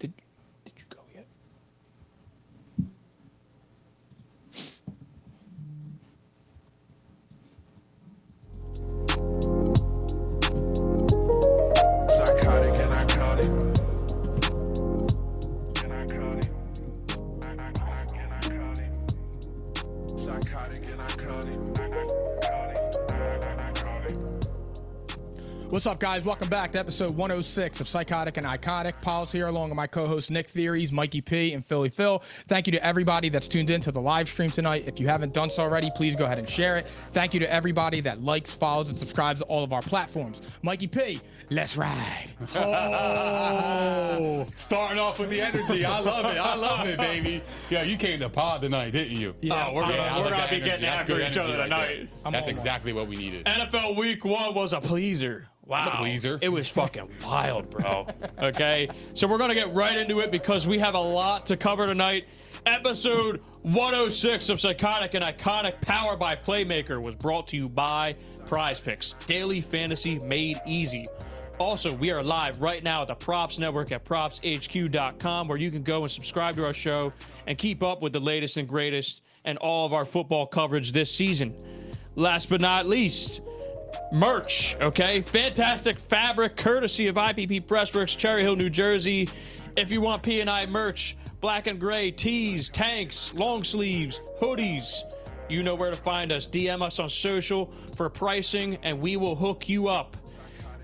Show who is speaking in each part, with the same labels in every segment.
Speaker 1: Did, did you go yet?
Speaker 2: Psychotic and narcotic. And I caught it. I- I- I- and I caught it. Psychotic and I caught it. I- I- caught it. I- I- I caught it.
Speaker 1: What's up, guys? Welcome back to episode 106 of Psychotic and Iconic. Paul's here along with my co hosts Nick Theories, Mikey P, and Philly Phil. Thank you to everybody that's tuned in to the live stream tonight. If you haven't done so already, please go ahead and share it. Thank you to everybody that likes, follows, and subscribes to all of our platforms. Mikey P, let's ride.
Speaker 3: Oh, starting off with the energy. I love it. I love it, baby. Yeah, you came to pod tonight, didn't you?
Speaker 1: Yeah.
Speaker 3: Oh, we're
Speaker 1: Yeah, I
Speaker 3: gonna,
Speaker 1: like
Speaker 3: we're gonna
Speaker 1: that
Speaker 3: be
Speaker 1: energy.
Speaker 3: getting
Speaker 1: That's
Speaker 3: after
Speaker 1: good
Speaker 3: each
Speaker 1: energy
Speaker 3: other
Speaker 1: right
Speaker 3: tonight.
Speaker 1: I'm
Speaker 3: That's
Speaker 1: all about
Speaker 3: exactly what we needed.
Speaker 4: NFL Week One was a pleaser. Wow,
Speaker 3: pleaser.
Speaker 4: It was fucking wild, bro. okay, so we're gonna get right into it because we have a lot to cover tonight. Episode 106 of Psychotic and Iconic, powered by Playmaker, was brought to you by Prize Picks, daily fantasy made easy. Also, we are live right now at the Props Network at propshq.com, where you can go and subscribe to our show and keep up with the latest and greatest and all of our football coverage this season. Last but not least, merch. Okay, fantastic fabric, courtesy of IPP Pressworks, Cherry Hill, New Jersey. If you want P and I merch, black and gray tees, tanks, long sleeves, hoodies, you know where to find us. DM us on social for pricing, and we will hook you up.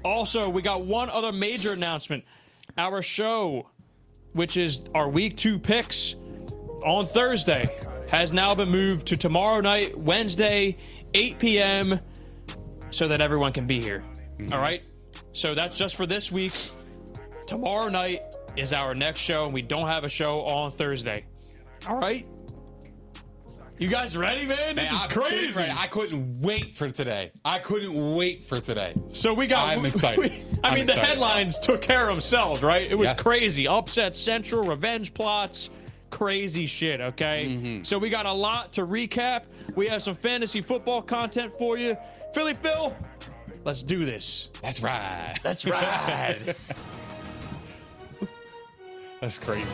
Speaker 4: Also, we got one other major announcement. Our show, which is our week two picks, on Thursday has now been moved to tomorrow night, Wednesday, 8 p.m., so that everyone can be here. All right? So that's just for this week. Tomorrow night is our next show, and we don't have a show on Thursday. All right? You guys ready, man? This is
Speaker 3: Man, I'm
Speaker 4: crazy.
Speaker 3: Right. I couldn't wait for today. I couldn't wait for today.
Speaker 4: So we got.
Speaker 3: I'm
Speaker 4: we-
Speaker 3: excited.
Speaker 4: we- I
Speaker 3: I'm
Speaker 4: mean, the
Speaker 3: excited.
Speaker 4: headlines took care of themselves, right? It was
Speaker 3: Yes.
Speaker 4: crazy. Upset Central, revenge plots, crazy shit, okay?
Speaker 3: Mm-hmm.
Speaker 4: So we got a lot to recap. We have some fantasy football content for you. Philly Phil, let's do this.
Speaker 3: That's right.
Speaker 4: Let's ride.
Speaker 3: That's crazy.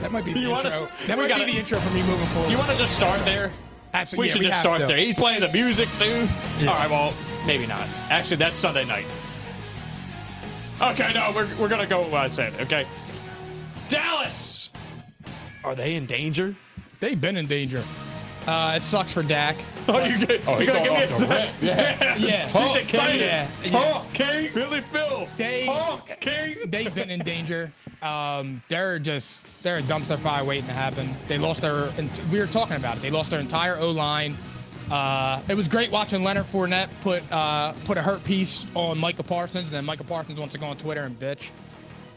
Speaker 1: That might be the
Speaker 4: you
Speaker 1: intro.
Speaker 4: want us-
Speaker 1: that
Speaker 4: we
Speaker 1: might
Speaker 4: gotta-
Speaker 1: be the intro for me moving forward.
Speaker 4: you want to just start there?
Speaker 1: Absolutely.
Speaker 4: We
Speaker 1: yeah,
Speaker 4: should just
Speaker 1: have
Speaker 4: start
Speaker 1: to.
Speaker 4: there. He's playing the music too. All right, well, maybe not. Actually, that's Sunday night. Okay, no, we're, we're gonna go with what I said. Okay, Dallas, are they in danger?
Speaker 1: They've been in danger. Uh, it sucks for Dak.
Speaker 4: Oh, you get,
Speaker 3: Oh,
Speaker 4: you're
Speaker 3: he's
Speaker 4: gonna
Speaker 3: going
Speaker 4: give
Speaker 3: off
Speaker 4: me
Speaker 3: the
Speaker 4: a
Speaker 3: rip. Yeah.
Speaker 1: Yeah.
Speaker 3: Talk,
Speaker 4: He's excited.
Speaker 1: Yeah.
Speaker 3: Talk, King.
Speaker 4: Billy Phil.
Speaker 1: They-
Speaker 3: Talk, King.
Speaker 1: They've been in danger. Um, they're just they're a dumpster fire waiting to happen. They lost their. ent- We were talking about it. They lost their entire O line. Uh, it was great watching Leonard Fournette put uh, put a hurt piece on Micah Parsons, and then Micah Parsons wants to go on Twitter and bitch.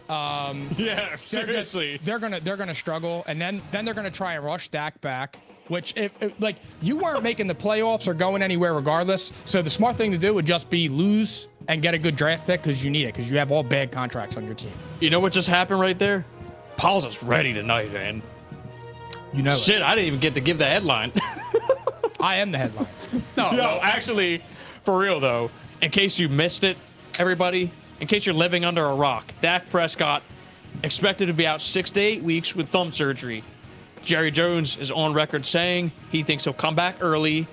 Speaker 4: Yeah,
Speaker 1: They're just-
Speaker 4: seriously.
Speaker 1: they're gonna they're gonna struggle, and then then they're gonna try and rush Dak back. Which, if, if- like, you weren't making the playoffs or going anywhere regardless. So the smart thing to do would just be lose and get a good draft pick because you need it because you have all bad contracts on your team.
Speaker 4: You know what just happened right there? Paul's is ready tonight, man.
Speaker 1: You know,
Speaker 4: Shit, I didn't even get to give the headline.
Speaker 1: I am the headline.
Speaker 4: No, no, actually, for real though, in case you missed it, everybody, in case you're living under a rock, Dak Prescott expected to be out six to eight weeks with thumb surgery. Jerry Jones is on record saying he thinks he'll come back early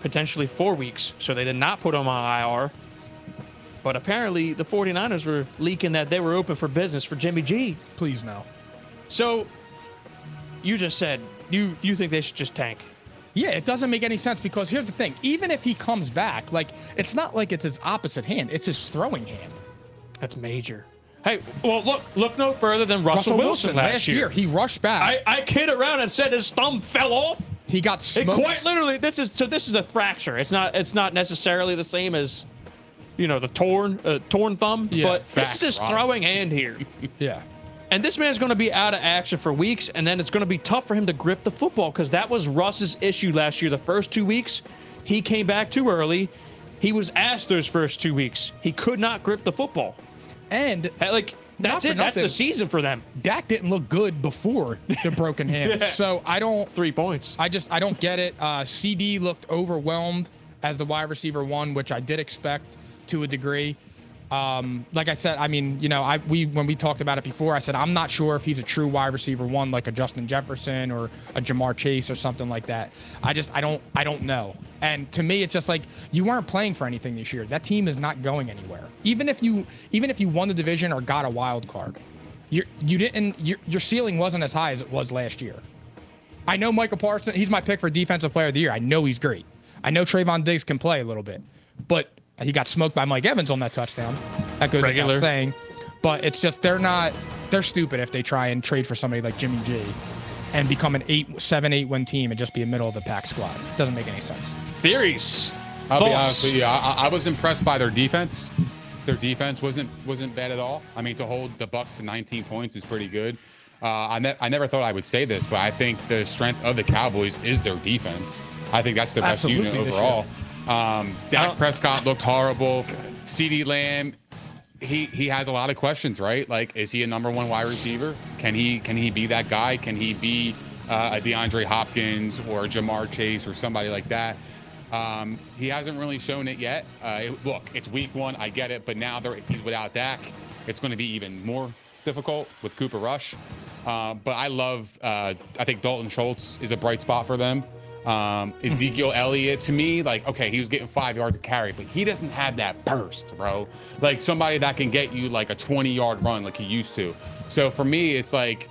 Speaker 4: potentially four weeks. So they did not put him on IR. But apparently, the 49ers were leaking that they were open for business for Jimmy G.
Speaker 1: Please no.
Speaker 4: So you just said you you think they should just tank.
Speaker 1: Yeah, it doesn't make any sense because here's the thing: even if he comes back, like it's not like it's his opposite hand; it's his throwing hand.
Speaker 4: That's major. Hey, well look look no further than Russell, Wilson, last, year.
Speaker 1: he rushed back.
Speaker 4: I, I kid around and said his thumb fell off.
Speaker 1: he got
Speaker 4: It
Speaker 1: smoked.
Speaker 4: quite literally this is so this is a fracture. It's not it's not necessarily the same as you know the torn uh, torn thumb,
Speaker 1: Yeah,
Speaker 4: but
Speaker 1: facts,
Speaker 4: this is his
Speaker 1: Rob.
Speaker 4: throwing hand here.
Speaker 1: yeah.
Speaker 4: And this man's going to be out of action for weeks, and then it's going to be tough for him to grip the football because that was Russ's issue last year. The first two weeks, he came back too early. He was asked those first two weeks. He could not grip the football.
Speaker 1: And
Speaker 4: Hey, Like, that's
Speaker 1: for
Speaker 4: it. That's
Speaker 1: nothing.
Speaker 4: the season for them.
Speaker 1: Dak didn't look good before the broken hand,
Speaker 4: Yeah.
Speaker 1: so I don't.
Speaker 4: Three points.
Speaker 1: I just I don't get it. Uh, CD looked overwhelmed as the wide receiver one, which I did expect to a degree. Um, like I said, I mean, you know, I we when we talked about it before, I said I'm not sure if he's a true wide receiver one like a Justin Jefferson or a Jamar Chase or something like that. I just I don't I don't know. And to me, it's just like you weren't playing for anything this year. That team is not going anywhere. Even if you even if you won the division or got a wild card, you you didn't your your ceiling wasn't as high as it was last year. I know Michael Parsons. He's my pick for defensive player of the year. I know he's great. I know Trayvon Diggs can play a little bit, but he got smoked by Mike Evans on that touchdown. That goes
Speaker 4: Regular.
Speaker 1: without saying. But it's just they're not. They're stupid if they try and trade for somebody like Jimmy G and become an eight, seven, eight win team and just be a middle of the pack squad. doesn't make any sense.
Speaker 4: Theories.
Speaker 3: I'll be
Speaker 4: Thoughts?
Speaker 3: honest with you. I, I- I was impressed by their defense. Their defense wasn't wasn't bad at all. I mean, to hold the Bucks to 19 points is pretty good. Uh, I, ne- I never thought I would say this, but I think the strength of the Cowboys is their defense. I think that's the best unit
Speaker 1: Absolutely, this
Speaker 3: overall. Um,
Speaker 4: I
Speaker 3: Dak
Speaker 4: don't-
Speaker 3: Prescott looked horrible. CeeDee Lamb, he he has a lot of questions, right? Like, is he a number one wide receiver? Can he can he be that guy? Can he be uh, a DeAndre Hopkins or a Jamar Chase or somebody like that? Um, he hasn't really shown it yet. Uh, it- look, it's week one, I get it, but now they're, he's without Dak. It's going to be even more difficult with Cooper Rush. Uh, but I love. Uh, I think Dalton Schultz is a bright spot for them. Um, Ezekiel Elliott, to me, like, okay, he was getting five yards of carry, but he doesn't have that burst, bro. Like somebody that can get you like a 20 yard run like he used to. So for me, it's like,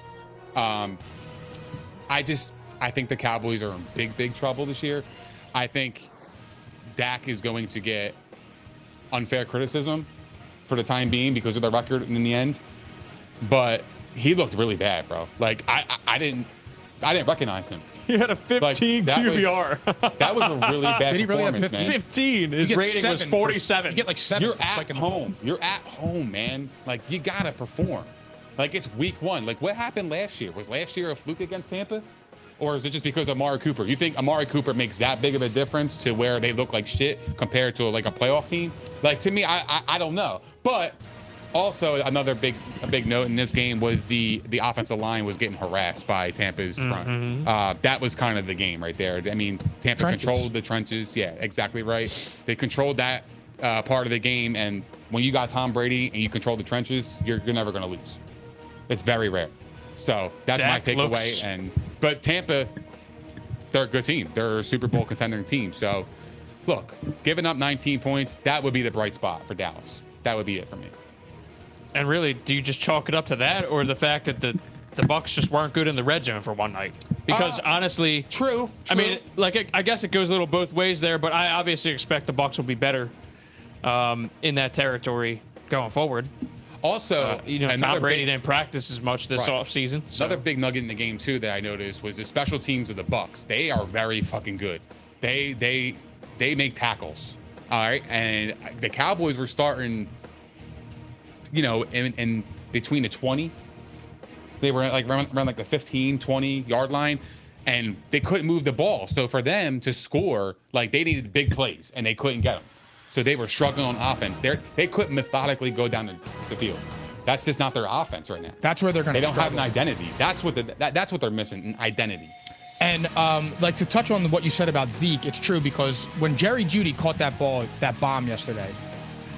Speaker 3: um, I just, I think the Cowboys are in big, big trouble this year. I think Dak is going to get unfair criticism for the time being because of the record in the end. But he looked really bad, bro. Like I, I, I didn't, I didn't recognize him.
Speaker 4: He had a 15
Speaker 3: that was-
Speaker 4: QBR.
Speaker 3: That was a really bad
Speaker 1: Did he really have
Speaker 3: performance,
Speaker 1: 15?
Speaker 3: man.
Speaker 4: 15. His
Speaker 1: You get
Speaker 4: rating was
Speaker 1: seven for-
Speaker 4: 47.
Speaker 1: you get like 7
Speaker 3: You're
Speaker 1: for
Speaker 3: at
Speaker 1: spiking the ball.
Speaker 3: home. You're at home, man. Like you gotta perform. Like it's week one. Like what happened last year? Was last year a fluke against Tampa? Or is it just because Amari Cooper? You think Amari Cooper makes that big of a difference to where they look like shit compared to like a playoff team? Like to me, I I, I don't know. But also another big a big note in this game was the the offensive line was getting harassed by Tampa's front. Uh, that was kind of the game right there. I mean, Tampa
Speaker 1: Mm-hmm. Trenches.
Speaker 3: controlled the trenches. Yeah, exactly right. They controlled that uh, part of the game, and when you got Tom Brady and you control the trenches, you're, you're never going to lose. It's very rare. So that's
Speaker 4: Dak
Speaker 3: my takeaway.
Speaker 4: looks-
Speaker 3: And but Tampa, they're a good team. They're a Super Bowl contending team. So look, giving up 19 points, that would be the bright spot for Dallas. That would be it for me.
Speaker 4: And really, do you just chalk it up to that, or the fact that the the Bucks just weren't good in the red zone for one night? Because
Speaker 3: Uh,
Speaker 4: honestly,
Speaker 3: True.
Speaker 4: I mean, like it, I guess it goes a little both ways there, but I obviously expect the Bucks will be better um, in that territory going forward.
Speaker 3: also,
Speaker 4: Uh, you know,
Speaker 3: another
Speaker 4: Tom Brady
Speaker 3: big-
Speaker 4: didn't practice as much this
Speaker 3: Right.
Speaker 4: offseason. So.
Speaker 3: Another big nugget in the game too that I noticed was the special teams of the Bucks. They are very fucking good. They they they make tackles. All right, and the Cowboys were starting, you know, in, in between the twenty. They were like around, around like the 15, 20 yard line, and they couldn't move the ball. So for them to score, like they needed big plays, and they couldn't get them. So they were struggling on offense. They they couldn't methodically go down the, the field. That's just not their offense right now.
Speaker 1: That's where they're going to.
Speaker 3: They don't have an identity. That's what the, that, that's what they're missing. An identity.
Speaker 1: And um, like to touch on what you said about Zeke, it's true because when Jerry Judy caught that ball, that bomb yesterday,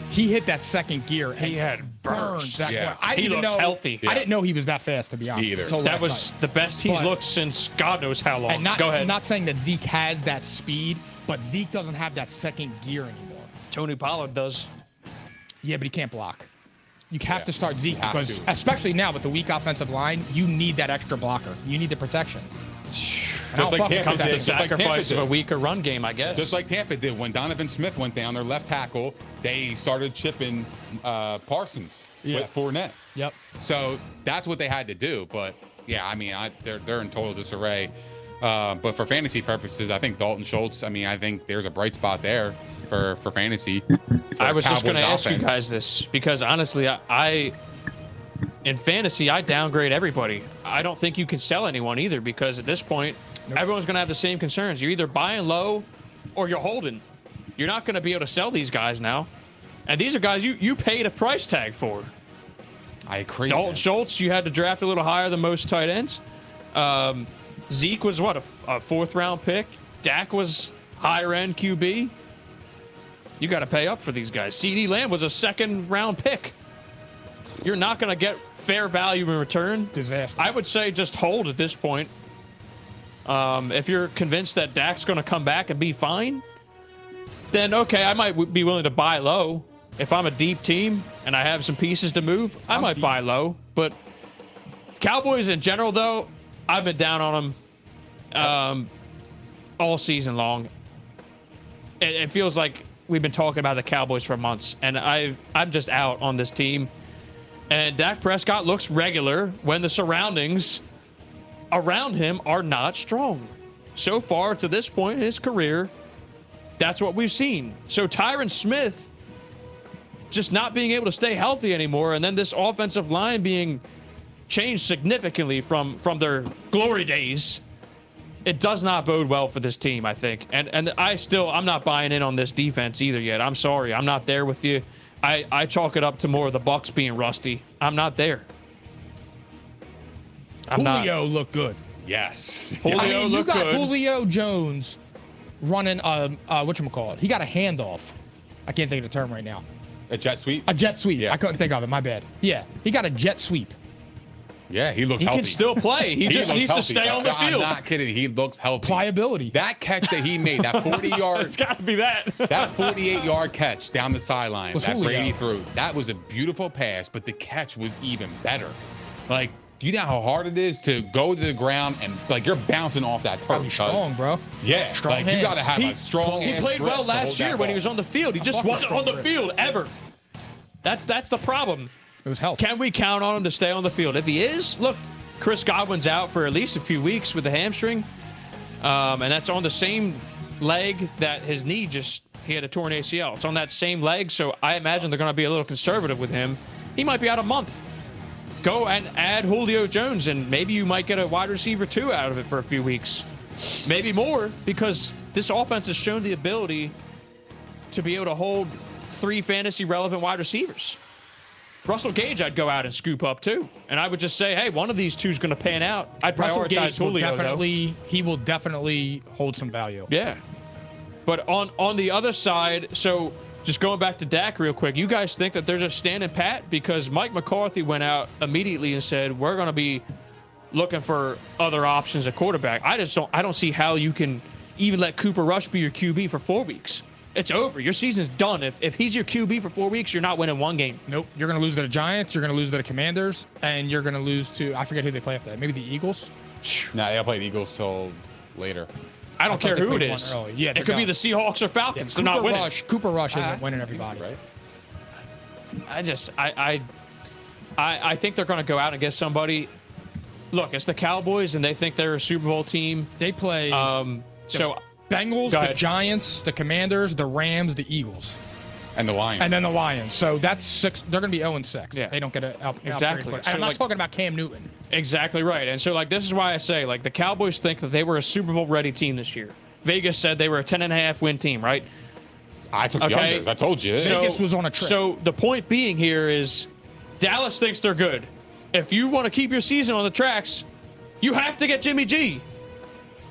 Speaker 1: he hit that second gear. And
Speaker 4: He had burst.
Speaker 1: That
Speaker 3: Yeah.
Speaker 1: corner. I
Speaker 4: He
Speaker 1: didn't even
Speaker 4: looks
Speaker 1: know,
Speaker 4: healthy.
Speaker 1: I didn't know he was that fast to be honest.
Speaker 3: Me either.
Speaker 1: until
Speaker 4: that
Speaker 1: last
Speaker 4: was
Speaker 1: night.
Speaker 4: the best he's
Speaker 1: But-
Speaker 4: looked since God knows how long.
Speaker 1: and not
Speaker 4: Go ahead.
Speaker 1: not saying that Zeke has that speed, But Zeke doesn't have that second gear anymore.
Speaker 4: Tony Pollard does.
Speaker 1: Yeah, but he can't block. You have to start Zeke
Speaker 3: have
Speaker 1: because,
Speaker 3: to.
Speaker 1: especially now with the weak offensive line, you need that extra blocker. You need the protection. And
Speaker 3: Just
Speaker 1: I
Speaker 3: like
Speaker 1: don't fuck with
Speaker 3: Tampa did.
Speaker 1: that
Speaker 4: The
Speaker 1: thing.
Speaker 3: Just like Tampa
Speaker 4: sacrifice of a
Speaker 3: did.
Speaker 4: weaker run game, I guess.
Speaker 3: Just like Tampa did when Donovan Smith went down, their left tackle, they started chipping uh, Parsons
Speaker 4: Yeah.
Speaker 3: with Fournette.
Speaker 4: yep.
Speaker 3: So that's what they had to do. But yeah, I mean, I, they're they're in total disarray. Uh, but for fantasy purposes, I think Dalton Schultz. I mean, I think there's a bright spot there for for fantasy. for
Speaker 4: I was just
Speaker 3: Cowboys
Speaker 4: going to ask you
Speaker 3: offense.
Speaker 4: guys this because honestly, I, I in fantasy I downgrade everybody. I don't think you can sell anyone either because at this point, everyone's going to have the same concerns. You're either buying low or you're holding. You're not going to be able to sell these guys now, and these are guys you you paid a price tag for.
Speaker 3: I agree.
Speaker 4: Dalton
Speaker 3: man.
Speaker 4: Schultz, you had to draft a little higher than most tight ends. Um, Zeke was what a, a fourth round pick. Dak was higher end QB. You got to pay up for these guys. CD Lamb was a second round pick. You're not going to get fair value in return.
Speaker 1: Disaster.
Speaker 4: I would say just hold at this point. Um, if you're convinced that Dak's going to come back and be fine, then okay, I might w- be willing to buy low. If I'm a deep team and I have some pieces to move, I might buy low. But Cowboys in general, though, I've been down on them um, all season long. It, it feels like we've been talking about the Cowboys for months, and I I'm just out on this team. And Dak Prescott looks regular when the surroundings around him are not strong. So far to this point in his career, that's what we've seen. So Tyron Smith just not being able to stay healthy anymore, and then this offensive line being changed significantly from from their glory days. It does not bode well for this team, I think. And and I still I'm not buying in on this defense either yet. I'm sorry, I'm not there with you. I, I chalk it up to more of the Bucks being rusty. I'm not there. I'm not.
Speaker 1: Julio looked good.
Speaker 3: Yes.
Speaker 4: Julio
Speaker 1: I mean, you
Speaker 4: looked
Speaker 1: got
Speaker 4: good.
Speaker 1: Julio Jones running um uh whatchamacallit. He got a handoff. I can't think of the term right now.
Speaker 3: A jet sweep.
Speaker 1: A jet sweep.
Speaker 3: Yeah.
Speaker 1: I couldn't think of it. My bad. Yeah. He got a jet sweep.
Speaker 3: Yeah, he looks
Speaker 4: He
Speaker 3: healthy.
Speaker 4: can still play. He, just
Speaker 3: looks
Speaker 4: needs to
Speaker 3: healthy.
Speaker 4: stay on the
Speaker 3: I'm
Speaker 4: field.
Speaker 3: not kidding. He looks healthy.
Speaker 1: Pliability.
Speaker 3: That catch that he made, that 40 yard,
Speaker 4: It's got to be that.
Speaker 3: that 48 yard catch down the sideline
Speaker 1: Was
Speaker 3: that
Speaker 1: Julio.
Speaker 3: Brady threw, that was a beautiful pass, but the catch was even better. Like, do you know how hard it is to go to the ground and like you're bouncing off that turf?
Speaker 1: Probably
Speaker 3: cuz-
Speaker 1: strong, bro.
Speaker 3: Yeah,
Speaker 1: Strong
Speaker 3: like
Speaker 1: hands.
Speaker 3: you gotta have
Speaker 1: He-
Speaker 3: a strong.
Speaker 4: he
Speaker 3: ass
Speaker 4: played
Speaker 3: grip
Speaker 4: well
Speaker 3: to
Speaker 4: last
Speaker 3: hold that
Speaker 4: year when he
Speaker 3: ball.
Speaker 4: was on the field. He just
Speaker 1: fucking
Speaker 4: wasn't on the
Speaker 1: strong
Speaker 4: field ever. That's that's the problem.
Speaker 1: It was health.
Speaker 4: Can we count on him to stay on the field? If he is, look, Chris Godwin's out for at least a few weeks with a hamstring, um, and that's on the same leg that his knee just he had a torn ACL. It's on that same leg, so I imagine they're going to be a little conservative with him. He might be out a month. Go and add Julio Jones, and maybe you might get a wide receiver two out of it for a few weeks, maybe more, because this offense has shown the ability to be able to hold three fantasy relevant wide receivers. Russell Gage, I'd go out and scoop up too, and I would just say, hey, one of these two's going to pan out. I'd
Speaker 1: Russell
Speaker 4: prioritize
Speaker 1: Gage will
Speaker 4: Julio though.
Speaker 1: definitely he will definitely hold some value.
Speaker 4: Yeah, but on on the other side, so just going back to Dak real quick, you guys think that they're just standing pat because Mike McCarthy went out immediately and said we're going to be looking for other options at quarterback. I just don't I don't see how you can even let Cooper Rush be your QB for four weeks. It's over. Your season's done. If if he's your QB for four weeks, you're not winning one game.
Speaker 1: Nope. You're gonna lose to the Giants, you're gonna lose to the Commanders, and you're gonna lose to I forget who they play after that. Maybe the Eagles?
Speaker 3: Nah, they'll play the Eagles till later.
Speaker 4: I don't
Speaker 1: I
Speaker 4: care
Speaker 1: thought they
Speaker 4: who it
Speaker 1: played one
Speaker 4: is.
Speaker 1: early. Yeah,
Speaker 4: it
Speaker 1: they're
Speaker 4: could be
Speaker 1: done.
Speaker 4: the Seahawks or Falcons. they're not
Speaker 1: Cooper
Speaker 4: winning.
Speaker 1: Rush, Cooper Rush isn't
Speaker 3: Ah.
Speaker 1: winning everybody.
Speaker 3: Right?
Speaker 4: I just I I I, I think they're going to go out and get somebody. Look, it's the Cowboys, and they think they're a Super Bowl team.
Speaker 1: They play
Speaker 4: Um, so
Speaker 1: Bengals,
Speaker 4: Go
Speaker 1: the
Speaker 4: ahead.
Speaker 1: Giants, the Commanders, the Rams, the Eagles,
Speaker 3: And the Lions.
Speaker 1: and then the Lions. So that's six. They're going to be 0 and 6.
Speaker 4: Yeah.
Speaker 1: They don't get a up,
Speaker 4: Exactly.
Speaker 1: And
Speaker 4: So,
Speaker 1: I'm not
Speaker 4: like-
Speaker 1: talking about Cam Newton.
Speaker 4: exactly right, and so like this is why I say like the Cowboys think that they were a Super Bowl ready team this year. Vegas said they were a 10 and a half win team, right?
Speaker 3: I took
Speaker 4: Okay.
Speaker 3: the unders. I told you.
Speaker 4: So-
Speaker 1: Vegas was on a trip.
Speaker 4: So the point being here is Dallas thinks they're good. If you want to keep your season on the tracks, you have to get Jimmy G.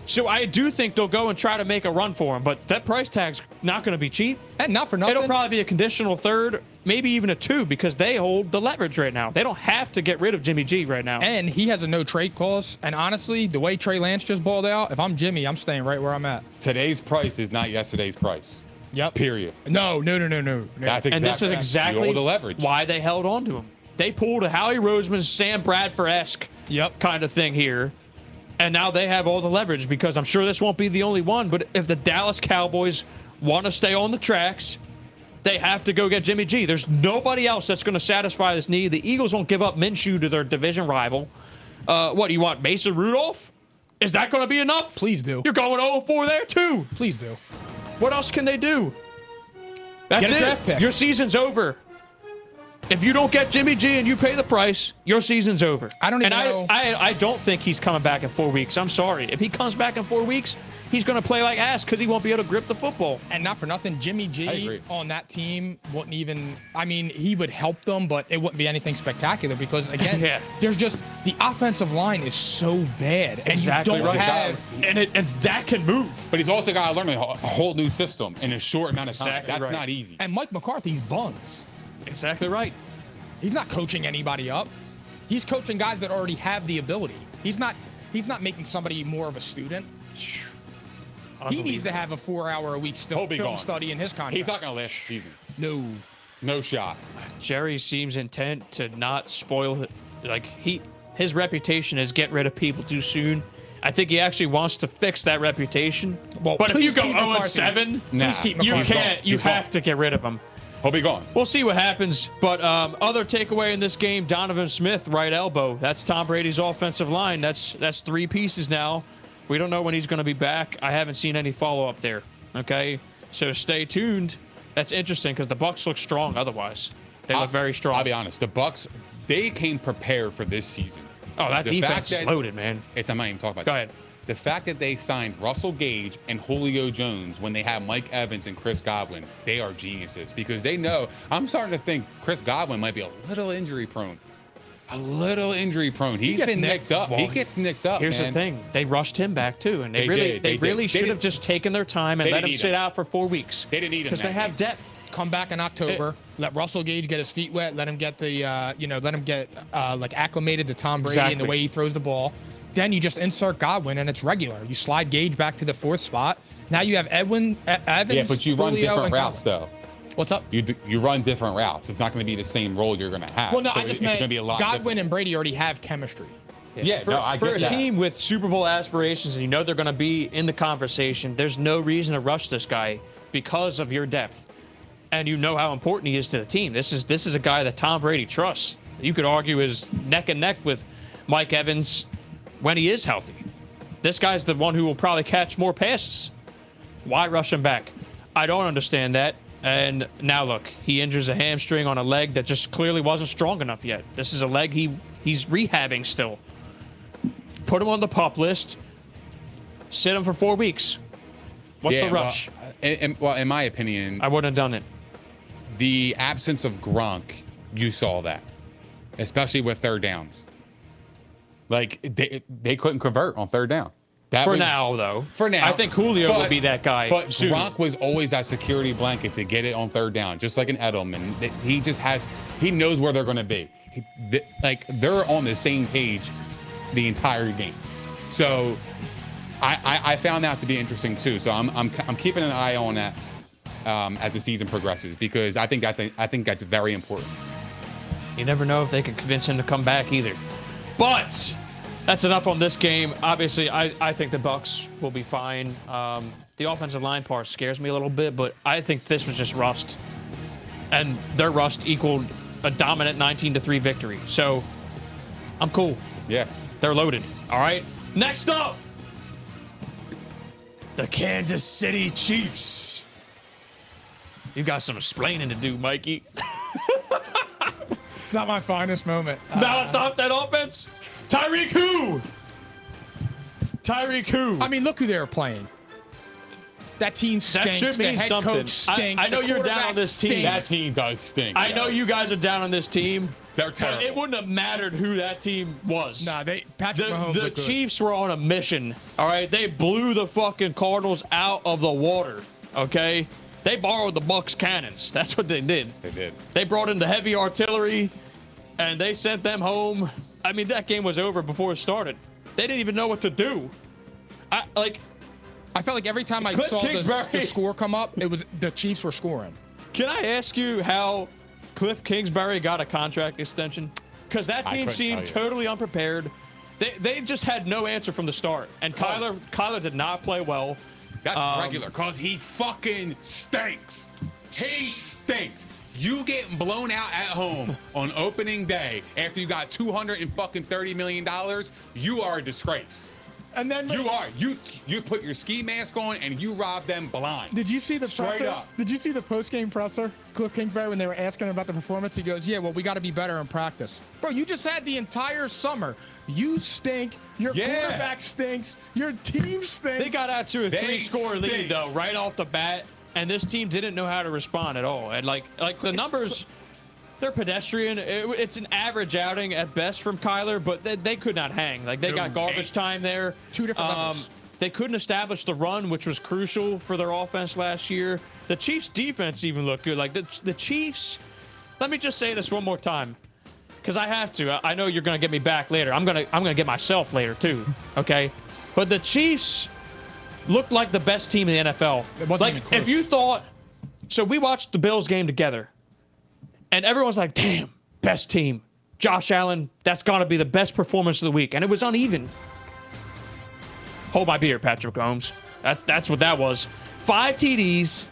Speaker 4: So I do think they'll go and try to make a run for him, but that price tag's not going to be cheap.
Speaker 1: And not for nothing.
Speaker 4: It'll probably be a conditional third, maybe even a two, because they hold the leverage right now. They don't have to get rid of Jimmy G right now.
Speaker 1: and he has a no trade clause. And honestly, the way Trey Lance just balled out, if I'm Jimmy, I'm staying right where I'm at.
Speaker 3: Today's price is not yesterday's price.
Speaker 1: Yep.
Speaker 3: Period.
Speaker 1: No, no, no, no, no. no.
Speaker 3: That's exactly.
Speaker 4: and this is
Speaker 3: you
Speaker 4: exactly
Speaker 3: hold the leverage.
Speaker 4: why they held on to him. They pulled a Howie Roseman, Sam Bradford esque
Speaker 1: Yep.
Speaker 4: kind of thing here. And now they have all the leverage because I'm sure this won't be the only one. But if the Dallas Cowboys want to stay on the tracks, they have to go get Jimmy G. There's nobody else that's going to satisfy this need. The Eagles won't give up Minshew to their division rival. Uh, what do you want, Mason Rudolph? Is that going to be enough?
Speaker 1: Please do.
Speaker 4: You're going 0 4 there too.
Speaker 1: Please do.
Speaker 4: What else can they do? That's
Speaker 1: Get a
Speaker 4: it.
Speaker 1: draft pick.
Speaker 4: Your season's over. If you don't get Jimmy G and you pay the price, your season's over.
Speaker 1: I don't even
Speaker 4: and
Speaker 1: know-
Speaker 4: I, I, I don't think he's coming back in four weeks. I'm sorry. If he comes back in four weeks, he's going to play like ass because he won't be able to grip the football.
Speaker 1: And not for nothing, Jimmy
Speaker 3: I
Speaker 1: G
Speaker 3: agree.
Speaker 1: on that team wouldn't even. I mean, he would help them, but it wouldn't be anything spectacular because again,
Speaker 4: Yeah.
Speaker 1: there's just the offensive line is so bad, and
Speaker 4: Exactly
Speaker 1: you don't
Speaker 4: right.
Speaker 1: have.
Speaker 4: And it, and Dak can move.
Speaker 3: But he's also got to learn a whole- a whole new system in a short amount of time.
Speaker 4: Exactly
Speaker 3: That's
Speaker 4: right.
Speaker 3: not easy.
Speaker 1: And Mike McCarthy's buns.
Speaker 4: Exactly right.
Speaker 1: He's not coaching anybody up. He's coaching guys that already have the ability. He's not. He's not making somebody more of a student. He needs to have a four-hour a week
Speaker 3: He'll
Speaker 1: still
Speaker 3: be
Speaker 1: film
Speaker 3: gone.
Speaker 1: study in his contract.
Speaker 3: He's not going to last the season.
Speaker 1: no.
Speaker 3: No shot.
Speaker 4: Jerry seems intent to not spoil it. Like he, his reputation is get rid of people too soon. I think he actually wants to fix that reputation.
Speaker 1: Well,
Speaker 4: but if you
Speaker 1: please
Speaker 4: go
Speaker 1: keep
Speaker 4: 0 and
Speaker 1: McCarthy.
Speaker 4: 7,
Speaker 3: Nah.
Speaker 1: Please keep
Speaker 4: you
Speaker 1: McCarthy.
Speaker 4: can't. You
Speaker 3: He's gone.
Speaker 4: have to get rid of him.
Speaker 3: He'll be gone.
Speaker 4: We'll see what happens. But um, other takeaway in this game: Donovan Smith, right elbow. That's Tom Brady's offensive line. That's that's three pieces now. We don't know when he's going to be back. I haven't seen any follow up there. Okay, so stay tuned. That's interesting because the Bucks look strong. Otherwise, they
Speaker 3: I'll-
Speaker 4: look very strong.
Speaker 3: I'll be honest. The Bucks, they came prepared for this season.
Speaker 4: Oh, that
Speaker 3: The fact
Speaker 4: defense is
Speaker 3: that-
Speaker 4: loaded, man.
Speaker 3: It's I'm not even talking about.
Speaker 4: Go
Speaker 3: that.
Speaker 4: ahead.
Speaker 3: The fact that they signed Russell Gage and Julio Jones when they have Mike Evans and Chris Godwin, they are geniuses because they know. I'm starting to think Chris Godwin might be a little injury prone. A little injury prone. He's
Speaker 1: gets
Speaker 3: been
Speaker 1: nicked.
Speaker 3: nicked up. he
Speaker 4: Well,
Speaker 3: gets nicked up.
Speaker 4: Here's the
Speaker 3: man.
Speaker 4: thing: they rushed him back too, and they,
Speaker 3: They
Speaker 4: really,
Speaker 3: did,
Speaker 4: they,
Speaker 3: they did.
Speaker 4: really
Speaker 3: They
Speaker 4: should have
Speaker 3: didn't-
Speaker 4: just taken their time and
Speaker 3: they
Speaker 4: let
Speaker 3: didn't
Speaker 4: him
Speaker 3: need
Speaker 4: sit
Speaker 3: him.
Speaker 4: out for four weeks.
Speaker 3: They didn't need him
Speaker 4: because they
Speaker 3: that
Speaker 4: have
Speaker 3: game.
Speaker 4: depth.
Speaker 1: Come back in October. let Russell Gage get his feet wet. Let him get the, uh, you know, let him get uh, like acclimated to Tom Brady and the
Speaker 4: Exactly.
Speaker 1: way he throws the ball. Then you just insert Godwin and it's regular. You slide Gage back to the fourth spot. Now you have Edwin E- Evans.
Speaker 3: Yeah, but you run
Speaker 1: Julio,
Speaker 3: different
Speaker 1: and
Speaker 3: routes
Speaker 1: Godwin.
Speaker 3: though.
Speaker 1: What's up?
Speaker 3: You d- you run different routes. It's not going to be the same role you're going to have.
Speaker 1: well, no,
Speaker 3: So
Speaker 1: I
Speaker 3: it-
Speaker 1: just
Speaker 3: it's going to
Speaker 1: meant
Speaker 3: be a lot.
Speaker 1: Godwin
Speaker 3: different.
Speaker 1: and Brady already have chemistry.
Speaker 3: yeah,
Speaker 4: For,
Speaker 3: no, I
Speaker 4: for
Speaker 3: get
Speaker 4: a
Speaker 3: that.
Speaker 4: team with Super Bowl aspirations, and you know they're going to be in the conversation, there's no reason to rush this guy because of your depth, and you know how important he is to the team. This is this is a guy that Tom Brady trusts. You could argue is neck and neck with Mike Evans when he is healthy. This guy's the one who will probably catch more passes. Why rush him back? I don't understand that. And now look, he injures a hamstring on a leg that just clearly wasn't strong enough yet. This is a leg he he's rehabbing still. Put him on the pop list. Sit him for four weeks. What's
Speaker 3: yeah,
Speaker 4: the rush?
Speaker 3: Well, in, in- well, in my opinion,
Speaker 4: I wouldn't have done it.
Speaker 3: the absence of Gronk, you saw that, especially with third downs. Like they they couldn't convert on third down. That
Speaker 4: For
Speaker 3: was-
Speaker 4: now, though.
Speaker 3: For now,
Speaker 4: I think Julio
Speaker 3: But-
Speaker 4: will be that guy.
Speaker 3: But
Speaker 4: soon.
Speaker 3: Gronk was always that security blanket to get it on third down, just like an Edelman. That He just has, he knows where they're going to be. He, th- like they're on the same page the entire game. So I, I, I found that to be interesting too. So I'm, I'm, I'm keeping an eye on that um, as the season progresses because I think that's a, I think that's very important.
Speaker 4: You never know if they can convince him to come back either. But that's enough on this game. Obviously, I, I think the Bucks will be fine. Um, the offensive line part scares me a little bit, but I think this was just rust, and their rust equaled a dominant 19 to three victory. So I'm cool.
Speaker 3: Yeah.
Speaker 4: They're loaded. All right. Next up, the Kansas City Chiefs. You got some explaining to do, Mikey.
Speaker 1: It's not my finest moment.
Speaker 4: Now adopt that offense. Tyreek who? Tyreek who?
Speaker 1: I mean, look who they were playing. That team stinks.
Speaker 4: should
Speaker 1: the
Speaker 4: mean
Speaker 1: head
Speaker 4: something.
Speaker 1: coach stinks.
Speaker 4: I- I
Speaker 1: The
Speaker 4: know you're down
Speaker 1: quarterback
Speaker 4: on this team.
Speaker 1: stinks.
Speaker 3: That team does stink.
Speaker 4: I know you guys are down on this team.
Speaker 3: They're
Speaker 4: But
Speaker 3: terrible.
Speaker 4: it wouldn't have mattered who that team was.
Speaker 1: Nah, they Patrick
Speaker 4: the,
Speaker 1: Mahomes
Speaker 4: the
Speaker 1: looked good.
Speaker 4: Chiefs were on a mission. All right, they blew the fucking Cardinals out of the water. Okay, they borrowed the Bucks cannons. That's what they did.
Speaker 3: They did.
Speaker 4: They brought in the heavy artillery, and they sent them home. I mean, that game was over before it started. They didn't even know what to do. I like.
Speaker 1: I felt like every time I
Speaker 4: Cliff
Speaker 1: saw the,
Speaker 4: Kingsbury.
Speaker 1: the score come up, it was the Chiefs were scoring.
Speaker 4: Can I ask you how Cliff Kingsbury got a contract extension? Because that
Speaker 3: I
Speaker 4: team
Speaker 3: couldn't
Speaker 4: seemed
Speaker 3: tell you.
Speaker 4: totally unprepared. They, they just had no answer from the start. And Kyler Kyler did not play well.
Speaker 3: That's
Speaker 4: Um,
Speaker 3: regular because he fucking stinks. He stinks. You getting blown out at home on opening day after you got two hundred and fucking thirty million dollars? You are a disgrace.
Speaker 1: And then
Speaker 3: You are. You you put your ski mask on and you rob them blind.
Speaker 1: Did you see the
Speaker 3: Straight
Speaker 1: presser?
Speaker 3: up.
Speaker 1: Did you see the post game presser? Cliff Kingsbury when they were asking him about the performance, he goes, "Yeah, well, we got to be better in practice, bro. You just had the entire summer. You stink. Your
Speaker 3: Yeah.
Speaker 1: quarterback stinks. Your team stinks.
Speaker 4: They got out to a
Speaker 3: They
Speaker 4: three-score
Speaker 3: stink.
Speaker 4: lead though, right off the bat, and this team didn't know how to respond at all. And like, like the numbers, they're pedestrian. It- it's an average outing at best from Kyler, but they, they could not hang. Like they got
Speaker 3: Dude,
Speaker 4: garbage
Speaker 3: eight.
Speaker 4: time there. Um,
Speaker 1: Two different levels.
Speaker 4: They couldn't establish the run, which was crucial for their offense last year. The Chiefs' defense even looked good. Like the, the Chiefs. Let me just say this one more time because I have to. I, I know you're gonna get me back later. I'm gonna I'm gonna get myself later too. Okay, but the Chiefs looked like the best team in the NFL.
Speaker 1: It wasn't
Speaker 4: like
Speaker 1: even close.
Speaker 4: if you thought, so we watched the Bills game together, and everyone's like, "Damn, best team." Josh Allen, that's gotta be the best performance of the week, and it was uneven. Hold my beer, Patrick Holmes. That's that's what that was. Five TDs,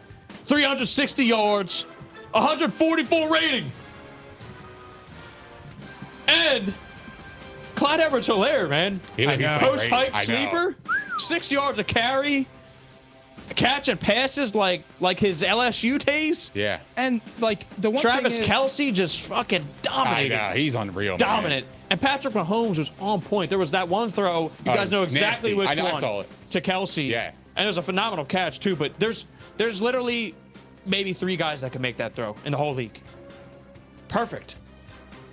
Speaker 4: 360 yards, 144 rating. And Clyde Edwards Hilaire, man.
Speaker 3: He would be I know.
Speaker 4: Post
Speaker 3: great. I
Speaker 4: hype
Speaker 3: know.
Speaker 4: sleeper, six yards of carry, catch and passes like like his LSU days.
Speaker 3: yeah.
Speaker 1: and like the one
Speaker 4: Travis
Speaker 1: thing is,
Speaker 4: Kelsey just fucking
Speaker 3: I
Speaker 4: dominated.
Speaker 3: know. uh, He's unreal. man.
Speaker 4: Dominant. And Patrick Mahomes was on point. There was that one throw. You
Speaker 3: Oh,
Speaker 4: guys know
Speaker 3: it's
Speaker 4: exactly
Speaker 3: nasty.
Speaker 4: which
Speaker 3: I know, I
Speaker 4: one.
Speaker 3: saw it.
Speaker 4: To Kelsey.
Speaker 3: Yeah.
Speaker 4: And it was a phenomenal catch too. But there's there's literally maybe three guys that can make that throw in the whole league. Perfect.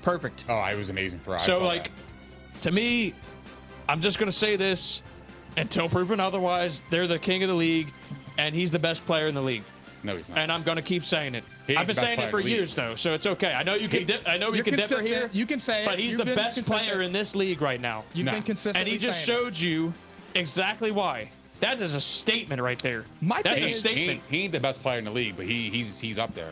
Speaker 4: Perfect.
Speaker 3: Oh, I was amazing for us.
Speaker 4: So like, to me, I'm just gonna say this until proven otherwise. They're the king of the league, and he's the best player in the league.
Speaker 3: no, he's not.
Speaker 4: And I'm gonna keep saying it.
Speaker 3: He ain't
Speaker 4: I've been
Speaker 3: the best
Speaker 4: saying it
Speaker 3: player in
Speaker 4: for
Speaker 3: the league.
Speaker 4: years though, so it's okay. I know you can.
Speaker 1: You're-
Speaker 4: Dip, I know you
Speaker 1: you're
Speaker 4: can differ
Speaker 1: consistent.
Speaker 4: here.
Speaker 1: You can say it.
Speaker 4: but he's
Speaker 1: You've
Speaker 4: the
Speaker 1: been
Speaker 4: best
Speaker 1: consistent.
Speaker 4: player in this leleague right now.
Speaker 1: You've been
Speaker 3: Nah.
Speaker 1: consistent,
Speaker 4: and he just showed you exactly why. That is a statement right there.
Speaker 1: My
Speaker 4: That's
Speaker 1: thing
Speaker 4: a
Speaker 3: he,
Speaker 1: is-
Speaker 3: he,
Speaker 4: statement.
Speaker 3: ain't- he ain't the best player in the league, but he he's he's up there.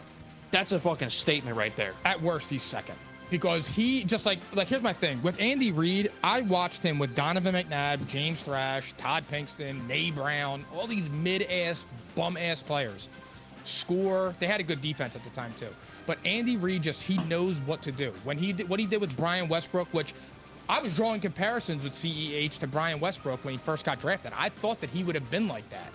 Speaker 4: That's a fucking statement right there.
Speaker 1: at worst he's second because he just like like here's my thing with Andy Reid. I watched him with Donovan McNabb, James Thrash, Todd Pinkston, Nay Brown, all these mid-ass bum-ass players score. They had a good defense at the time too, but Andy Reid just he knows what to do. When he did, what he did with Brian Westbrook, which I was drawing comparisons with CEH to Brian Westbrook when he first got drafted. I thought that he would have been like that.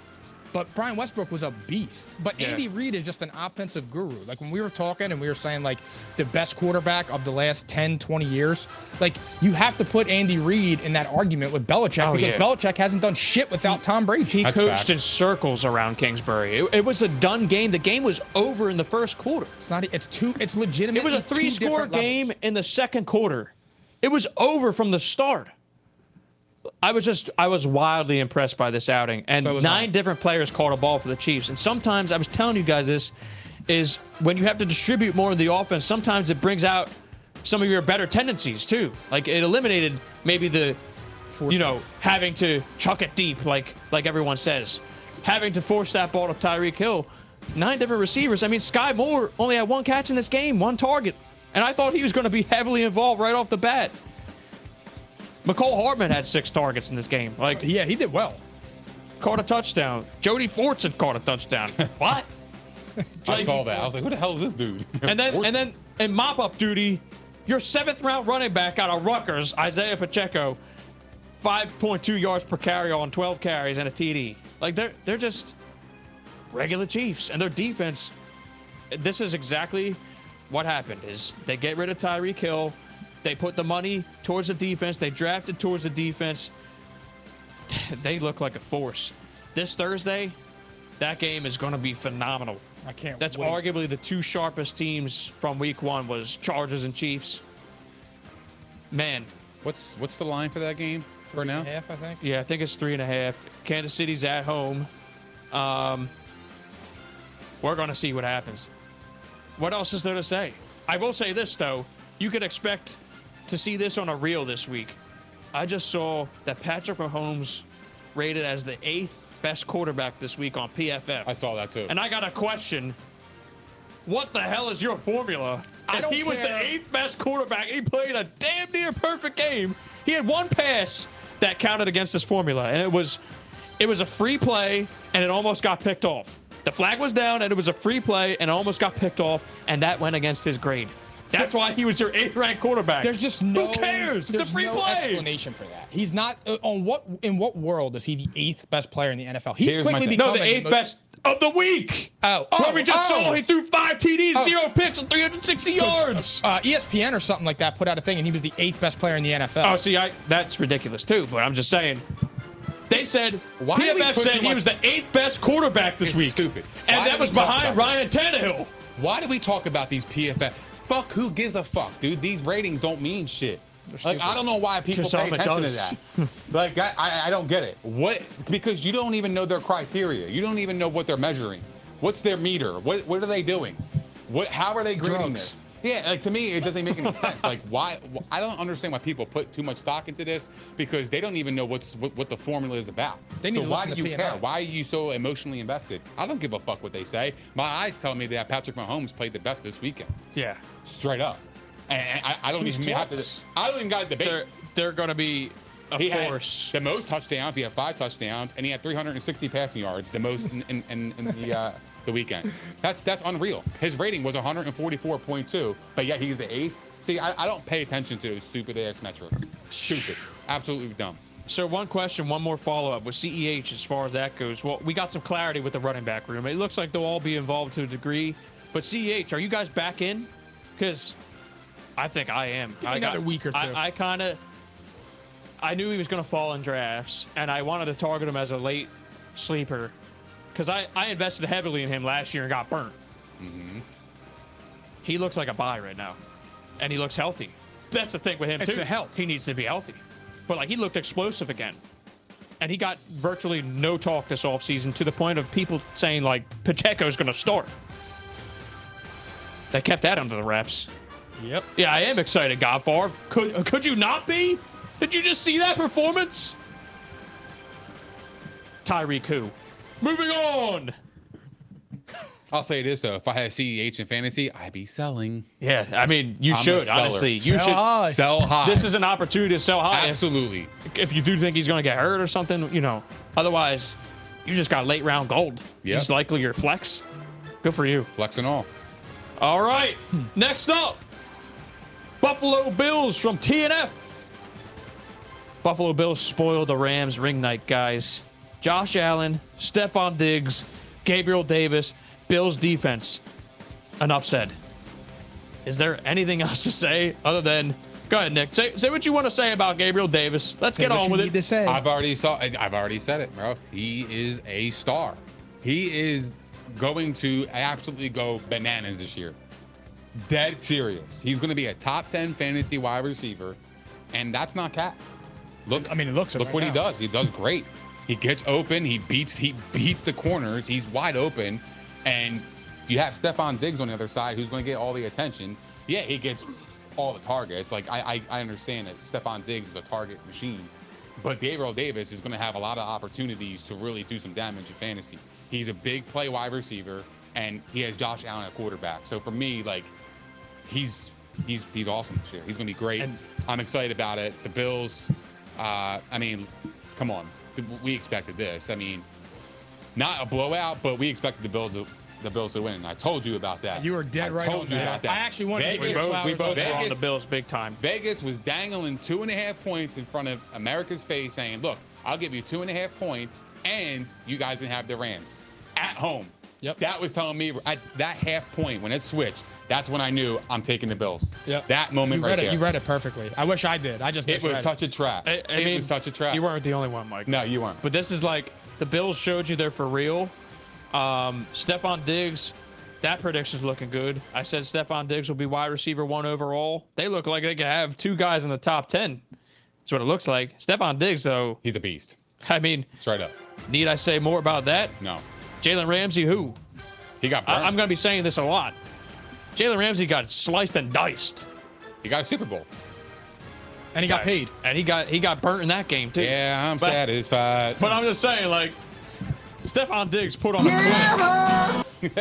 Speaker 1: But Brian Westbrook was a beast. But
Speaker 4: Yeah.
Speaker 1: Andy Reid is just an offensive guru. Like when we were talking and we were saying like the best quarterback of the last 10, 20 years, like you have to put Andy Reid in that argument with Belichick
Speaker 4: Oh,
Speaker 1: because
Speaker 4: yeah.
Speaker 1: Belichick hasn't done shit without Tom Brady.
Speaker 4: He
Speaker 3: That's
Speaker 4: coached
Speaker 3: fact.
Speaker 4: in circles around Kingsbury. It, it was a done game. The game was over in the first quarter.
Speaker 1: It's not e, it's two it's legitimate.
Speaker 4: It was a three score game in the second quarter. It was over from the start. I was just, I was wildly impressed by this outing. And
Speaker 1: So was
Speaker 4: nine
Speaker 1: I.
Speaker 4: different players caught a ball for the Chiefs. And sometimes, I was telling you guys this, is when you have to distribute more of the offense, sometimes it brings out some of your better tendencies too. Like it eliminated maybe the, you know, having to chuck it deep, like like everyone says, having to force that ball to Tyreek Hill. Nine different receivers. I mean, Sky Moore only had one catch in this game, one target, and I thought he was going to be heavily involved right off the bat. McCole Hartman had six targets in this game. Like he
Speaker 1: Yeah, he did well.
Speaker 4: caught a touchdown. Jody Fortson caught a touchdown. what?
Speaker 3: I saw that. I was like, who the hell is this dude?
Speaker 4: And then and then in mop up duty, your seventh round running back out of Rutgers, Isaiah Pacheco, five point two yards per carry on twelve carries and a TD. Like they're they're just regular Chiefs and their defense. This is exactly what happened. Is they get rid of Tyreek Hill, they put the money towards the defense, they drafted towards the defense. They look like a force. This Thursday, That game is going to be phenomenal.
Speaker 1: I can't
Speaker 4: That's
Speaker 1: wait.
Speaker 4: arguably the two sharpest teams from Week One was Chargers and Chiefs. Man,
Speaker 3: What's what's the line for that game for now?
Speaker 1: half, I think.
Speaker 4: yeah, I think it's three and a half. Kansas City's at home. Um, we're going to see what happens. What else is there to say? I will say this, though. You can expect to see this on a reel this week. I just saw that Patrick Mahomes rated as the eighth best quarterback this week on PFF.
Speaker 3: I saw that too.
Speaker 4: and I got a question. What the hell is your formula?
Speaker 1: I
Speaker 4: If
Speaker 1: don't
Speaker 4: he was the
Speaker 1: care.
Speaker 4: eighth best quarterback. He played a damn near perfect game. He had one pass that counted against his formula, and it was it was a free play, and it almost got picked off. The flag was down, and it was a free play, and it almost got picked off, and that went against his grade. That's why he was your eighth-ranked quarterback.
Speaker 1: There's just no.
Speaker 4: Who cares? It's a
Speaker 1: there's
Speaker 4: free
Speaker 1: no
Speaker 4: play.
Speaker 1: Explanation for that. He's not uh, on what in what world is he the eighth best player in the NFL? He's
Speaker 3: Here's my
Speaker 1: quickly
Speaker 3: thing.
Speaker 4: No,
Speaker 1: becoming
Speaker 4: the eighth
Speaker 1: most-
Speaker 4: best of the week.
Speaker 1: Oh,
Speaker 4: What
Speaker 1: oh,
Speaker 4: we just
Speaker 1: oh.
Speaker 4: saw, he threw five TDs,
Speaker 1: Oh.
Speaker 4: zero picks, and 360 yards.
Speaker 1: Uh, ESPN or something like that put out a thing, and he was the eighth best player in the NFL.
Speaker 4: Oh, see, I that's ridiculous too. But I'm just saying, they said
Speaker 3: Why do we
Speaker 4: PFF
Speaker 3: put
Speaker 4: said
Speaker 3: too
Speaker 4: he
Speaker 3: much-
Speaker 4: was the eighth best quarterback this
Speaker 3: It's
Speaker 4: week.
Speaker 3: stupid.
Speaker 4: and
Speaker 3: Why do
Speaker 4: that
Speaker 3: we
Speaker 4: was
Speaker 3: talk
Speaker 4: behind
Speaker 3: about
Speaker 4: Ryan
Speaker 3: this?
Speaker 4: Tannehill.
Speaker 3: Why do we talk about these PFF? Fuck, who gives a fuck, dude? These ratings don't mean shit. Like
Speaker 4: stupid.
Speaker 3: I don't know why
Speaker 4: To
Speaker 3: people pay
Speaker 4: some, it
Speaker 3: attention to
Speaker 4: does.
Speaker 3: that. like I, I, I don't get it. What? Because you don't even know their criteria. You don't even know what they're measuring. What's their meter? What What are they doing? What? How are they grading
Speaker 1: Drugs.
Speaker 3: this? Yeah, like to me, it doesn't make any sense. Like why? wh- I don't understand why people put too much stock into this because they don't even know what's what, what the formula is about.
Speaker 1: They need
Speaker 3: so
Speaker 1: to
Speaker 3: why
Speaker 1: listen
Speaker 3: do
Speaker 1: to
Speaker 3: you
Speaker 1: P&I.
Speaker 3: care? Why are you so emotionally invested? I don't give a fuck what they say. My eyes tell me that Patrick Mahomes played the best this weekend,
Speaker 4: Yeah,
Speaker 3: straight up. And and I, I don't
Speaker 4: Who's
Speaker 3: even have to.
Speaker 4: flawless?
Speaker 3: I don't even got to debate.
Speaker 4: they're they're gonna be a
Speaker 3: he had
Speaker 4: force.
Speaker 3: the most touchdowns. He had five touchdowns, and he had 360 passing yards, the most in, in, in, in the uh, the weekend. That's that's unreal. His rating was 144.2, but yet he's the eighth. See, I, I don't pay attention to those stupid ass metrics. Stupid, absolutely dumb.
Speaker 4: So one question, one more follow up with CEH as far as that goes. Well, we got some clarity with the running back room. It looks like they'll all be involved to a degree. But CEH, are you guys back in? Because I think I am. I
Speaker 1: another week or two.
Speaker 4: I, I kind of, I knew he was going to fall in drafts, and I wanted to target him as a late sleeper because I I invested heavily in him last year and got burnt.
Speaker 1: Mm-hmm.
Speaker 4: He looks like a buy right now, and he looks healthy. That's the thing with him
Speaker 1: It's
Speaker 4: too.
Speaker 1: the health.
Speaker 4: He needs to be healthy, but like he looked explosive again, and he got virtually no talk this offseason to the point of people saying like Pacheco's going to start. They kept that under the wraps.
Speaker 1: yep.
Speaker 4: Yeah, I am excited, God Favre. Could could you not be? Did you just see that performance? Tyreek who? Moving on.
Speaker 3: I'll say this though: if I had CEH in fantasy, I'd be selling.
Speaker 4: Yeah, I mean, you
Speaker 3: I'm a
Speaker 4: should
Speaker 3: seller.
Speaker 4: honestly. You
Speaker 1: Sell
Speaker 4: should.
Speaker 1: high.
Speaker 3: Sell high.
Speaker 4: This is an opportunity to sell high. If,
Speaker 3: absolutely.
Speaker 4: if you do think he's going to get hurt or something, you know. Otherwise, you just got late round gold.
Speaker 3: Yep.
Speaker 4: He's likely your flex. Good for you.
Speaker 3: Flex and all.
Speaker 4: All right. Next up, Buffalo Bills from TNF. Buffalo Bills spoiled the Rams ring night, guys. Josh Allen, Stephon Diggs, Gabriel Davis, Bills defense. Enough said. Is there anything else to say other than go ahead, Nick? Say, say what you want to say about Gabriel Davis. Let's get on with it.
Speaker 1: To say.
Speaker 3: I've already saw. I- I've already said it, bro. He is a star. He is going to absolutely go bananas this year. Dead serious. He's going to be a top ten fantasy wide receiver, and that's not cap. Look,
Speaker 1: I mean, it looks it
Speaker 3: look
Speaker 1: right
Speaker 3: what he
Speaker 1: now.
Speaker 3: does. He does great. He gets open. He beats. He beats the corners. He's wide open, and you have Stefan Diggs on the other side, who's going to get all the attention. Yeah, he gets all the targets. Like I, I, I understand that Stefan Diggs is a target machine, but Gabriel Davis is going to have a lot of opportunities to really do some damage in fantasy. He's a big play wide receiver, and he has Josh Allen at quarterback. So for me, like he's he's he's awesome this year. He's gonna be great.
Speaker 4: And-
Speaker 3: I'm excited about it. The Bills, uh, I mean, come on, Th- we expected this. I mean, not a blowout, but we expected the Bills to the Bills to win. And I told you about that.
Speaker 1: You were dead
Speaker 3: I
Speaker 1: right
Speaker 3: told
Speaker 1: on
Speaker 3: you
Speaker 1: that.
Speaker 3: about that.
Speaker 1: I actually wanted to
Speaker 3: Vegas,
Speaker 1: give flowers
Speaker 3: we both
Speaker 1: on that.
Speaker 4: They're on
Speaker 3: Vegas,
Speaker 4: the Bills big time.
Speaker 3: Vegas was dangling two and a half points in front of America's face, saying, "Look, I'll give you two and a half points, and you guys can have the Rams at home."
Speaker 1: Yep.
Speaker 3: That was telling me at that half point when it switched. That's when I knew I'm taking the Bills.
Speaker 1: Yep.
Speaker 3: That moment
Speaker 1: you
Speaker 3: right
Speaker 1: read it.
Speaker 3: there.
Speaker 1: You read it perfectly. I wish I did. I just
Speaker 3: It was such a trap.
Speaker 4: I, I
Speaker 3: it
Speaker 4: mean,
Speaker 3: was such a trap.
Speaker 4: You weren't the only one, Mike.
Speaker 3: No, you weren't.
Speaker 4: But this is like the Bills showed you they're for real, Um, Stefan Diggs, that prediction's looking good. I said Stefan Diggs will be wide receiver one overall. They look like they could have two guys in the top 10. That's what it looks like. Stefan Diggs, though,
Speaker 3: He's a beast.
Speaker 4: I mean,
Speaker 3: Straight up.
Speaker 4: need I say more about that?
Speaker 3: No.
Speaker 4: Jalen Ramsey, who?
Speaker 3: He got burned.
Speaker 4: I, am going to be saying this a lot. Jalen Ramsey got sliced and diced,
Speaker 3: he got a Super Bowl.
Speaker 1: And he got paid.
Speaker 4: and he got he got burnt in that game too.
Speaker 3: Yeah, I'm
Speaker 4: But-
Speaker 3: satisfied.
Speaker 4: But I'm just saying, like, Stephon Diggs put on a clinic.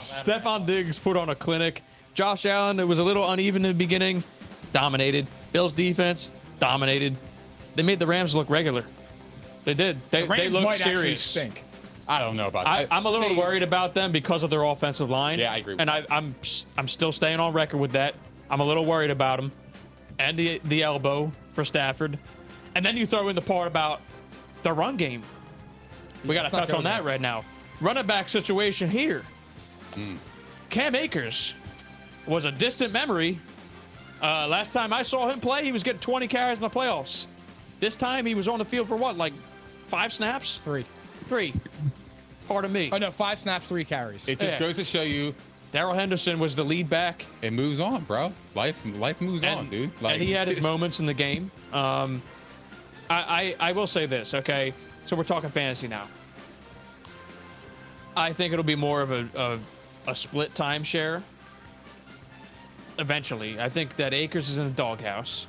Speaker 4: Stephon Diggs put on a clinic. Josh Allen, it was a little uneven in the beginning, dominated. Bills defense dominated. They made the Rams look regular. They did. They,
Speaker 1: Rams
Speaker 4: they looked
Speaker 1: might actually
Speaker 4: serious.
Speaker 1: stink.
Speaker 3: I don't know about
Speaker 4: I,
Speaker 3: that.
Speaker 4: I'm a little
Speaker 3: See,
Speaker 4: worried about them because of their offensive line.
Speaker 3: Yeah, I agree with
Speaker 4: And I,
Speaker 3: that.
Speaker 4: I'm s- I'm still staying on record with that. I'm a little worried about them, and the the elbow for Stafford, and then you throw in the part about the run game. We got to
Speaker 1: Let's not
Speaker 4: touch
Speaker 1: go
Speaker 4: on that
Speaker 1: there.
Speaker 4: right now. Running back situation here.
Speaker 3: Hmm.
Speaker 4: Cam Akers was a distant memory. Uh, last time I saw him play, he was getting 20 carries in the playoffs. This time he was on the field for what, like five snaps?
Speaker 1: Three.
Speaker 4: Three. Pardon me.
Speaker 1: Oh, no, five snaps, three carries.
Speaker 3: It just
Speaker 4: Yeah.
Speaker 3: goes to show you
Speaker 4: Daryl Henderson was the lead back,
Speaker 3: it moves on, bro. Life life moves on, dude.
Speaker 4: and he had his moments in the game. Um, I, I I will say this, okay? So we're talking fantasy now. I think it'll be more of a of a split timeshare. Eventually, I think that Akers is in the doghouse.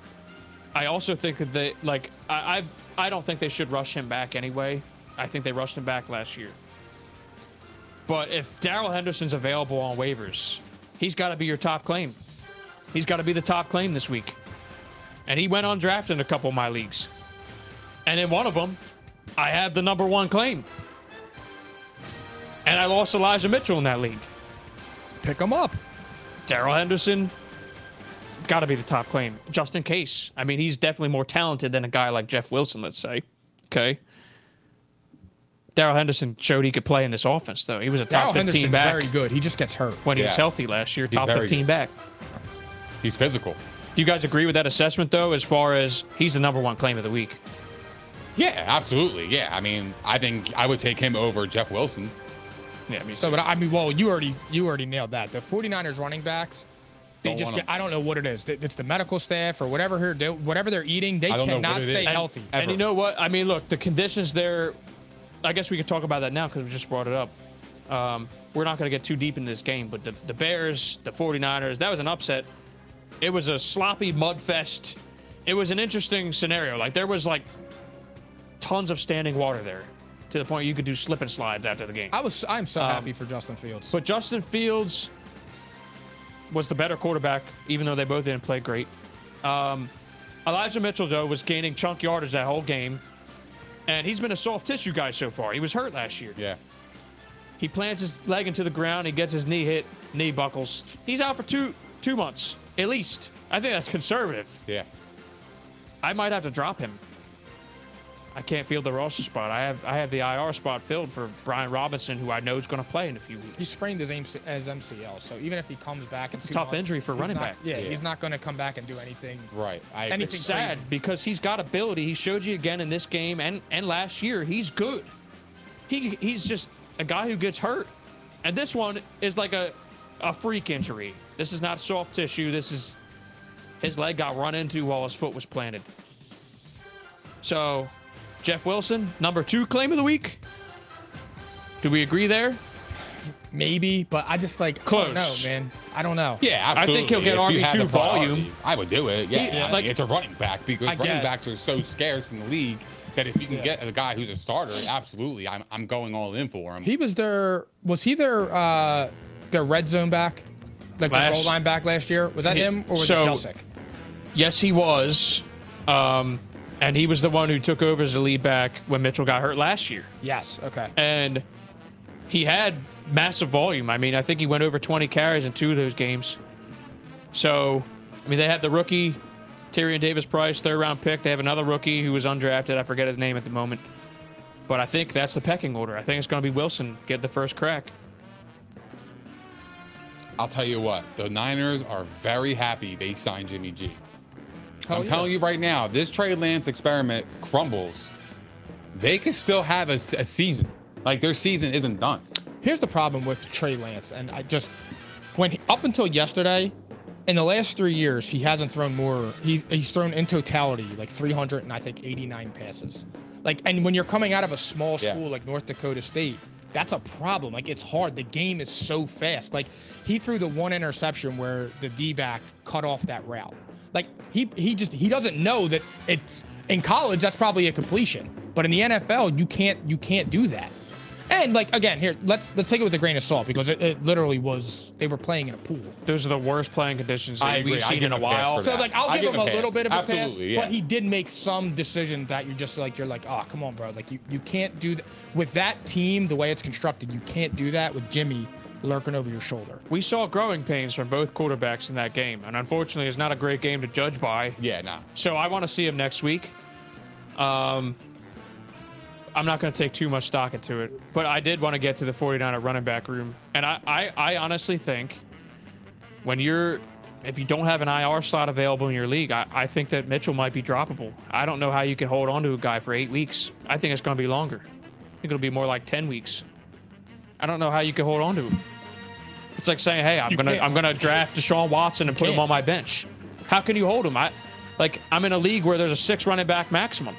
Speaker 4: I also think that they like I I've, I don't think they should rush him back anyway. I think they rushed him back last year. But if Daryl Henderson's available on waivers, he's got to be your top claim. He's got to be the top claim this week. And he went on draft in a couple of my leagues. And in one of them, I have the number one claim. And I lost Elijah Mitchell in that league.
Speaker 1: Pick him up.
Speaker 4: Daryl Henderson, got to be the top claim. Justin Case, I mean, he's definitely more talented than a guy like Jeff Wilson, let's say. Okay. Daryl Henderson showed he could play in this offense, though. He was a top 15
Speaker 1: Darrell Henderson's
Speaker 4: back
Speaker 1: very good. He just gets hurt.
Speaker 4: when he was
Speaker 3: Yeah.
Speaker 4: healthy last year, top
Speaker 3: very
Speaker 4: 15
Speaker 3: good.
Speaker 4: back.
Speaker 3: he's physical.
Speaker 4: Do you guys agree with that assessment, though, as far as he's the number one claim of the week?
Speaker 3: Yeah, absolutely. Yeah. I mean, I think I would take him over Jeff Wilson.
Speaker 4: Yeah, I mean,
Speaker 1: So, but I mean, well, you already you already nailed that. The 49ers running backs, they
Speaker 3: Don't
Speaker 1: just
Speaker 3: want
Speaker 1: get,
Speaker 3: 'em.
Speaker 1: I don't know what it is. It's the medical staff or whatever here do whatever they're eating. They
Speaker 3: I don't know
Speaker 1: cannot
Speaker 3: what it
Speaker 1: stay
Speaker 3: is.
Speaker 4: and,
Speaker 1: healthy.
Speaker 4: And you
Speaker 3: ever.
Speaker 4: know what? I mean, look, the conditions there. I guess we could talk about that now because we just brought it up. Um, we're not going to get too deep in this game, but the, the Bears, the 49ers, that was an upset. It was a sloppy mud fest. It was an interesting scenario. Like, there was like tons of standing water there to the point you could do slip and slides after the game.
Speaker 1: I was I'm so happy for Justin Fields.
Speaker 4: um, But Justin Fields was the better quarterback, even though they both didn't play great. Um, Elijah Mitchell, though, was gaining chunk yardage that whole game. And he's been a soft tissue guy so far. He was hurt last year.
Speaker 3: Yeah.
Speaker 4: He plants his leg into the ground. He gets his knee hit. Knee buckles. He's out for two two months at least. I think that's conservative.
Speaker 3: Yeah.
Speaker 4: I might have to drop him. I can't field the roster spot. I have I have the IR spot filled for Brian Robinson, who I know is going to play in a few weeks.
Speaker 1: he sprained his, MC, his MCL, so even if he comes back, it's
Speaker 4: a tough injury for running back.
Speaker 1: Yeah,
Speaker 3: Yeah.
Speaker 1: he's not going to come back and do anything.
Speaker 3: Right. I agree.
Speaker 1: Anything
Speaker 4: sad because he's got ability. He showed you again in this game and and last year. He's good. He he's just a guy who gets hurt, and this one is like a a freak injury. This is not soft tissue. This is his leg got run into while his foot was planted. So, Jeff Wilson, number two claim of the week. Do we agree there?
Speaker 1: Maybe, but I just like I
Speaker 4: Close.
Speaker 1: don't know, man. I don't know.
Speaker 3: Yeah,
Speaker 4: I
Speaker 3: absolutely.
Speaker 4: think he'll get
Speaker 3: If you
Speaker 4: RB2
Speaker 3: had the priority,
Speaker 4: volume.
Speaker 3: I would do it. Yeah,
Speaker 4: He-
Speaker 3: I mean,
Speaker 4: like-
Speaker 3: it's a running back because
Speaker 4: I
Speaker 3: running
Speaker 4: guess.
Speaker 3: backs are so scarce in the league that if you can get a guy who's a starter, absolutely, I'm, I'm going all in for him.
Speaker 1: He was their was he their uh their red zone back, like the
Speaker 4: Last-
Speaker 1: goal line back last year? Was that
Speaker 4: Yeah.
Speaker 1: him or was
Speaker 4: So-
Speaker 1: it Jelsic?
Speaker 4: Yes, he was. Um, and he was the one who took over as the lead back when Mitchell got hurt last year.
Speaker 1: Yes. Okay.
Speaker 4: and he had massive volume. I mean, I think he went over 20 carries in two of those games. So, I mean, they had the rookie Tyrion Davis Price, third round pick. They have another rookie who was undrafted. I forget his name at the moment, but I think that's the pecking order. I think it's going to be Wilson get the first crack.
Speaker 3: I'll tell you what, the Niners are very happy they signed Jimmy G.
Speaker 1: Hell
Speaker 3: am
Speaker 1: yeah.
Speaker 3: telling you right now, this Trey Lance experiment crumbles. They could still have a, s- a season. Like their season isn't done.
Speaker 1: Here's the problem with Trey Lance, and I just when he- up until yesterday, in the last three years, he hasn't thrown more. He's he's thrown in totality like 300 and I think 89 passes. Like, and when you're coming out of a small
Speaker 3: Yeah.
Speaker 1: school like North Dakota State, that's a problem. Like, it's hard. The game is so fast. Like, he threw the one interception where the D back cut off that route. Like, he he just he doesn't know that it's in college. That's probably a completion, but in the NFL, you can't you can't do that. And like again, here let's let's take it with a grain of salt because it, it literally was they were playing in a pool.
Speaker 4: Those are the worst playing conditions
Speaker 3: I agree.
Speaker 4: we've
Speaker 3: I
Speaker 4: seen
Speaker 3: give
Speaker 4: in a
Speaker 3: him a pass
Speaker 4: while.
Speaker 3: for
Speaker 1: So
Speaker 3: that.
Speaker 1: like I'll
Speaker 3: I
Speaker 1: give
Speaker 3: give
Speaker 1: him a
Speaker 3: a pass.
Speaker 1: little bit of a
Speaker 3: Absolutely,
Speaker 1: pass,
Speaker 3: yeah.
Speaker 1: but he did make some decisions that you're just like you're like, oh come on, bro, like you, you can't do that with that team the way it's constructed. You can't do that with Jimmy lurking over your shoulder.
Speaker 4: We saw growing pains from both quarterbacks in that game, and unfortunately, it's not a great game to judge by.
Speaker 3: Yeah, nah.
Speaker 4: So I want to see him next week. Um, I'm not going to take too much stock into it, but I did want to get to the 49er running back room, and I, I, I honestly think when you're if you don't have an IR slot available in your league, I, I think that Mitchell might be droppable. I don't know how you can hold on to a guy for eight weeks. I think it's going to be longer. I think it'll be more like ten weeks. I don't know how you can hold on to him. It's like saying, "Hey, I'm
Speaker 1: You
Speaker 4: gonna
Speaker 1: can't.
Speaker 4: I'm gonna draft Deshaun Watson and put him
Speaker 1: can't.
Speaker 4: on my bench." How can you hold him? I like I'm in a league where there's a six running back maximum.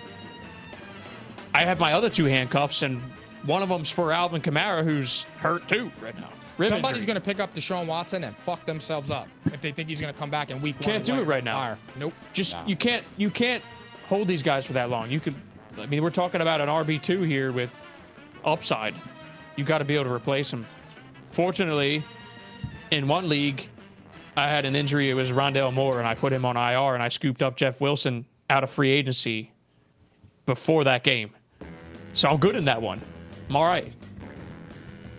Speaker 4: I have my other two handcuffs, and one of them's for Alvin Kamara, who's hurt too right now. Rib
Speaker 1: Somebody's
Speaker 4: injury.
Speaker 1: gonna pick up Deshaun Watson and fuck themselves up if they think he's gonna come back in week one.
Speaker 4: Can't
Speaker 1: and
Speaker 4: do
Speaker 1: light
Speaker 4: it right now.
Speaker 1: fire. Nope.
Speaker 4: just you can't you can't hold these guys for that long. You could I mean we're talking about an RB two here with upside. You got to be able to replace him. Fortunately, in one league, I had an injury. It was Rondell Moore, and I put him on IR, and I scooped up Jeff Wilson out of free agency before that game. So I'm good in that one. I'm all right.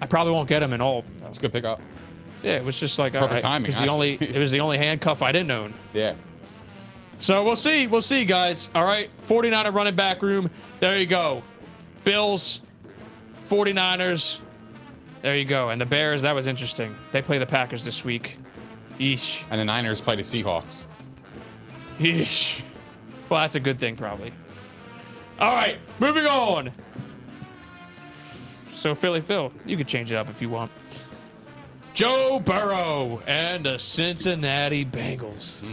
Speaker 4: I probably won't get him in all. of them,
Speaker 3: It's
Speaker 4: though.
Speaker 3: a good pickup.
Speaker 4: Yeah, it was just like all
Speaker 3: Perfect
Speaker 4: right.
Speaker 3: timing,
Speaker 4: It was the only
Speaker 3: actually.
Speaker 4: it was the only handcuff I didn't own.
Speaker 3: Yeah.
Speaker 4: So we'll see. We'll see, guys. All right. 49er running back room. There you go. Bills, 49ers. There you go. And the Bears, that was interesting. They play the Packers this week. Yeesh.
Speaker 3: And the Niners play the Seahawks.
Speaker 4: Yeesh. Well, that's a good thing, probably. All right. Moving on. So, Philly Phil, you could change it up if you want. Joe Burrow and the Cincinnati Bengals.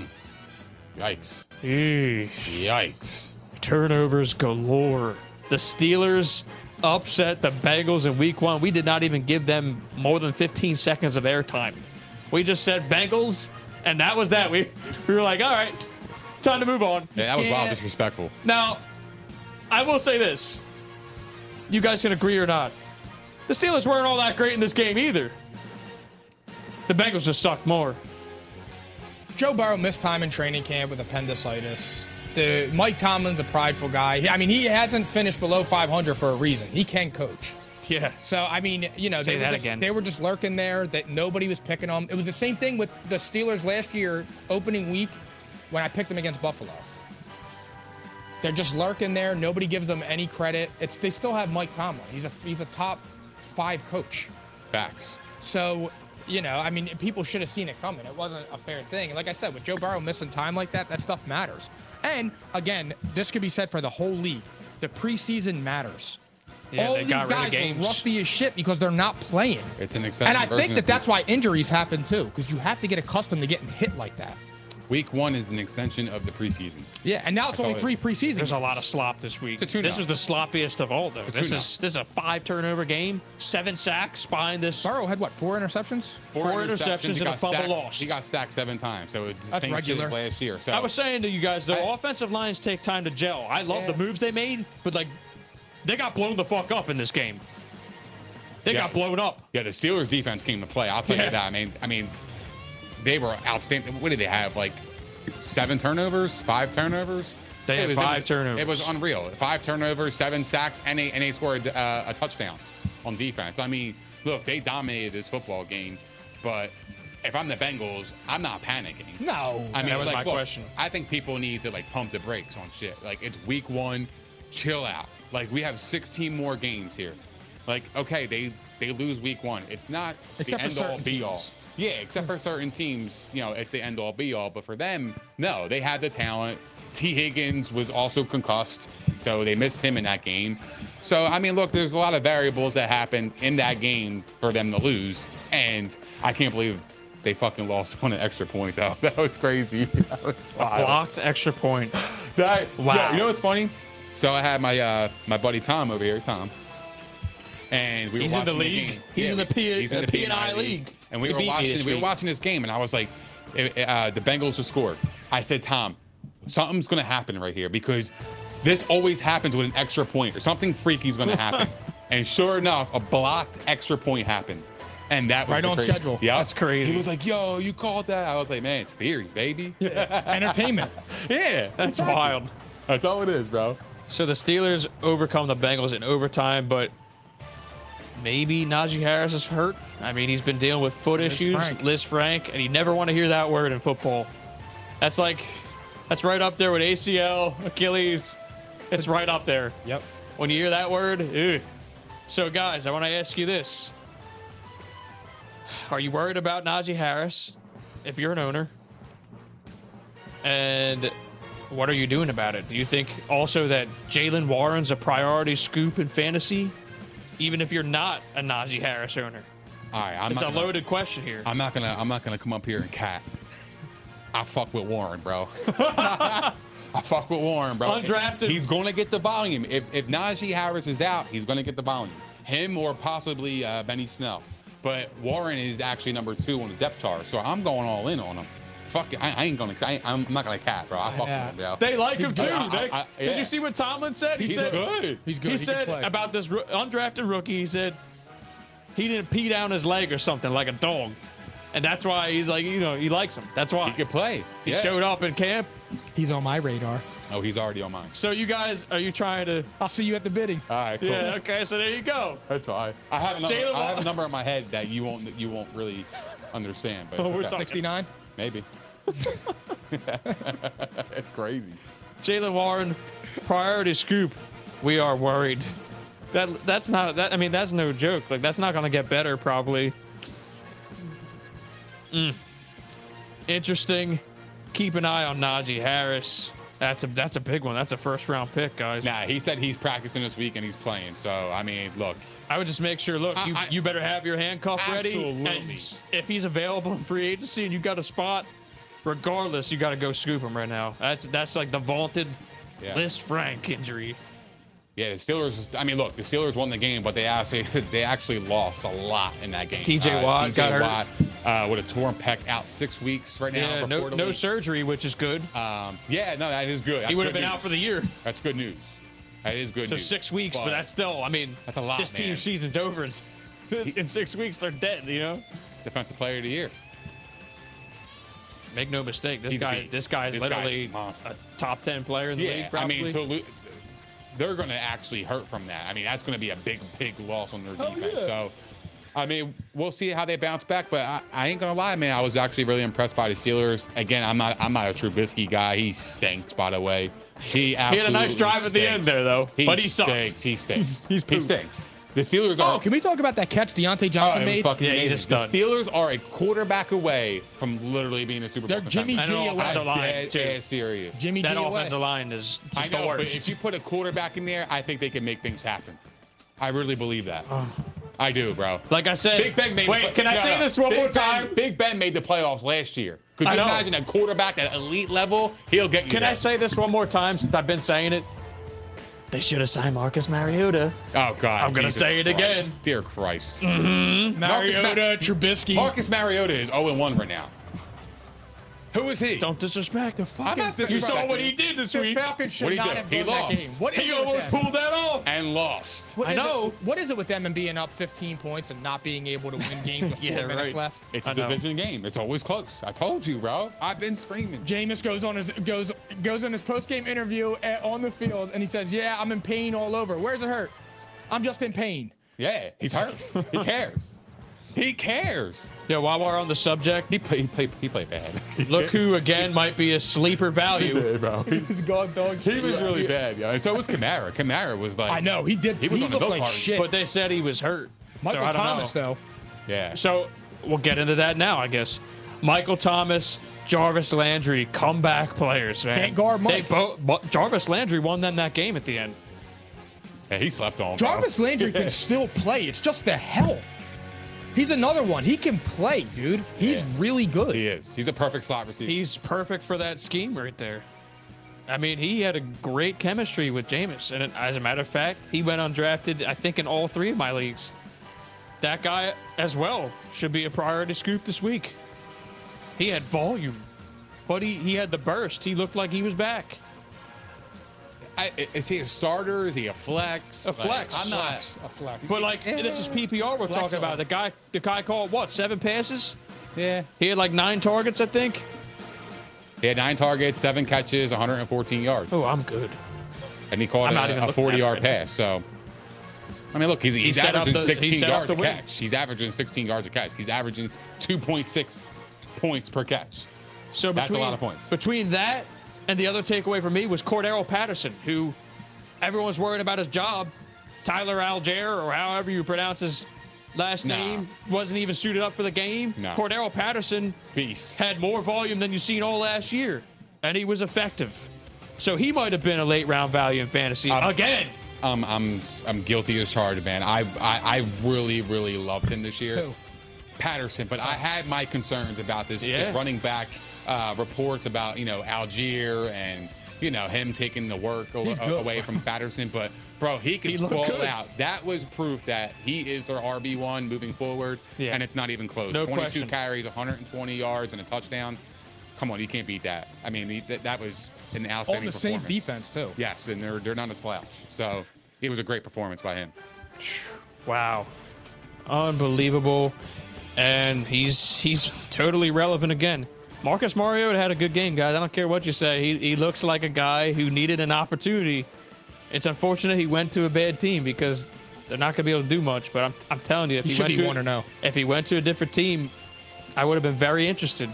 Speaker 3: Yikes.
Speaker 4: Yeesh.
Speaker 3: Yikes.
Speaker 4: turnovers galore. The Steelers upset the Bengals in week one. We did not even give them more than 15 seconds of airtime. We just said Bengals, and that was that. We, we were like, all right, time to move on.
Speaker 3: Yeah, that was wild
Speaker 1: Yeah.
Speaker 3: disrespectful.
Speaker 4: Now, I will say this. You guys can agree or not. The Steelers weren't all that great in this game either. The Bengals just sucked more.
Speaker 1: Joe Burrow missed time in training camp with appendicitis. The Mike Tomlin's a prideful guy. He- I mean, he hasn't finished below 500 for a reason. He can coach.
Speaker 4: Yeah.
Speaker 1: So I mean, you know,
Speaker 4: Say
Speaker 1: they, were
Speaker 4: that
Speaker 1: just,
Speaker 4: again.
Speaker 1: they were just lurking there. That nobody was picking them. It was the same thing with the Steelers last year, opening week, when I picked them against Buffalo. They're just lurking there. Nobody gives them any credit. It's they still have Mike Tomlin. He's a he's a top five coach.
Speaker 3: Facts.
Speaker 1: So, you know, I mean, people should have seen it coming. It wasn't a fair thing. And Like I said, with Joe Burrow missing time like that, that stuff matters. And again, this could be said for the whole league. The preseason matters.
Speaker 4: Yeah,
Speaker 1: All
Speaker 4: they
Speaker 1: these
Speaker 4: got rid of
Speaker 1: guys
Speaker 4: games.
Speaker 1: are rusty as shit because they're not playing.
Speaker 3: It's an extension.
Speaker 1: and I
Speaker 3: version
Speaker 1: think
Speaker 3: of
Speaker 1: that that's
Speaker 3: this.
Speaker 1: why injuries happen too, because you have to get accustomed to getting hit like that.
Speaker 3: week one is an extension of the preseason.
Speaker 1: Yeah, and now it's
Speaker 3: I
Speaker 1: only
Speaker 3: saw
Speaker 1: three
Speaker 3: it.
Speaker 1: preseason.
Speaker 4: There's a
Speaker 1: games.
Speaker 4: lot of slop this week.
Speaker 3: It's a tune-up.
Speaker 4: This is the sloppiest of all, though.
Speaker 3: a
Speaker 4: This
Speaker 3: tune-up.
Speaker 4: is this is a five turnover game, seven sacks behind this.
Speaker 1: Burrow had what four interceptions?
Speaker 4: Four interceptions
Speaker 3: he
Speaker 4: and a
Speaker 3: got
Speaker 4: fumble
Speaker 3: sacked-
Speaker 4: lost.
Speaker 3: He got sacked seven times, so it's the
Speaker 1: That's
Speaker 3: same shit as
Speaker 1: regular.
Speaker 3: last year. So
Speaker 4: I was saying to you guys, though,
Speaker 3: I-
Speaker 4: offensive lines take time to gel. I love the
Speaker 1: Yeah.
Speaker 4: moves they made, but like, they got blown the fuck up in this game. They
Speaker 3: Yeah.
Speaker 4: got blown up.
Speaker 3: yeah, the Steelers defense came to play. I'll tell
Speaker 4: Yeah.
Speaker 3: you that. I mean, I mean, they were outstanding. What did they have? Like seven turnovers, five turnovers.
Speaker 4: They had five turnovers.
Speaker 3: It was unreal. Five turnovers, seven sacks, and they and they scored uh, a touchdown on defense. I mean, look, they dominated this football game, but if I'm the Bengals, I'm not panicking.
Speaker 1: No.
Speaker 3: I mean,
Speaker 4: Oh, That was
Speaker 3: like,
Speaker 4: my
Speaker 3: look,
Speaker 4: question.
Speaker 3: I think people need to like pump the brakes on shit. Like it's week one, chill out. Like we have 16 more games here. Like okay, they they lose week one. It's not
Speaker 1: Except
Speaker 3: the
Speaker 1: for
Speaker 3: end all
Speaker 1: certain
Speaker 3: be all.
Speaker 1: teams.
Speaker 3: Yeah, except for certain teams, you know, it's the end all be all. But for them, no, they had the talent. T. Higgins was also concussed. so they missed him in that game. So I mean, look, there's a lot of variables that happened in that game for them to lose, and I can't believe they fucking lost on an extra point though. That was crazy. That was wild.
Speaker 4: Blocked extra point.
Speaker 3: That,
Speaker 4: Wow.
Speaker 3: yeah, you know what's funny? So I had my uh, my buddy Tom over here, Tom, and we
Speaker 4: He's
Speaker 3: were
Speaker 4: in the
Speaker 3: watching
Speaker 4: league.
Speaker 3: game.
Speaker 4: He's in the P- uh,
Speaker 3: P&I
Speaker 4: P&I league.
Speaker 3: And we
Speaker 4: They
Speaker 3: were
Speaker 4: beat me
Speaker 3: watching.
Speaker 4: this
Speaker 3: We were
Speaker 4: week.
Speaker 3: watching this game, and I was like, it- it, uh, the Bengals just scored. I said, Tom, something's gonna happen right here because this always happens with an extra point or something freaky is gonna happen. and sure enough, a blocked extra point happened. And that was
Speaker 1: Right
Speaker 3: the
Speaker 1: on
Speaker 3: crazy-
Speaker 1: schedule.
Speaker 3: Yep.
Speaker 4: That's crazy.
Speaker 3: He was like, "Yo, you called that?" I was like, "Man, it's theories, baby."
Speaker 1: Entertainment.
Speaker 3: yeah,
Speaker 4: That's wild.
Speaker 3: that's all it is, bro.
Speaker 4: So the Steelers overcome the Bengals in overtime, but maybe Najee Harris is hurt. I mean, he's been dealing with foot issues,
Speaker 1: Frank.
Speaker 4: Liz Frank, and you never want to hear that word in football. That's like, that's right up there with ACL, Achilles. It's right up there.
Speaker 1: Yep.
Speaker 4: When you hear that word, ew. So, guys, I want to ask you this: Are you worried about Najee Harris? If you're an owner, and what are you doing about it? Do you think also that Jalen Warren's a priority scoop in fantasy, even if you're not a Najee Harris owner?
Speaker 3: All right, I'm
Speaker 4: It's a
Speaker 3: not gonna,
Speaker 4: loaded question here.
Speaker 3: I'm not gonna. I'm not gonna come up here and cat. I fuck with Warren, bro. I fuck with Warren, bro.
Speaker 4: Undrafted.
Speaker 3: He's gonna get the volume. If if Najee Harris is out, he's gonna get the volume. Him or possibly uh, Benny Snell. But Warren is actually number two on the depth chart, so I'm going all in on him. Fuck it, I, I ain't gonna. I, I'm not gonna cat, bro. I fuck
Speaker 1: Yeah.
Speaker 3: with him, bro.
Speaker 4: They like him too.
Speaker 3: good. I-
Speaker 4: Nick.
Speaker 3: I- I-
Speaker 4: Did
Speaker 3: yeah.
Speaker 4: you see what Tomlin said? He
Speaker 3: He's
Speaker 4: said
Speaker 3: good.
Speaker 1: He's good.
Speaker 4: He,
Speaker 1: He can
Speaker 4: said
Speaker 1: play.
Speaker 4: about this ro- undrafted rookie. He said he didn't pee down his leg or something like a dog, and that's why he's like you know he likes him. That's why
Speaker 3: He could play.
Speaker 4: He
Speaker 3: Yeah.
Speaker 4: showed up in camp.
Speaker 1: He's on my radar.
Speaker 3: Oh, he's already on mine.
Speaker 4: So you guys, are you trying to?
Speaker 1: I'll see you at the bidding.
Speaker 3: All right, cool.
Speaker 4: Yeah. Okay. So there you go.
Speaker 3: That's fine. I have a number,
Speaker 4: Jalen
Speaker 3: I have
Speaker 4: Wa-
Speaker 3: a number in my head that you won't you won't really understand, but
Speaker 4: Oh,
Speaker 3: it's
Speaker 4: we're
Speaker 3: okay.
Speaker 4: talking-
Speaker 1: 69.
Speaker 3: maybe. That's crazy.
Speaker 4: Jalen Warren, priority scoop. We are worried. That that's not that. I mean, that's no joke. Like that's not gonna get better probably. Mm. Interesting. Keep an eye on Najee Harris. That's a that's a big one. That's a first round pick, guys.
Speaker 3: Nah, he said he's practicing this week and he's playing. So I mean, look,
Speaker 4: I would just make sure. Look,
Speaker 3: I-
Speaker 4: you,
Speaker 3: I-
Speaker 4: you better have your handcuff ready.
Speaker 3: Absolutely.
Speaker 4: And if he's available in free agency and you got a spot, regardless, you got to go scoop him right now. That's that's like the vaunted
Speaker 3: Yeah.
Speaker 4: Liz Frank injury.
Speaker 3: yeah, the Steelers. I mean, look, the Steelers won the game, but they actually they actually lost a lot in that game.
Speaker 4: TJ Watt
Speaker 3: TJ
Speaker 4: got hurt.
Speaker 3: Watt, uh, with a torn pec out six weeks right now.
Speaker 4: Yeah, no, no
Speaker 3: reportedly.
Speaker 4: surgery, which is good.
Speaker 3: Um, yeah, no, that is
Speaker 4: he
Speaker 3: good. That's
Speaker 4: would have
Speaker 3: good
Speaker 4: been
Speaker 3: news.
Speaker 4: out for the year,
Speaker 3: That's good news. That is good
Speaker 4: so
Speaker 3: news.
Speaker 4: six weeks. But, that's still, I mean,
Speaker 3: That's a lot,
Speaker 4: This
Speaker 3: man.
Speaker 4: team's season's over. It's- In six weeks, they're dead. You know,
Speaker 3: defensive player of the year.
Speaker 4: make no mistake. This
Speaker 3: He's a
Speaker 4: guy,
Speaker 3: beast.
Speaker 4: this guy's
Speaker 3: This guy's
Speaker 4: literally
Speaker 3: a monster.
Speaker 4: a top ten player in the
Speaker 3: Yeah,
Speaker 4: league.
Speaker 3: I
Speaker 4: Probably.
Speaker 3: mean, to lo- they're going to actually hurt from that. I mean, that's going to be a big, big loss on their defense. So, I mean, we'll see how they bounce back. But I, I ain't going to lie, man. I was actually really impressed by the Steelers. Again, I'm not, I'm not a Trubisky guy. He stinks, by the way. He,
Speaker 4: He had a nice drive at the end there, though, but he sucks.
Speaker 3: stinks. He stinks.
Speaker 4: He's
Speaker 3: he
Speaker 4: poop.
Speaker 3: stinks. The Steelers are.
Speaker 1: Oh, can we talk about that catch Deontay
Speaker 3: Oh,
Speaker 1: Johnson
Speaker 3: it was
Speaker 1: made?
Speaker 3: fucking
Speaker 4: Yeah, he's
Speaker 3: amazing.
Speaker 4: a stud.
Speaker 3: The Steelers are a quarterback away from literally being a Super
Speaker 1: They're
Speaker 3: Bowl
Speaker 1: Jimmy
Speaker 3: contender.
Speaker 4: And an
Speaker 1: G away.
Speaker 4: offensive line
Speaker 3: Dead
Speaker 4: too.
Speaker 3: ass serious.
Speaker 1: Jimmy
Speaker 4: That
Speaker 1: G away.
Speaker 4: offensive line is
Speaker 3: I
Speaker 4: just the
Speaker 3: know, but
Speaker 4: worst.
Speaker 3: if you put a quarterback in there, I think they can make things happen. I really believe that. I do, bro.
Speaker 4: Oh. Like I said,
Speaker 3: Big Ben made.
Speaker 4: Wait, can I
Speaker 3: no,
Speaker 4: say
Speaker 3: no.
Speaker 4: this one
Speaker 3: Big
Speaker 4: more
Speaker 3: Ben-
Speaker 4: time?
Speaker 3: Big Ben made the playoffs last year. Could you
Speaker 4: I know.
Speaker 3: imagine a quarterback at elite level? He'll get you.
Speaker 4: Can I
Speaker 3: there.
Speaker 4: say this one more time since I've been saying it? They should have signed Marcus Mariota.
Speaker 3: Oh God!
Speaker 4: I'm gonna
Speaker 3: Jesus
Speaker 4: say it
Speaker 3: Christ.
Speaker 4: again. Mm-hmm.
Speaker 3: Dear Christ,
Speaker 1: Mariota,
Speaker 3: Marcus
Speaker 1: Trubisky.
Speaker 3: Marcus Mariota is 0 1 right now. Who is he?
Speaker 4: Don't disrespect the
Speaker 3: I'm not
Speaker 4: You saw
Speaker 3: disrespecting
Speaker 4: what he
Speaker 3: him.
Speaker 4: did this
Speaker 1: The
Speaker 4: week.
Speaker 1: Falcons should
Speaker 3: What do you
Speaker 1: not
Speaker 3: do?
Speaker 1: have
Speaker 3: He
Speaker 1: won that
Speaker 3: lost.
Speaker 1: game. What is
Speaker 4: He
Speaker 1: it with
Speaker 4: almost
Speaker 1: them?
Speaker 4: pulled that off.
Speaker 3: and lost.
Speaker 1: What
Speaker 4: I
Speaker 1: is it-
Speaker 4: know.
Speaker 1: what is it with them and being up 15 points and not being able to win games with
Speaker 4: Yeah,
Speaker 1: four minutes
Speaker 4: right.
Speaker 1: left?
Speaker 3: It's a
Speaker 4: I know.
Speaker 3: division game. It's always close. I told you, bro. I've been screaming.
Speaker 1: Jameis goes on his goes goes on his post game interview at, on the field and he says, "Yeah, I'm in pain all over. Where's it hurt? I'm just in pain."
Speaker 3: Yeah, he's hurt. he cares. He cares.
Speaker 4: Yeah, while we're on the subject,
Speaker 3: He played. He played. He played bad.
Speaker 4: look who again might be a sleeper value.
Speaker 3: bro. He
Speaker 1: He's gone dog.
Speaker 3: he was really bad, yo. And so was Kamara. Kamara was like.
Speaker 1: I know he did.
Speaker 3: He was on the go
Speaker 1: looked like
Speaker 3: kart.
Speaker 1: shit.
Speaker 4: But they said he was hurt.
Speaker 1: Michael
Speaker 4: so I don't
Speaker 1: Thomas
Speaker 4: know.
Speaker 1: though.
Speaker 3: Yeah.
Speaker 4: So we'll get into that now, I guess. Michael Thomas Jarvis Landry comeback players, man.
Speaker 1: Can't guard
Speaker 4: They
Speaker 1: Mike.
Speaker 4: bo- bo- Jarvis Landry won them that game at the end.
Speaker 3: Yeah, he slept on. bro.
Speaker 1: Jarvis Landry can still play. It's just the health. He's another one. He can play, dude. He's
Speaker 3: Yeah.
Speaker 1: really good.
Speaker 3: He is. He's a perfect slot receiver.
Speaker 4: He's perfect for that scheme right there. I mean, he had a great chemistry with Jameis, and as a matter of fact, he went undrafted. I think in all three of my leagues. That guy as well should be a priority scoop this week. He had volume, but he, he had the burst. He looked like he was back.
Speaker 3: I, i- is he a starter? Is he a flex?
Speaker 4: A flex.
Speaker 3: Like, I'm not.
Speaker 4: Flex. But like this is PPR we're
Speaker 1: Flex
Speaker 4: talking about.
Speaker 1: on.
Speaker 4: The guy the guy called what seven passes?
Speaker 1: Yeah.
Speaker 4: He had like nine targets, I think.
Speaker 3: He had nine targets, seven catches, 114 yards,
Speaker 4: Oh, I'm good.
Speaker 3: and he caught
Speaker 4: I'm not
Speaker 3: a-
Speaker 4: even
Speaker 3: a,
Speaker 4: looking
Speaker 3: 40 yard
Speaker 4: at it right now.
Speaker 3: pass. So, I mean, look, he's, he's
Speaker 4: set up
Speaker 3: averaging
Speaker 4: the- he
Speaker 3: 16
Speaker 4: set up
Speaker 3: yards
Speaker 4: the
Speaker 3: a
Speaker 4: win.
Speaker 3: catch. He's averaging 16 yards a catch. He's averaging 2.6 points per catch.
Speaker 4: So between,
Speaker 3: That's a lot of points.
Speaker 4: Between that and the other takeaway for me was Cordero Patterson, who everyone's worried about his job. Tyler Alger, or however you pronounce his last
Speaker 3: Nah.
Speaker 4: name, wasn't even suited up for the game.
Speaker 3: Nah.
Speaker 4: Cordero Patterson
Speaker 3: Beast.
Speaker 4: had more volume than you've seen all last year, and he was effective. So he might have been a late round value in fantasy
Speaker 3: Um,
Speaker 4: again.
Speaker 3: Um, I'm I'm guilty as charged, man. I I, I really really loved him this year.
Speaker 1: Who?
Speaker 3: Patterson, but I had my concerns about this, this
Speaker 4: Yeah.
Speaker 3: running back uh, reports about you know Algier and you know him taking the work aw-
Speaker 1: He's good.
Speaker 3: away from Patterson. But bro, he can
Speaker 4: He looked
Speaker 3: ball
Speaker 4: good.
Speaker 3: out. That was proof that he is their RB one moving forward,
Speaker 4: Yeah.
Speaker 3: and it's not even close.
Speaker 4: No
Speaker 3: 22
Speaker 4: question.
Speaker 3: carries, 120 yards, and a touchdown. Come on, you can't beat that. I mean, he- that, that was an
Speaker 1: On
Speaker 3: outstanding
Speaker 1: the
Speaker 3: performance.
Speaker 1: Saints defense, too.
Speaker 3: Yes, and they're they're not a slouch. So it was a great performance by him.
Speaker 4: Wow. Unbelievable. And he's he's totally relevant again. Marcus Mariota had a good game, guys. I don't care what you say. He, he looks like a guy who needed an opportunity. It's unfortunate he went to a bad team because they're not going to be able to do much. But I'm, I'm telling you, if
Speaker 1: He
Speaker 4: he,
Speaker 1: should
Speaker 4: went
Speaker 1: be
Speaker 4: to
Speaker 1: one or no.
Speaker 4: if he went to a different team, I would have been very interested.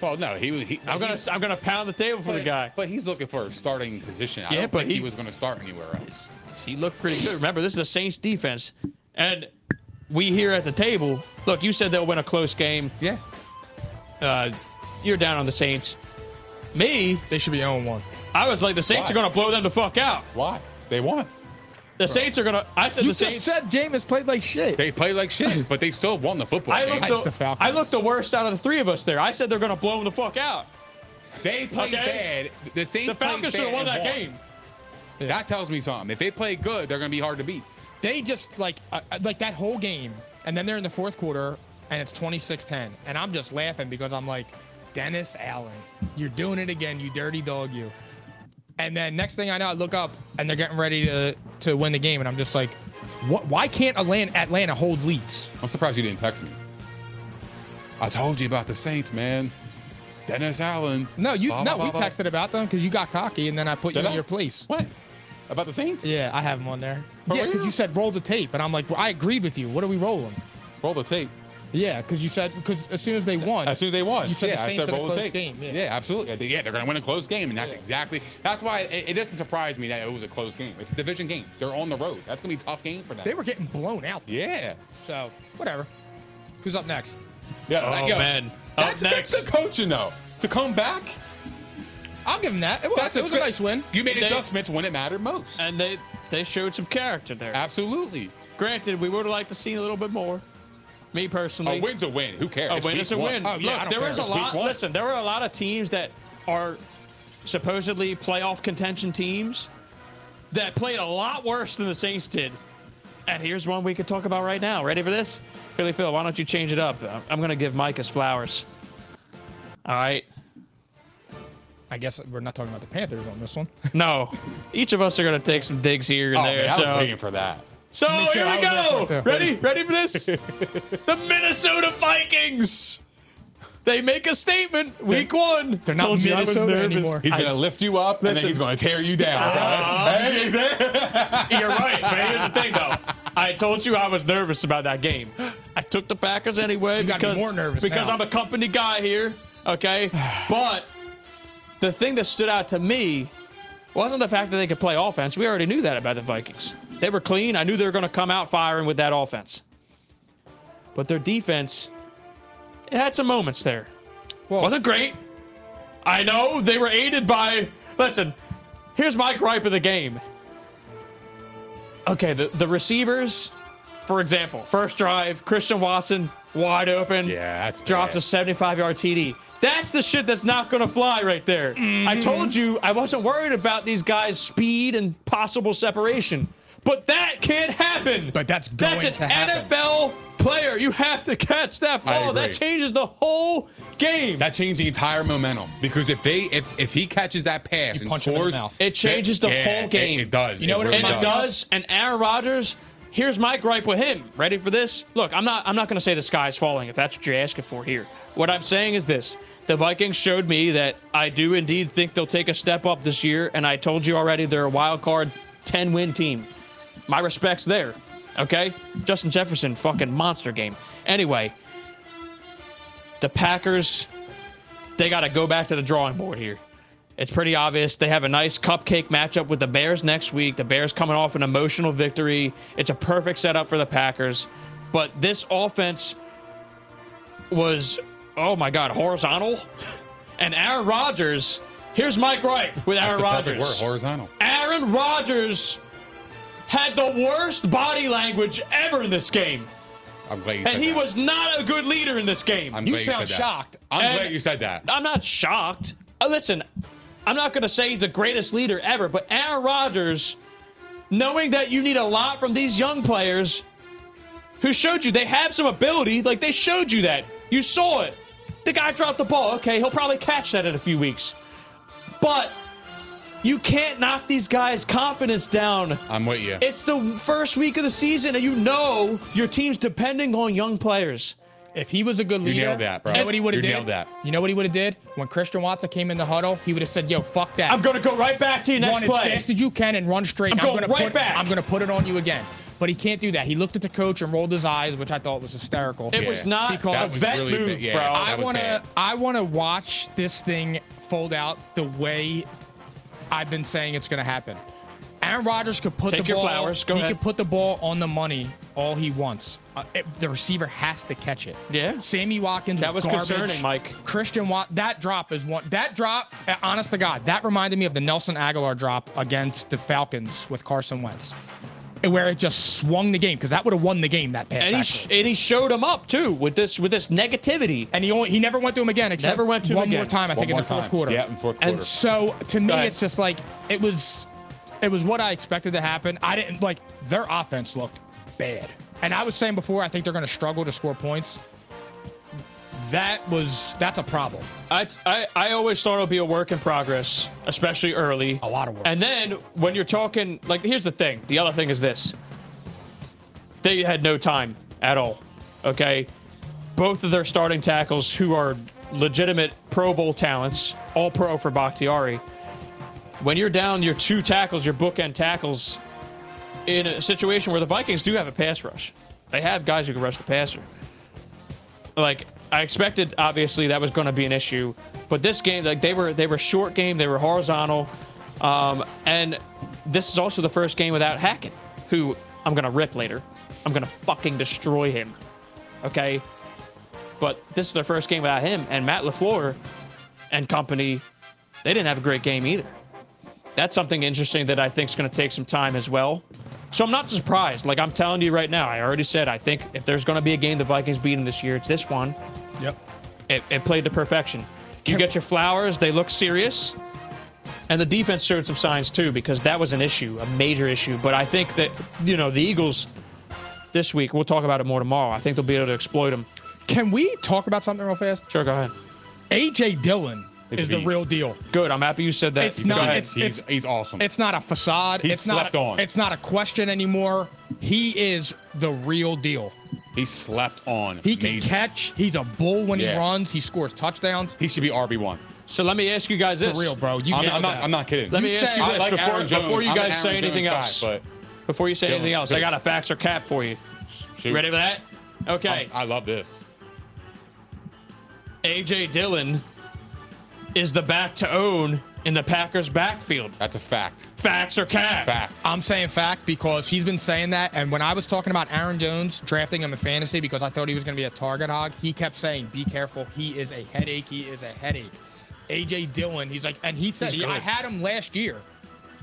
Speaker 3: Well, no, he was. He,
Speaker 4: I'm gonna
Speaker 3: he's-
Speaker 4: I'm gonna pound the table for the
Speaker 3: but-
Speaker 4: guy.
Speaker 3: But he's looking for a starting position. I
Speaker 4: Yeah,
Speaker 3: don't
Speaker 4: but
Speaker 3: think he,
Speaker 4: he-
Speaker 3: was going to start anywhere else.
Speaker 4: He looked pretty good. Remember, this is the Saints defense, and we here at the table. Look, you said they'll win a close game.
Speaker 1: Yeah.
Speaker 4: uh, you're down on the Saints. Me,
Speaker 1: They should be 0 1.
Speaker 4: I was like, the Saints
Speaker 3: Why?
Speaker 4: are gonna blow them the fuck out.
Speaker 3: Why? They won.
Speaker 4: The Saints are gonna. I said
Speaker 1: You
Speaker 4: the
Speaker 1: just
Speaker 4: Saints.
Speaker 1: said Jameis played like shit.
Speaker 3: They played like shit, but they still won the football
Speaker 4: I
Speaker 3: game.
Speaker 4: looked,
Speaker 1: It's
Speaker 4: the,
Speaker 1: the Falcons.
Speaker 4: I looked the worst out of the three of us there. I said they're gonna blow them the fuck out.
Speaker 3: They played
Speaker 4: Okay.
Speaker 3: bad. The Saints
Speaker 4: The Falcons should have
Speaker 3: played bad
Speaker 4: won that
Speaker 3: and
Speaker 4: game.
Speaker 3: That tells me something. If they play good, they're going to be hard to beat.
Speaker 1: They just, like, uh, uh, like that whole game, and then they're in the fourth quarter, and it's 26 10. And I'm just laughing because I'm like, Dennis Allen, you're doing it again, you dirty dog, you. And then next thing I know, I look up and they're getting ready to to win the game, and I'm just like, what? Why can't Atlanta, Atlanta hold leads?
Speaker 3: I'm surprised you didn't text me. I told you about the Saints, man. Dennis Allen.
Speaker 1: No, you
Speaker 3: Blah,
Speaker 1: no,
Speaker 3: blah,
Speaker 1: we
Speaker 3: blah, blah.
Speaker 1: texted about them because you got cocky, and then I put you
Speaker 3: Did
Speaker 1: in
Speaker 3: I?
Speaker 1: your place.
Speaker 3: What? About the Saints?
Speaker 1: Yeah, I have them on there.
Speaker 3: For
Speaker 1: yeah, because
Speaker 3: real?
Speaker 1: you said roll the tape, and I'm like, well, I agreed with you. What are we rolling?
Speaker 3: Roll the tape.
Speaker 1: Yeah, because you said because as soon as they won,
Speaker 3: As soon as they won,
Speaker 1: You said the
Speaker 3: yeah,
Speaker 1: Saints
Speaker 3: I said
Speaker 1: in a
Speaker 3: roll the
Speaker 1: close
Speaker 3: tape.
Speaker 1: game, yeah.
Speaker 3: absolutely. I think- Yeah, they're going to win a close game, and that's exactly that's why it, it doesn't surprise me that it was a close game. It's a division game. They're on the road. That's going to be a tough game for them.
Speaker 1: they were getting blown out.
Speaker 3: yeah,
Speaker 1: So whatever. Who's up next?
Speaker 3: yeah.
Speaker 4: Oh, man. Up
Speaker 3: that's,
Speaker 4: next.
Speaker 3: that's the coaching though to come back.
Speaker 1: I'll give them that. It was,
Speaker 3: That's
Speaker 1: it was a
Speaker 3: good-
Speaker 1: nice win.
Speaker 3: You made
Speaker 4: They-
Speaker 3: adjustments when it mattered most.
Speaker 4: And they they showed some character there.
Speaker 3: Absolutely.
Speaker 4: Granted, we would have liked to see a little bit more. Me personally,
Speaker 3: A win's a win. Who cares?
Speaker 4: A
Speaker 3: It's
Speaker 4: win
Speaker 3: week
Speaker 4: is a
Speaker 3: one.
Speaker 4: win.
Speaker 1: Oh, yeah, I
Speaker 4: Look,
Speaker 1: don't
Speaker 4: there
Speaker 1: care.
Speaker 4: was a
Speaker 1: It's
Speaker 4: lot.
Speaker 3: week one.
Speaker 4: Listen, there were a lot of teams that are supposedly playoff contention teams that played a lot worse than the Saints did. And here's one we could talk about right now. Ready for this? Philly Phil, why don't you change it up? Uh, I'm going to give Mike his flowers. All right.
Speaker 1: I guess we're not talking about the Panthers on this one.
Speaker 4: No. Each of us are going to take some digs here and
Speaker 3: Oh,
Speaker 4: there.
Speaker 3: man, I
Speaker 4: so
Speaker 3: was waiting for that.
Speaker 4: so
Speaker 1: Me too,
Speaker 4: here
Speaker 1: I
Speaker 4: we
Speaker 1: was there for
Speaker 4: go.
Speaker 1: it too.
Speaker 4: Ready? Ready for this? the Minnesota Vikings. They make a statement week one.
Speaker 1: They're not
Speaker 4: Told you I was
Speaker 1: Minnesota
Speaker 4: nervous.
Speaker 1: anymore.
Speaker 3: He's going to lift you up, and then
Speaker 4: Listen.
Speaker 3: he's going to tear you
Speaker 1: Uh,
Speaker 3: down. bro. Hey, is that-
Speaker 4: You're right. But here's the thing, though. I told you I was nervous about that game. I took the Packers anyway
Speaker 1: You gotta be
Speaker 4: because
Speaker 1: more nervous
Speaker 4: because
Speaker 1: now.
Speaker 4: I'm a company guy here. Okay, but the thing that stood out to me wasn't the fact that they could play offense. We already knew that about the Vikings. They were clean. I knew they were going to come out firing with that offense. But their defense, it had some moments there. Wasn't great. I know they were aided by. Listen, here's my gripe of the game. Okay, the, the receivers, for example, first drive, Christian Watson, wide open.
Speaker 3: Yeah, that's
Speaker 4: drops
Speaker 3: bad.
Speaker 4: a 75 yard TD. That's the shit that's not going to fly right there. I told you I wasn't worried about these guys' speed and possible separation, but that can't happen.
Speaker 1: But that's
Speaker 4: that's
Speaker 1: going
Speaker 4: an
Speaker 1: to happen.
Speaker 4: NFL player. You have to catch that
Speaker 3: I
Speaker 4: ball. That
Speaker 3: agree.
Speaker 4: changes the whole game.
Speaker 3: That changed the entire momentum because if they if if he catches that pass and
Speaker 1: punch him in the
Speaker 3: scores,
Speaker 1: mouth.
Speaker 4: It changes the
Speaker 3: Yeah,
Speaker 4: whole
Speaker 3: it-
Speaker 4: game.
Speaker 3: It, does.
Speaker 1: You know what it
Speaker 3: really
Speaker 4: and it
Speaker 1: does.
Speaker 4: does. And Aaron Rodgers, here's my gripe with him. Ready for this? Look, I'm not I'm not gonna say the sky's falling, if that's what you're asking for here. What I'm saying is this. The Vikings showed me that I do indeed think they'll take a step up this year, and I told you already they're a wild card 10 win team. My respects there. Okay? Justin Jefferson, fucking monster game. Anyway, the Packers, they gotta go back to the drawing board here. It's pretty obvious. They have a nice cupcake matchup with the Bears next week. The Bears coming off an emotional victory. It's a perfect setup for the Packers. But this offense was, oh my God, horizontal. And Aaron Rodgers, here's my gripe with
Speaker 3: That's
Speaker 4: Aaron
Speaker 3: the perfect
Speaker 4: Rodgers.
Speaker 3: word, horizontal.
Speaker 4: Aaron Rodgers had the worst body language ever in this game.
Speaker 3: I'm glad you said
Speaker 4: And he
Speaker 3: that.
Speaker 4: was not a good leader in this game.
Speaker 3: I'm
Speaker 1: You
Speaker 3: glad you said
Speaker 1: sound
Speaker 3: that.
Speaker 1: shocked.
Speaker 3: I'm
Speaker 4: And-
Speaker 3: glad you said that.
Speaker 4: I'm not shocked. Uh, listen, I'm not going to say the greatest leader ever, but Aaron Rodgers, knowing that you need a lot from these young players who showed you they have some ability, like they showed you that. You saw it. The guy dropped the ball. Okay, he'll probably catch that in a few weeks. But you can't knock these guys' confidence down.
Speaker 3: I'm with you.
Speaker 4: It's the first week of the season, and you know your team's depending on young players.
Speaker 1: If he was a good leader,
Speaker 3: nailed that, bro.
Speaker 1: You know what he would have
Speaker 3: You
Speaker 1: did?
Speaker 3: nailed that.
Speaker 1: You know what he would have did? When Christian Watson came in the huddle, he would have said, "Yo, fuck that.
Speaker 4: I'm going to go right back to you next
Speaker 1: run
Speaker 4: play.
Speaker 1: as fast as you can and run straight.
Speaker 4: I'm going
Speaker 1: gonna
Speaker 4: right
Speaker 1: put,
Speaker 4: back."
Speaker 1: I'm gonna put it on you again." But he can't do that. He looked at the coach and rolled his eyes, which I thought was hysterical.
Speaker 4: It was not
Speaker 1: Because-
Speaker 4: a
Speaker 1: That was
Speaker 4: vet
Speaker 3: really
Speaker 4: move,
Speaker 3: big, yeah.
Speaker 4: bro.
Speaker 3: I
Speaker 1: I
Speaker 3: That was
Speaker 1: want to
Speaker 3: bad.
Speaker 1: I want to watch this thing fold out the way I've been saying it's going to happen. Aaron Rodgers could put
Speaker 4: Take
Speaker 1: the
Speaker 4: your
Speaker 1: ball
Speaker 4: flowers. Go
Speaker 1: he
Speaker 4: ahead.
Speaker 1: could put the ball on the money all he wants. Uh, it- the receiver has to catch it.
Speaker 4: Yeah.
Speaker 1: Sammy Watkins
Speaker 4: That was
Speaker 1: garbage.
Speaker 4: concerning, Mike.
Speaker 1: Christian Wat that drop is one that drop uh, honest to god that reminded me of the Nelson Aguilar drop against the Falcons with Carson Wentz. Where it just swung the game because that would have won the game that pass.
Speaker 4: and he,
Speaker 1: actually.
Speaker 4: sh- and he showed him up too with this with this negativity.
Speaker 1: and he only he never went to him again. Except
Speaker 4: Never went to him
Speaker 1: one more
Speaker 4: again.
Speaker 1: time. I
Speaker 3: One
Speaker 1: think in
Speaker 3: more
Speaker 1: the fourth
Speaker 3: time.
Speaker 1: quarter.
Speaker 3: Yeah, in fourth
Speaker 4: And
Speaker 3: quarter.
Speaker 1: So to me,
Speaker 4: ahead.
Speaker 1: it's just like it was, it was what I expected to happen. I didn't like their offense looked bad, and I was saying before I think they're going to struggle to score points. That was that's a problem.
Speaker 4: I, I I always thought it would be a work in progress, especially early.
Speaker 1: A lot of work.
Speaker 4: And then when you're talking, like, here's the thing. The other thing is this. They had no time at all. Okay, both of their starting tackles, who are legitimate Pro Bowl talents, all pro for Bakhtiari. When you're down your two tackles, your bookend tackles, in a situation where the Vikings do have a pass rush, they have guys who can rush the passer. like I expected obviously that was going to be an issue, but this game like they were they were short game, they were horizontal, um, and this is also the first game without Hackett, who I'm gonna rip later. I'm gonna fucking destroy him, okay? But this is their first game without him, and Matt Lafleur and company, they didn't have a great game either. That's something interesting that I think is going to take some time as well. So I'm not surprised. Like I'm telling you right now, I already said I think if there's going to be a game the Vikings beat them this year, it's this one.
Speaker 1: Yep.
Speaker 4: It, it played to perfection. You get your flowers; they look serious, and the defense showed some signs too because that was an issue, a major issue. But I think that you know the Eagles this week. We'll talk about it more tomorrow. I think they'll be able to exploit them.
Speaker 1: Can we talk about something real fast?
Speaker 4: Sure, go ahead.
Speaker 1: AJ Dillon
Speaker 3: It's
Speaker 1: is
Speaker 3: a
Speaker 1: the
Speaker 3: beast.
Speaker 1: real deal.
Speaker 4: Good. I'm happy you said that.
Speaker 1: It's
Speaker 4: Go
Speaker 1: not-
Speaker 4: ahead.
Speaker 3: he's, he's,
Speaker 1: it's-
Speaker 3: he's awesome.
Speaker 1: It's not a facade.
Speaker 3: He's
Speaker 1: it's not
Speaker 3: slept
Speaker 1: a,
Speaker 3: on.
Speaker 1: It's not a question anymore. He is the real deal.
Speaker 3: he slept on.
Speaker 1: He can
Speaker 3: major.
Speaker 1: catch. He's a bull when
Speaker 3: Yeah.
Speaker 1: he runs. He scores touchdowns.
Speaker 3: He should be RB one.
Speaker 4: So let me ask you guys this.
Speaker 1: For real, bro. You
Speaker 3: I'm,
Speaker 1: nailed
Speaker 3: I'm not.
Speaker 1: that.
Speaker 3: I'm not kidding.
Speaker 4: Let me
Speaker 1: You
Speaker 4: ask
Speaker 1: say-
Speaker 4: you
Speaker 1: I
Speaker 4: this
Speaker 3: like
Speaker 4: before,
Speaker 3: Aaron Jones.
Speaker 4: before you
Speaker 3: I'm an
Speaker 4: guys say
Speaker 3: Aaron
Speaker 4: anything
Speaker 3: Jones guy,
Speaker 4: else.
Speaker 3: but
Speaker 4: before you say
Speaker 3: Dylan,
Speaker 4: anything else, I
Speaker 3: shoot.
Speaker 4: got a fax or cap for you.
Speaker 3: shoot.
Speaker 4: Ready for that?
Speaker 1: Oh.
Speaker 4: Okay.
Speaker 3: I, I love this.
Speaker 4: AJ Dillon is the back to own in the Packers backfield?
Speaker 3: That's a fact.
Speaker 4: Facts or cap?
Speaker 3: Fact.
Speaker 1: I'm saying fact because he's been saying that. And when I was talking about Aaron Jones drafting him in fantasy because I thought he was going to be a target hog, he kept saying, "Be careful. He is a headache. He is a headache." AJ Dillon, he's like, and he said,
Speaker 4: He's
Speaker 1: "I
Speaker 4: good.
Speaker 1: had him last year,"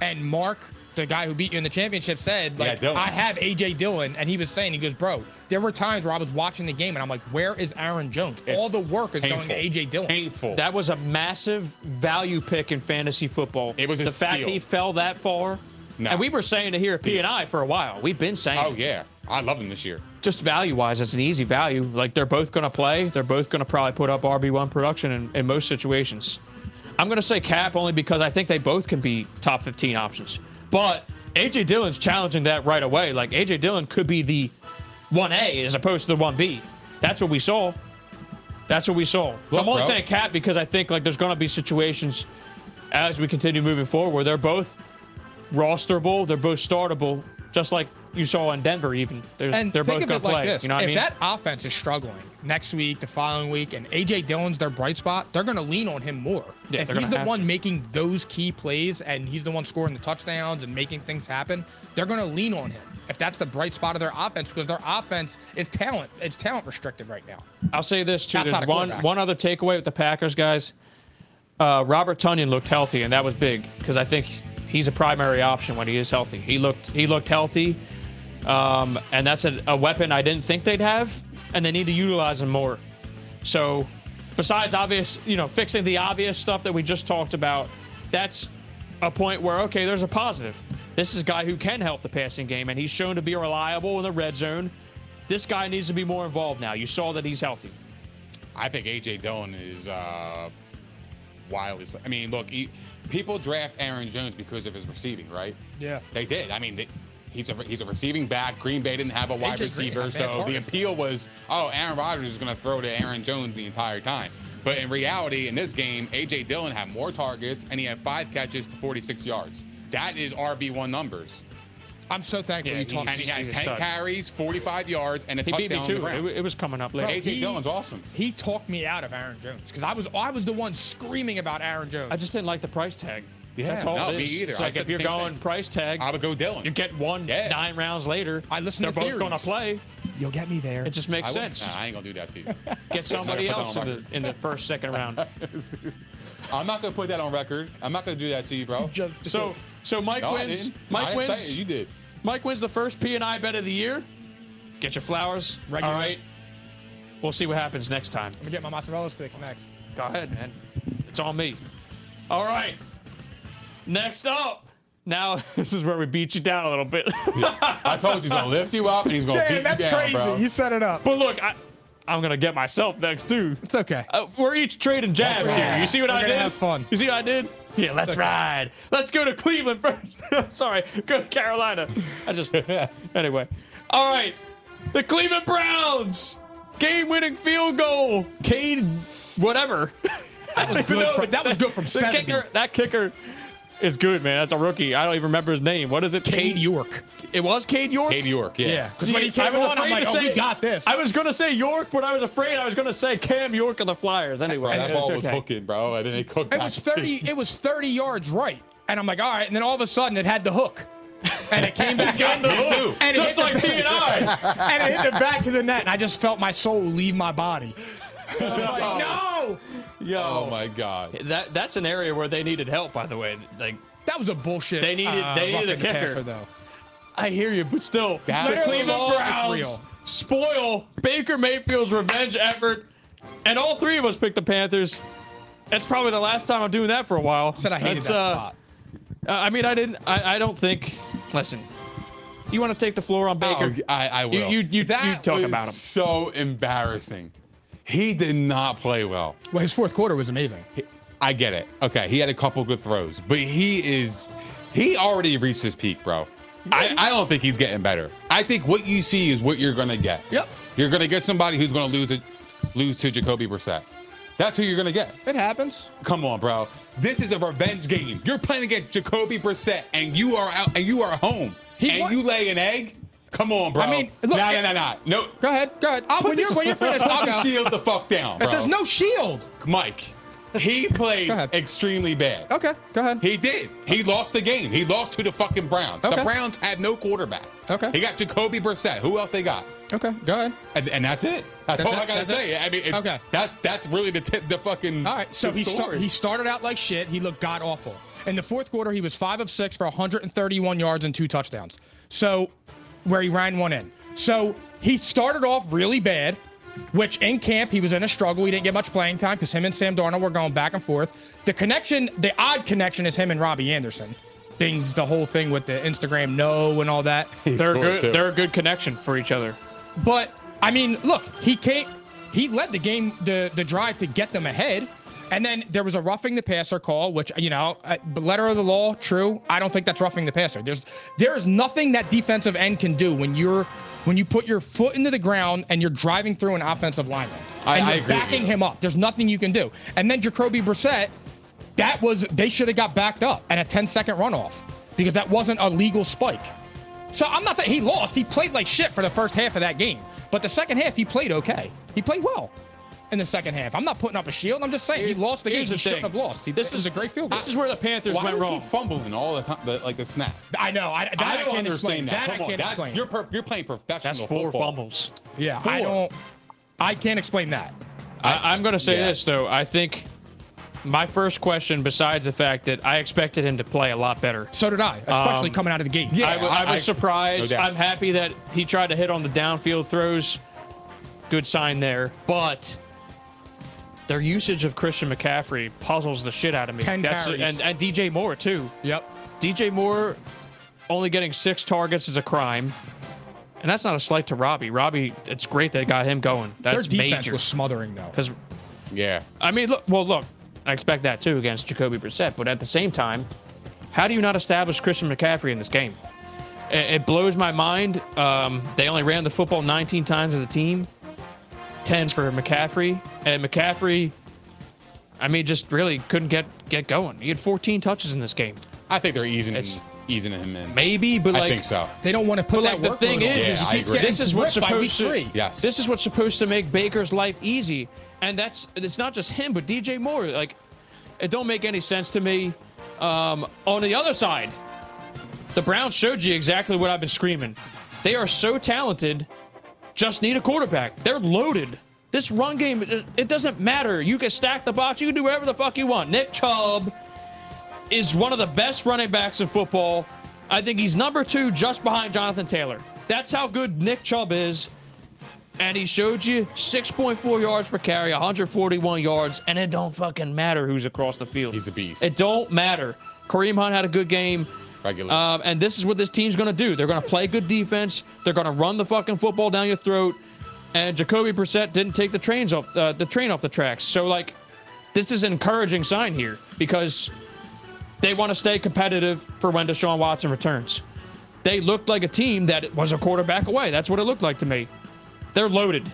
Speaker 1: and Mark, the guy who beat you in the championship, said,
Speaker 3: Yeah,
Speaker 1: "Like,
Speaker 3: Dillon.
Speaker 1: I have AJ Dillon," and he was saying, "He goes, bro, there were times where I was watching the game and I'm like, where is Aaron Jones?
Speaker 3: It's
Speaker 1: All the work is
Speaker 3: painful.
Speaker 1: going to AJ Dillon."
Speaker 3: Painful.
Speaker 4: That was a massive value pick in fantasy football.
Speaker 3: It was a
Speaker 4: the fact
Speaker 3: steal.
Speaker 4: he fell that far.
Speaker 3: No.
Speaker 4: And we were saying it here at P and I for a while. We've been saying
Speaker 3: oh
Speaker 4: it.
Speaker 3: yeah, I love him this year.
Speaker 4: just value wise, it's an easy value. Like they're both going to play. They're both going to probably put up RB one production in, in most situations. I'm going to say cap only because I think they both can be top 15 options. But AJ Dillon's challenging that right away. Like AJ Dillon could be the 1A as opposed to the 1B. That's what we saw. That's what we saw. So
Speaker 3: Look,
Speaker 4: I'm only
Speaker 3: bro.
Speaker 4: saying cap because I think like there's going to be situations as we continue moving forward where they're both rosterable, they're both startable, just like you saw in Denver. Even there's,
Speaker 1: And
Speaker 4: they're
Speaker 1: think
Speaker 4: both going
Speaker 1: of it
Speaker 4: to
Speaker 1: like
Speaker 4: play.
Speaker 1: this:
Speaker 4: You know what
Speaker 1: if
Speaker 4: I mean?
Speaker 1: that offense is struggling next week, the following week, and AJ Dillon's their bright spot, they're going to lean on him more.
Speaker 4: Yeah,
Speaker 1: if
Speaker 4: they're
Speaker 1: he's
Speaker 4: gonna
Speaker 1: the
Speaker 4: have
Speaker 1: one
Speaker 4: to.
Speaker 1: making those key plays and he's the one scoring the touchdowns and making things happen, they're going to lean on him. If that's the bright spot of their offense, because their offense is talent, it's talent restricted right now.
Speaker 4: I'll say this too.
Speaker 1: Outside
Speaker 4: There's
Speaker 1: of
Speaker 4: one
Speaker 1: quarterback.
Speaker 4: one other takeaway with the Packers guys. Uh, Robert Tunyon looked healthy, and that was big because I think he's a primary option when he is healthy. He looked he looked healthy, um, and that's a, a weapon I didn't think they'd have, and they need to utilize him more. So, besides obvious, you know, fixing the obvious stuff that we just talked about, that's a point where okay, there's a positive. This is a guy who can help the passing game, and he's shown to be reliable in the red zone. This guy needs to be more involved now. You saw that he's healthy.
Speaker 3: I think AJ Dillon is uh, wildly. I mean, look, he, people draft Aaron Jones because of his receiving, right?
Speaker 1: Yeah.
Speaker 3: They did. I mean, they, he's a he's a receiving back. Green Bay didn't have a wide
Speaker 1: AJ Green had
Speaker 3: receiver,
Speaker 1: bad
Speaker 3: so the
Speaker 1: targets.
Speaker 3: appeal was, oh, Aaron Rodgers is going to throw to Aaron Jones the entire time. But in reality, in this game, AJ Dillon had more targets and he had five catches for 46 yards. That is RB one numbers.
Speaker 1: I'm so thankful
Speaker 4: Yeah,
Speaker 1: you
Speaker 4: he-
Speaker 1: talked.
Speaker 3: And he had
Speaker 4: he's a
Speaker 3: 10
Speaker 4: stud.
Speaker 3: carries, 45 yards, and a
Speaker 4: He beat
Speaker 3: touchdown.
Speaker 4: me
Speaker 3: on the
Speaker 4: too.
Speaker 3: ground.
Speaker 4: It, wa- it was coming up
Speaker 3: AJ
Speaker 4: later.
Speaker 1: he-
Speaker 3: Dillon's awesome.
Speaker 1: He talked me out of Aaron Jones because I was I was the one screaming about Aaron Jones.
Speaker 4: I just didn't like the price tag.
Speaker 3: Yeah,
Speaker 4: That's all
Speaker 3: no,
Speaker 4: it
Speaker 3: me
Speaker 4: is.
Speaker 3: either.
Speaker 4: It's
Speaker 3: I
Speaker 4: like
Speaker 3: said
Speaker 4: if you're
Speaker 3: the same
Speaker 4: going
Speaker 3: thing.
Speaker 4: price tag,
Speaker 3: I would go Dillon.
Speaker 4: you get one
Speaker 3: Yeah.
Speaker 4: nine rounds later.
Speaker 1: I listened
Speaker 4: They're
Speaker 1: to
Speaker 4: both
Speaker 1: theories.
Speaker 4: going to play.
Speaker 1: You'll get me there.
Speaker 4: It just makes
Speaker 3: I wouldn't-
Speaker 4: sense.
Speaker 3: nah, I ain't gonna do that to you.
Speaker 4: Get somebody
Speaker 3: Put that
Speaker 4: else
Speaker 3: on
Speaker 4: in the, in the first second round.
Speaker 3: I'm not gonna put that on record. I'm not gonna do that to you, bro.
Speaker 1: just
Speaker 4: So so Mike
Speaker 3: No, I
Speaker 4: wins.
Speaker 3: didn't. I
Speaker 4: Mike
Speaker 3: didn't
Speaker 4: wins.
Speaker 3: say it. You did.
Speaker 4: Mike wins the first P and I bet of the year. Get your flowers.
Speaker 1: Regular.
Speaker 4: All right. We'll see what happens next time.
Speaker 1: I'm gonna get my mozzarella sticks next.
Speaker 4: Go ahead, man. It's on me. All right. Next up. Now this is where we beat you down a little bit.
Speaker 3: I told you he's gonna lift you up and
Speaker 4: Oh,
Speaker 3: he's gonna beat you down, bro.
Speaker 1: set it up.
Speaker 4: But look, I, I'm gonna get myself next too.
Speaker 1: It's okay.
Speaker 4: Uh, we're each trading jabs
Speaker 1: That's right.
Speaker 4: here. You see what
Speaker 1: We're
Speaker 4: I
Speaker 1: gonna
Speaker 4: did?
Speaker 1: have fun.
Speaker 4: You see what I did? Yeah, let's ride. Let's go to Cleveland first. Sorry, go to Carolina. I just anyway. All right, the Cleveland Browns game-winning field goal. Cade, whatever. That was
Speaker 1: good from- that was good from 70.
Speaker 4: Kicker, that kicker is good, man. That's a rookie. I don't even remember his name. What is it?
Speaker 1: Cade York.
Speaker 4: It was Cade York.
Speaker 3: Cade York, yeah.
Speaker 1: Yeah. 'Cause
Speaker 4: See,
Speaker 1: when he came
Speaker 4: I was
Speaker 1: on, I'm
Speaker 4: afraid
Speaker 1: like,
Speaker 4: to
Speaker 1: oh, we got this.
Speaker 4: I was gonna say York, but I was afraid I was gonna say Cam York and the Flyers. Anyway,
Speaker 3: Bro, that
Speaker 4: it's
Speaker 3: ball was
Speaker 4: okay.
Speaker 3: hooking, bro, and then they cooked.
Speaker 1: It was 30. It was 30 yards right, and I'm like, all right. And then all of a sudden, it had the hook, and it came back
Speaker 4: got
Speaker 1: out.
Speaker 4: the
Speaker 1: Me
Speaker 4: hook.
Speaker 1: And
Speaker 4: Just
Speaker 1: it hit
Speaker 4: like
Speaker 1: the-
Speaker 4: P and I.
Speaker 1: and it hit the back of the net, and I just felt my soul leave my body. I was like, no,
Speaker 4: Yo,
Speaker 3: Oh my god.
Speaker 4: that that's an area where they needed help. By the way, like
Speaker 1: that was a bullshit.
Speaker 4: They needed-
Speaker 1: uh,
Speaker 4: they needed a
Speaker 1: roughing the
Speaker 4: kicker.
Speaker 1: passer, though.
Speaker 4: I hear you, but still,
Speaker 3: That
Speaker 4: the
Speaker 3: was
Speaker 4: Cleveland
Speaker 1: all- it's
Speaker 4: Browns
Speaker 1: real.
Speaker 4: spoil Baker Mayfield's revenge effort, and all three of us picked the Panthers. That's probably the last time I'm doing that for a while.
Speaker 1: Said I hated
Speaker 4: That's,
Speaker 1: that
Speaker 4: uh,
Speaker 1: spot.
Speaker 4: uh, I mean, I didn't. I, I don't think. Listen, you want to take the floor on Baker?
Speaker 3: Oh, I, I
Speaker 4: You-
Speaker 3: will.
Speaker 4: you- you-
Speaker 3: that
Speaker 4: you talk
Speaker 3: was
Speaker 4: about him.
Speaker 3: So embarrassing. He did not play well.
Speaker 1: Well, his fourth quarter was amazing.
Speaker 3: I get it. Okay, he had a couple good throws, but he is he already reached his peak, bro. I, I don't think he's getting better. I think what you see is what you're gonna get.
Speaker 1: Yep.
Speaker 3: You're gonna get somebody who's gonna lose it lose to Jacoby Brissett. That's who you're gonna get.
Speaker 1: It happens.
Speaker 3: Come on, bro. This is a revenge game. You're playing against Jacoby Brissett and you are out and you are home.
Speaker 1: He
Speaker 3: and
Speaker 1: won-
Speaker 3: you lay an egg? Come on, bro.
Speaker 1: I mean, look,
Speaker 3: nah,
Speaker 1: it-
Speaker 3: nah, nah, nah. No.
Speaker 1: Go ahead. Go ahead. I'll, when, you're, when you're finished, I'll
Speaker 3: Fucking
Speaker 1: go.
Speaker 3: shield the fuck down, bro.
Speaker 1: There's no shield.
Speaker 3: Mike. He played
Speaker 1: ahead.
Speaker 3: extremely bad.
Speaker 1: Okay, go ahead.
Speaker 3: He did. He lost the game. He lost to the fucking Browns.
Speaker 1: Okay.
Speaker 3: The Browns had no quarterback.
Speaker 1: Okay.
Speaker 3: He got Jacoby Brissett. Who else they got?
Speaker 1: okay, go ahead.
Speaker 3: And, and that's it. That's,
Speaker 1: That's
Speaker 3: all
Speaker 1: it?
Speaker 3: I gotta
Speaker 1: That's it?
Speaker 3: say. I mean, it's,
Speaker 1: Okay.
Speaker 3: That's that's really the tip. The fucking.
Speaker 1: All right, so
Speaker 3: the
Speaker 1: he, star-
Speaker 3: story.
Speaker 1: he started out like shit. He looked god awful. In the fourth quarter, he was five of six for 131 yards and two touchdowns. So, where he ran one in. So he started off really bad, which in camp he was in a struggle. He didn't get much playing time because him and Sam Darnold were going back and forth. The connection, the odd connection, is him and Robbie Anderson. Things the whole thing with the Instagram no and all that.
Speaker 4: They're
Speaker 3: scored,
Speaker 4: good.
Speaker 3: too.
Speaker 4: They're a good connection for each other.
Speaker 1: But I mean, look, he came, he led the game, the the drive to get them ahead, and then there was a roughing the passer call, which you know, uh, letter of the law, true. I don't think that's roughing the passer. There's there is nothing that defensive end can do when you're when you put your foot into the ground and you're driving through an offensive lineman
Speaker 3: I-
Speaker 1: and
Speaker 3: I
Speaker 1: you're
Speaker 3: agree with
Speaker 1: backing
Speaker 3: you.
Speaker 1: him up. There's nothing you can do. And then Jacoby Brissett, that was they should have got backed up and a 10 second runoff because that wasn't a legal spike. So I'm not saying he lost. He played like shit for the first half of that game. But the second half, he played okay. He played well in the second half. I'm not putting up a shield. I'm just saying he lost the game.
Speaker 4: Here's
Speaker 1: He
Speaker 4: the
Speaker 1: shouldn't
Speaker 4: thing.
Speaker 1: have lost. He, this is a great field goal.
Speaker 4: This is where the Panthers
Speaker 3: Why
Speaker 4: went
Speaker 3: was
Speaker 4: wrong.
Speaker 3: he fumbling all the time? The, like the snap.
Speaker 1: I know. I, that I,
Speaker 3: don't
Speaker 1: can't
Speaker 3: understand
Speaker 1: explain.
Speaker 3: that.
Speaker 1: That,
Speaker 3: Come
Speaker 1: I
Speaker 3: on,
Speaker 1: can't
Speaker 3: that's
Speaker 1: explain.
Speaker 3: you're per, you're playing professional
Speaker 4: That's four
Speaker 3: football.
Speaker 4: fumbles.
Speaker 1: yeah, I
Speaker 3: four.
Speaker 1: don't. I can't explain that.
Speaker 4: I, I'm going to say
Speaker 3: Yeah.
Speaker 4: this though. I think my first question, besides the fact that I expected him to play a lot better.
Speaker 1: So did I, especially
Speaker 4: Um,
Speaker 1: coming out of the gate.
Speaker 4: I, wa- I was
Speaker 3: I-
Speaker 4: surprised.
Speaker 3: no doubt.
Speaker 4: I'm happy that he tried to hit on the downfield throws. Good sign there. But their usage of Christian McCaffrey puzzles the shit out of me.
Speaker 1: Ten carries.
Speaker 4: and, and DJ Moore too.
Speaker 1: Yep.
Speaker 4: DJ Moore only getting six targets is a crime. And that's not a slight to Robbie. Robbie, it's great they got him going.
Speaker 1: Their
Speaker 4: That's
Speaker 1: defense
Speaker 4: major.
Speaker 1: was smothering though.
Speaker 4: Because
Speaker 3: Yeah.
Speaker 4: I mean, look. Well, look. I expect that too against Jacoby Brissett. But at the same time, how do you not establish Christian McCaffrey in this game? I- It, blows my mind. Um, they only ran the football 19 times as a team, 10 for McCaffrey, and McCaffrey. I mean, just really couldn't get get going. He had 14 touches in this game,
Speaker 3: I think they're easing
Speaker 4: It's-
Speaker 3: easing him in.
Speaker 4: maybe, but
Speaker 3: I
Speaker 4: like.
Speaker 3: think so.
Speaker 1: They don't want to put
Speaker 4: But like
Speaker 1: that
Speaker 4: the
Speaker 1: work
Speaker 4: thing is,
Speaker 3: Yeah,
Speaker 4: is
Speaker 3: I
Speaker 4: he-
Speaker 3: agree.
Speaker 4: this is what's
Speaker 1: Ripped by week
Speaker 4: supposed to.
Speaker 1: three.
Speaker 3: Yes.
Speaker 4: This is what's supposed to make Baker's life easy, and that's it's not just him, but DJ Moore. Like, it don't make any sense to me. Um, on the other side, the Browns showed you exactly what I've been screaming. They are so talented, just need a quarterback. They're loaded. This run game, it- it doesn't matter. You can stack the box. You can do whatever the fuck you want. Nick Chubb is one of the best running backs in football. I think he's number two just behind Jonathan Taylor. That's how good Nick Chubb is. And he showed you 6.4 yards per carry, 141 yards, and it don't fucking matter who's across the field.
Speaker 3: He's a beast.
Speaker 4: It don't matter. Kareem Hunt had a good game.
Speaker 3: Regular.
Speaker 1: uh,
Speaker 4: Um, and this is what this team's going to do. They're going to play good defense. They're going to run the fucking football down your throat. And Jacoby Brissett didn't take the trains off uh, the train off the tracks. So like, this is an encouraging sign here because they want to stay competitive for when Deshaun Watson returns. They looked like a team that was a quarterback away. That's what it looked like to me. They're loaded.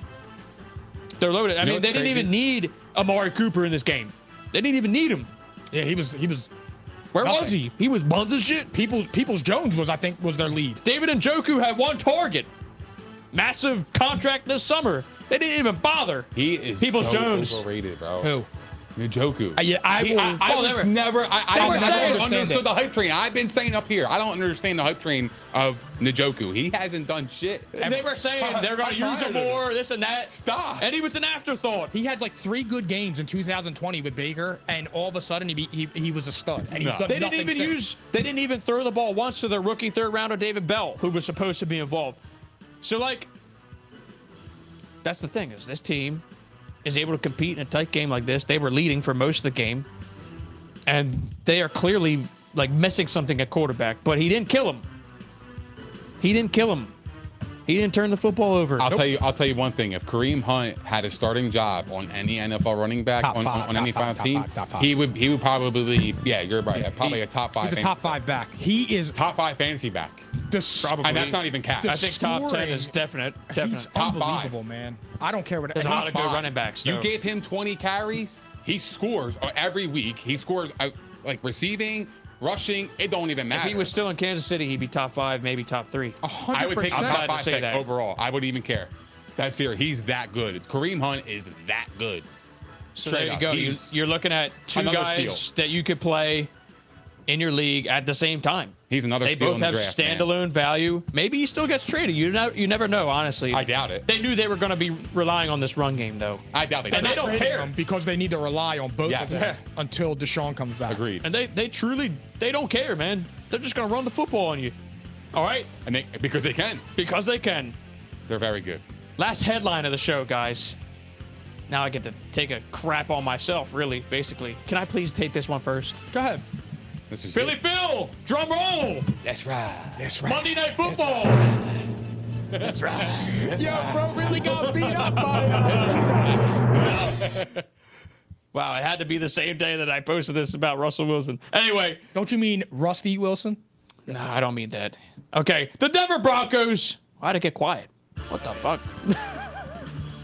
Speaker 4: They're loaded. I
Speaker 3: know
Speaker 4: mean, they
Speaker 3: what's
Speaker 4: didn't
Speaker 3: crazy?
Speaker 4: even need Amari Cooper in this game. They didn't even need him.
Speaker 1: Yeah, he was. He was.
Speaker 4: Where was
Speaker 1: Nothing.
Speaker 4: he? He was buns as shit.
Speaker 1: People's People's Jones was, I think, was their lead.
Speaker 4: David and Joku had one target. Massive contract this summer. They didn't even bother.
Speaker 3: he is
Speaker 4: Peoples
Speaker 3: so
Speaker 4: Jones.
Speaker 3: overrated, bro.
Speaker 1: Who?
Speaker 3: Njoku.
Speaker 1: Uh, yeah, I
Speaker 3: He-
Speaker 1: will-
Speaker 3: I, I
Speaker 4: Oh,
Speaker 3: was
Speaker 4: they were-
Speaker 3: never. I, I
Speaker 4: were
Speaker 3: never
Speaker 4: saying-
Speaker 3: understood
Speaker 1: understand it.
Speaker 3: the hype train. I've been saying up here. I don't understand the hype train of Njoku. He hasn't done shit.
Speaker 4: They were saying they're going to use him more, this and that.
Speaker 3: Stop.
Speaker 4: And he was an afterthought.
Speaker 1: He had like three good games in 2020 with Baker, and all of a sudden he be, he, he was a stud. And he's
Speaker 3: No.
Speaker 1: done
Speaker 4: They didn't
Speaker 1: nothing
Speaker 4: even
Speaker 1: since.
Speaker 4: use. They didn't even throw the ball once to their rookie third rounder David Bell, who was supposed to be involved. So like, that's the thing is this team is able to compete in a tight game like this. They were leading for most of the game, and they are clearly like missing something at quarterback. But he didn't kill him. He didn't kill him. He didn't turn the football over.
Speaker 3: I'll tell you. I'll tell you one thing. If Kareem Hunt had a starting job on any NFL running back
Speaker 1: Top
Speaker 3: on,
Speaker 1: five,
Speaker 3: on, on
Speaker 1: top
Speaker 3: any
Speaker 1: five,
Speaker 3: five
Speaker 1: top
Speaker 3: team,
Speaker 1: five, top five.
Speaker 3: he would. He would probably. Yeah, you're right. yeah, probably a top five.
Speaker 1: He's a
Speaker 3: fan-
Speaker 1: top five back. He is
Speaker 3: Top five fantasy back.
Speaker 1: the probably.
Speaker 3: And that's not even cap.
Speaker 4: I think top ten
Speaker 1: scoring-
Speaker 4: is definite.
Speaker 1: He's
Speaker 4: Definite.
Speaker 3: Top five.
Speaker 1: unbelievable, man. I don't care what.
Speaker 4: There's a
Speaker 1: and
Speaker 4: lot
Speaker 1: he's
Speaker 4: of good
Speaker 3: Fine.
Speaker 4: running backs,
Speaker 3: You
Speaker 4: though.
Speaker 3: gave him 20 carries. He scores uh, every week. He scores uh, like receiving, rushing. It don't even
Speaker 4: If
Speaker 3: matter.
Speaker 4: he was still in Kansas City, he'd be top five, maybe top three.
Speaker 3: Oh,
Speaker 1: a hundred
Speaker 3: I would take a
Speaker 1: percent.
Speaker 4: I'm glad
Speaker 3: top
Speaker 4: to
Speaker 3: five
Speaker 4: say
Speaker 3: pick
Speaker 4: that.
Speaker 3: overall. I wouldn't even care. That's here. He's that good. Kareem Hunt is that good.
Speaker 4: So
Speaker 3: Straight
Speaker 4: there you
Speaker 3: up.
Speaker 4: go. You,
Speaker 3: He's-
Speaker 4: you're looking at two
Speaker 3: Another
Speaker 4: guys
Speaker 3: steal.
Speaker 4: that you could play in your league at the same time.
Speaker 3: He's another
Speaker 4: They
Speaker 3: steal
Speaker 4: both
Speaker 3: in the
Speaker 4: have
Speaker 3: draft, man.
Speaker 4: standalone value. Maybe he still gets traded. You know, you never know. Honestly,
Speaker 3: I doubt it.
Speaker 4: They knew they were going to be relying on this run game, though.
Speaker 3: I doubt they
Speaker 4: And
Speaker 3: did.
Speaker 4: they don't
Speaker 1: Trading
Speaker 4: care.
Speaker 1: them because they need to rely on both
Speaker 3: Yes.
Speaker 1: of them until Deshaun comes back.
Speaker 3: Agreed.
Speaker 4: And they they truly they don't care, man. They're just going to run the football on you. All right,
Speaker 3: And they, because they can.
Speaker 4: because they can.
Speaker 3: They're very good.
Speaker 4: Last headline of the show, guys. Now I get to take a crap on myself, really, basically. Can I please take this one first?
Speaker 1: Go ahead.
Speaker 3: This is
Speaker 4: Billy Phil, drum roll!
Speaker 3: That's right. That's
Speaker 4: Monday Night Football! That's right.
Speaker 1: Yo, bro, really got beat up by uh,
Speaker 4: Wow, it had to be the same day that I posted this about Russell Wilson. Anyway,
Speaker 1: Don't you mean Rusty Wilson?
Speaker 4: no, I don't mean that. Okay, the Denver Broncos. Why'd it get quiet? What the fuck?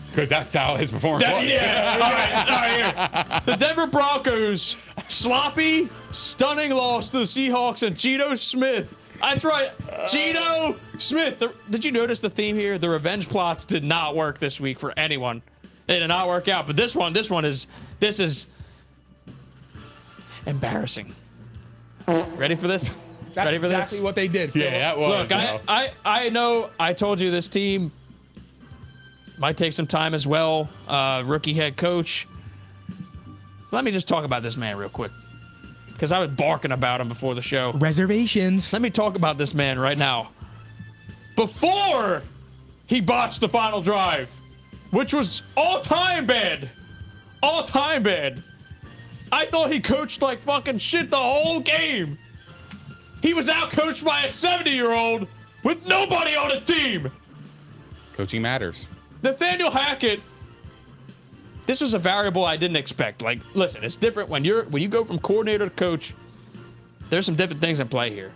Speaker 3: Because that's how his performance was.
Speaker 4: yeah, all right, all right. here. The Denver Broncos, sloppy, stunning loss to the Seahawks and Geno Smith. That's right, Geno Smith. The- did you notice the theme here? The revenge plots did not work this week for anyone. They did not work out. But this one, this one is, this is embarrassing. Ready for this?
Speaker 1: That's
Speaker 4: Ready for
Speaker 1: exactly
Speaker 4: this?
Speaker 1: what they did.
Speaker 3: Yeah, that was.
Speaker 4: Look, I,
Speaker 3: though.
Speaker 4: I, I know I told you this team might take some time as well. Uh, rookie head coach. Let me just talk about this man real quick. Because I was barking about him before the show.
Speaker 1: Reservations.
Speaker 4: Let me talk about this man right now. Before he botched the final drive, which was all time bad. All time bad. I thought he coached like fucking shit the whole game. He was out coached by a 70 year old with nobody on his team.
Speaker 3: Coaching matters.
Speaker 4: Nathaniel Hackett. This was a variable I didn't expect. Like, listen, it's different when you're when you go from coordinator to coach. There's some different things in play here.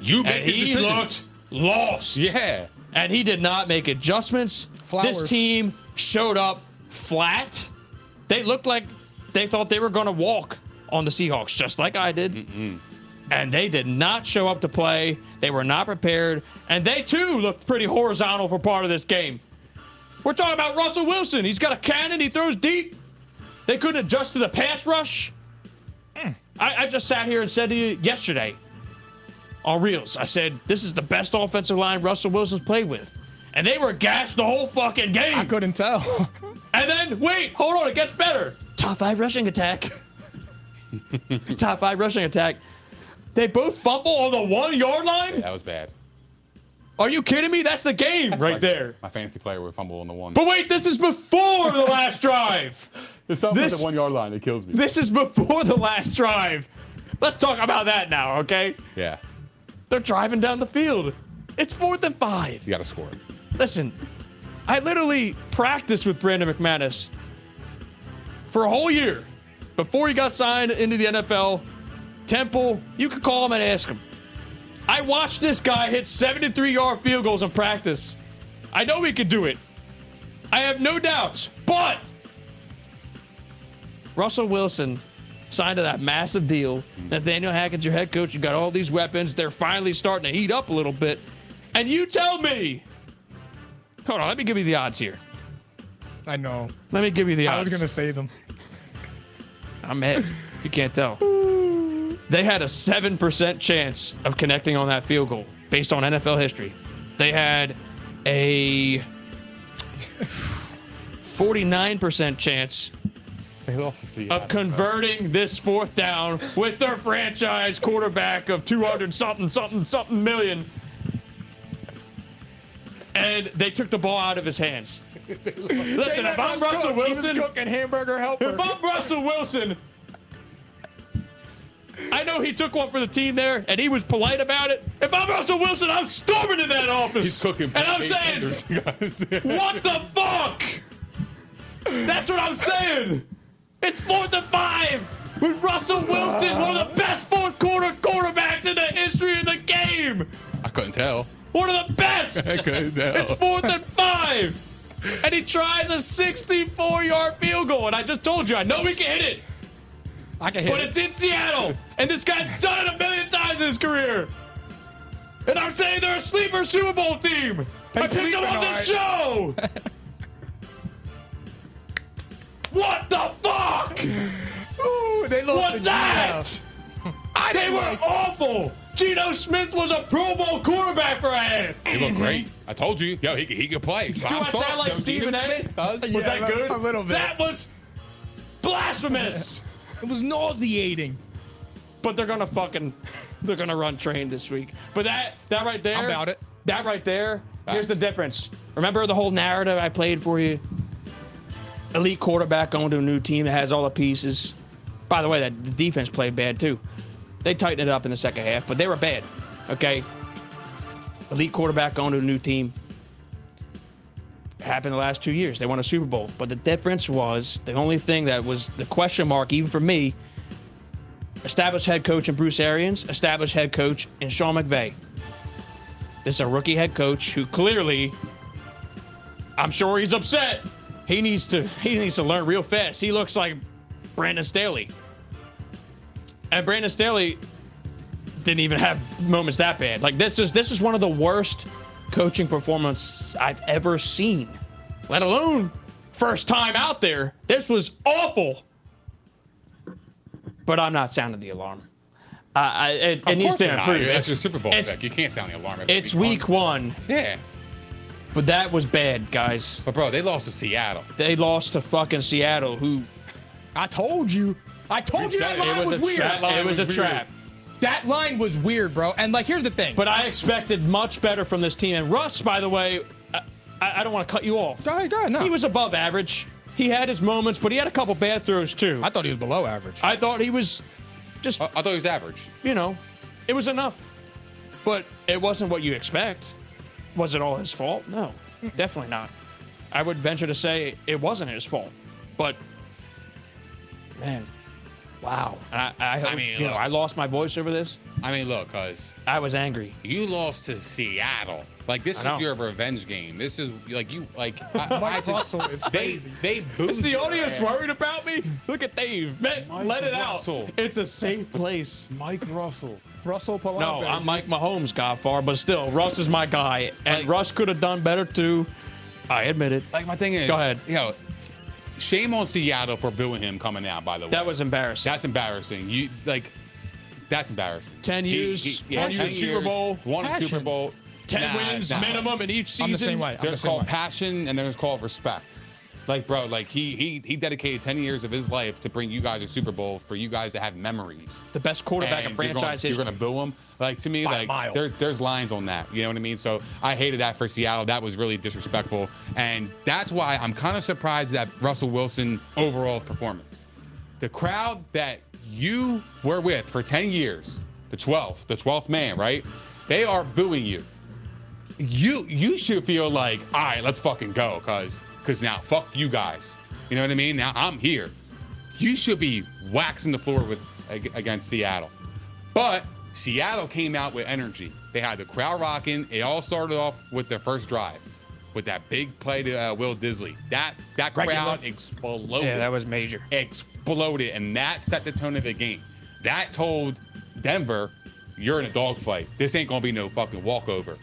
Speaker 3: You
Speaker 4: And he looks lost.
Speaker 3: Yeah.
Speaker 4: And he did not make adjustments.
Speaker 1: Flowers.
Speaker 4: This team showed up flat. They looked like they thought they were going to walk on the Seahawks, just like I did. And they did not show up to play. They were not prepared. And they too looked pretty horizontal for part of this game. We're talking about Russell Wilson. He's got a cannon, he throws deep. They couldn't adjust to the pass rush. I, I just sat here and said to you yesterday, on reels. I said, this is the best offensive line Russell Wilson's played with. And they were gashed the whole fucking game.
Speaker 1: I couldn't tell.
Speaker 4: and then, wait, hold on, it gets better. Top five rushing attack. Top five rushing attack. They both fumble on the one yard line?
Speaker 3: That was bad.
Speaker 4: Are you kidding me? That's the game right
Speaker 3: My-
Speaker 4: there.
Speaker 3: My fantasy player would fumble on the one.
Speaker 4: But wait, this is before the last drive.
Speaker 3: It's something
Speaker 4: this-
Speaker 3: one yard line. It kills me.
Speaker 4: This is before the last drive. Let's talk about that now, okay?
Speaker 3: yeah.
Speaker 4: They're driving down the field. It's fourth and five.
Speaker 3: You got to score.
Speaker 4: Listen, I literally practiced with Brandon McManus for a whole year before he got signed into the NFL. Temple, you could call him and ask him. I watched this guy hit 73 yard field goals in practice. I know he could do it. I have no doubts. But Russell Wilson signed to that massive deal. Nathaniel Hackett's your head coach. You got all these weapons. They're finally starting to heat up a little bit. And you tell me Hold on, let me give you the odds here.
Speaker 1: I know.
Speaker 4: Let me give you the
Speaker 1: I
Speaker 4: odds.
Speaker 1: was gonna say them.
Speaker 4: I'm ahead. if you can't tell. They had a 7% chance of connecting on that field goal based on NFL history. They had a 49% chance
Speaker 3: They lost to Seattle.
Speaker 4: of converting this fourth down with their franchise quarterback of 200 something, something, something million. And they took the ball out of his hands. Listen, if I'm Russell Wilson,
Speaker 1: cooking hamburger helper.
Speaker 4: If I'm Russell Wilson, I know he took one for the team there, and he was polite about it. If I'm Russell Wilson, I'm storming to that office.
Speaker 3: He's cooking.
Speaker 4: and I'm
Speaker 3: Eight
Speaker 4: saying,
Speaker 3: fingers, guys.
Speaker 4: what the fuck? That's what I'm saying. It's fourth to five with Russell Wilson, one of the best fourth quarter quarterbacks in the history of the game.
Speaker 3: I couldn't tell.
Speaker 4: One of the best.
Speaker 3: I couldn't tell.
Speaker 4: It's fourth and five. And he tries a 64 yard field goal. And I just told you, I know he can hit it,
Speaker 1: I can hit.
Speaker 4: but
Speaker 1: it.
Speaker 4: it's in Seattle. And this guy's done it a million times in his career. And I'm saying they're a sleeper Super Bowl team. I picked them
Speaker 1: sleeping,
Speaker 4: on
Speaker 1: all
Speaker 4: this show. what the fuck?
Speaker 1: Ooh, they lost
Speaker 4: What's
Speaker 1: to
Speaker 4: that?
Speaker 1: I
Speaker 4: They were awful. Geno Smith was a Pro Bowl quarterback for half.
Speaker 3: He looked great. I told you, yo, he, he could play. Do
Speaker 4: I sound like Stephen A?
Speaker 1: does.
Speaker 4: Was
Speaker 1: Yeah,
Speaker 4: that
Speaker 1: a-
Speaker 4: good?
Speaker 1: a little bit.
Speaker 4: That was blasphemous.
Speaker 1: It was nauseating.
Speaker 4: but they're gonna fucking they're gonna run train this week. But that that right there
Speaker 1: I'm about it.
Speaker 4: That right there, here's the
Speaker 3: Facts.
Speaker 4: difference. Remember the whole narrative I played for you? Elite quarterback going to a new team that has all the pieces. By the way, that the defense played bad too. They tightened it up in the second half, but they were bad. Okay. Elite quarterback going to a new team. Happened the last two years. They won a Super Bowl. But the difference was the only thing that was the question mark, even for me, established head coach in Bruce Arians, established head coach in Sean McVay. This is a rookie head coach who clearly, I'm sure he's upset. He needs to he needs to learn real fast. He looks like Brandon Staley, and Brandon Staley didn't even have moments that bad. Like this is this is one of the worst coaching performance I've ever seen, let alone first time out there. This was awful but I'm not sounding the alarm. Uh, I, it, it needs to improve.
Speaker 3: That's your Super Bowl
Speaker 4: It's,
Speaker 3: pick. You can't sound the alarm. every
Speaker 4: it's week one,
Speaker 3: Yeah.
Speaker 4: but that was bad, guys.
Speaker 3: But, bro, they lost to Seattle.
Speaker 4: They lost to fucking Seattle, who
Speaker 1: I told you. I told you
Speaker 3: said
Speaker 1: that
Speaker 3: it.
Speaker 1: line
Speaker 4: it
Speaker 1: was,
Speaker 4: was, a
Speaker 1: weird.
Speaker 4: trap. It was, a trap.
Speaker 1: That line was weird, bro. And like, here's the thing.
Speaker 4: But I expected much better from this team. And Russ, by the way, I, I I don't want to cut you off.
Speaker 1: go ahead, go ahead. No,
Speaker 4: He was above average. He had his moments, but he had a couple bad throws too.
Speaker 1: I thought he was below average.
Speaker 4: I thought he was just
Speaker 3: I, I thought he was average.
Speaker 4: you know, it was enough. But it wasn't what you expect. Was it all his fault? No, definitely not. I would venture to say it wasn't his fault. But man, wow. And I, I, hope-
Speaker 3: mean,
Speaker 4: you know,
Speaker 3: look.
Speaker 4: I lost my voice over this.
Speaker 3: I mean, look, cuz
Speaker 4: I was angry.
Speaker 3: you lost to Seattle. Like this
Speaker 4: know.
Speaker 3: is your revenge game. This is like you like I, I
Speaker 1: Mike
Speaker 3: just
Speaker 1: Russell is
Speaker 3: they
Speaker 1: crazy.
Speaker 3: they booed.
Speaker 4: Is the
Speaker 3: your
Speaker 4: audience
Speaker 3: ass.
Speaker 4: worried about me? Look at Dave. Let, let it
Speaker 3: Russell.
Speaker 4: out. It's a safe place.
Speaker 3: Mike Russell.
Speaker 1: Russell Palombe.
Speaker 4: No, I'm Mike Mahomes, Godfar, but still, Russ is my guy. And
Speaker 3: Like-
Speaker 4: Russ could have done better too. I admit it.
Speaker 3: Like my thing is
Speaker 4: Go ahead.
Speaker 3: You know, shame on Seattle for booing him coming out by the way.
Speaker 4: That was embarrassing.
Speaker 3: That's embarrassing. You like, that's embarrassing.
Speaker 4: 10 years, won your Super Bowl.
Speaker 3: won a Super
Speaker 1: Passion.
Speaker 3: Bowl,
Speaker 4: 10
Speaker 3: Nah,
Speaker 4: wins
Speaker 3: nah.
Speaker 4: minimum in each season.
Speaker 1: I'm the same way. I'm the
Speaker 3: There's
Speaker 1: same
Speaker 3: called
Speaker 1: way.
Speaker 3: passion and there's called respect. Like, bro, like he he he dedicated 10 years of his life to bring you guys a Super Bowl for you guys to have memories.
Speaker 4: The best quarterback in
Speaker 3: And you're gonna-
Speaker 4: franchise
Speaker 3: You're
Speaker 4: history.
Speaker 3: gonna boo him. Like to me,
Speaker 4: By a mile.
Speaker 3: like there, there's lines on that. You know what I mean? So I hated that for Seattle. That was really disrespectful, and that's why I'm kind of surprised that Russell Wilson overall performance. The crowd that you were with for 10 years, the 12th, the 12th man, right? They are booing you. You you should feel like, all right, let's fucking go, cause cause now fuck you guys. You know what I mean? Now I'm here. You should be waxing the floor with ag- against Seattle. But Seattle came out with energy. They had the crowd rocking. It all started off with their first drive, with that big play to uh, Will Disley. That that
Speaker 4: Regular.
Speaker 3: crowd exploded.
Speaker 4: yeah, that was major.
Speaker 3: exploded, and that set the tone of the game. That told Denver, "You're in a dogfight. This ain't gonna be no fucking walkover."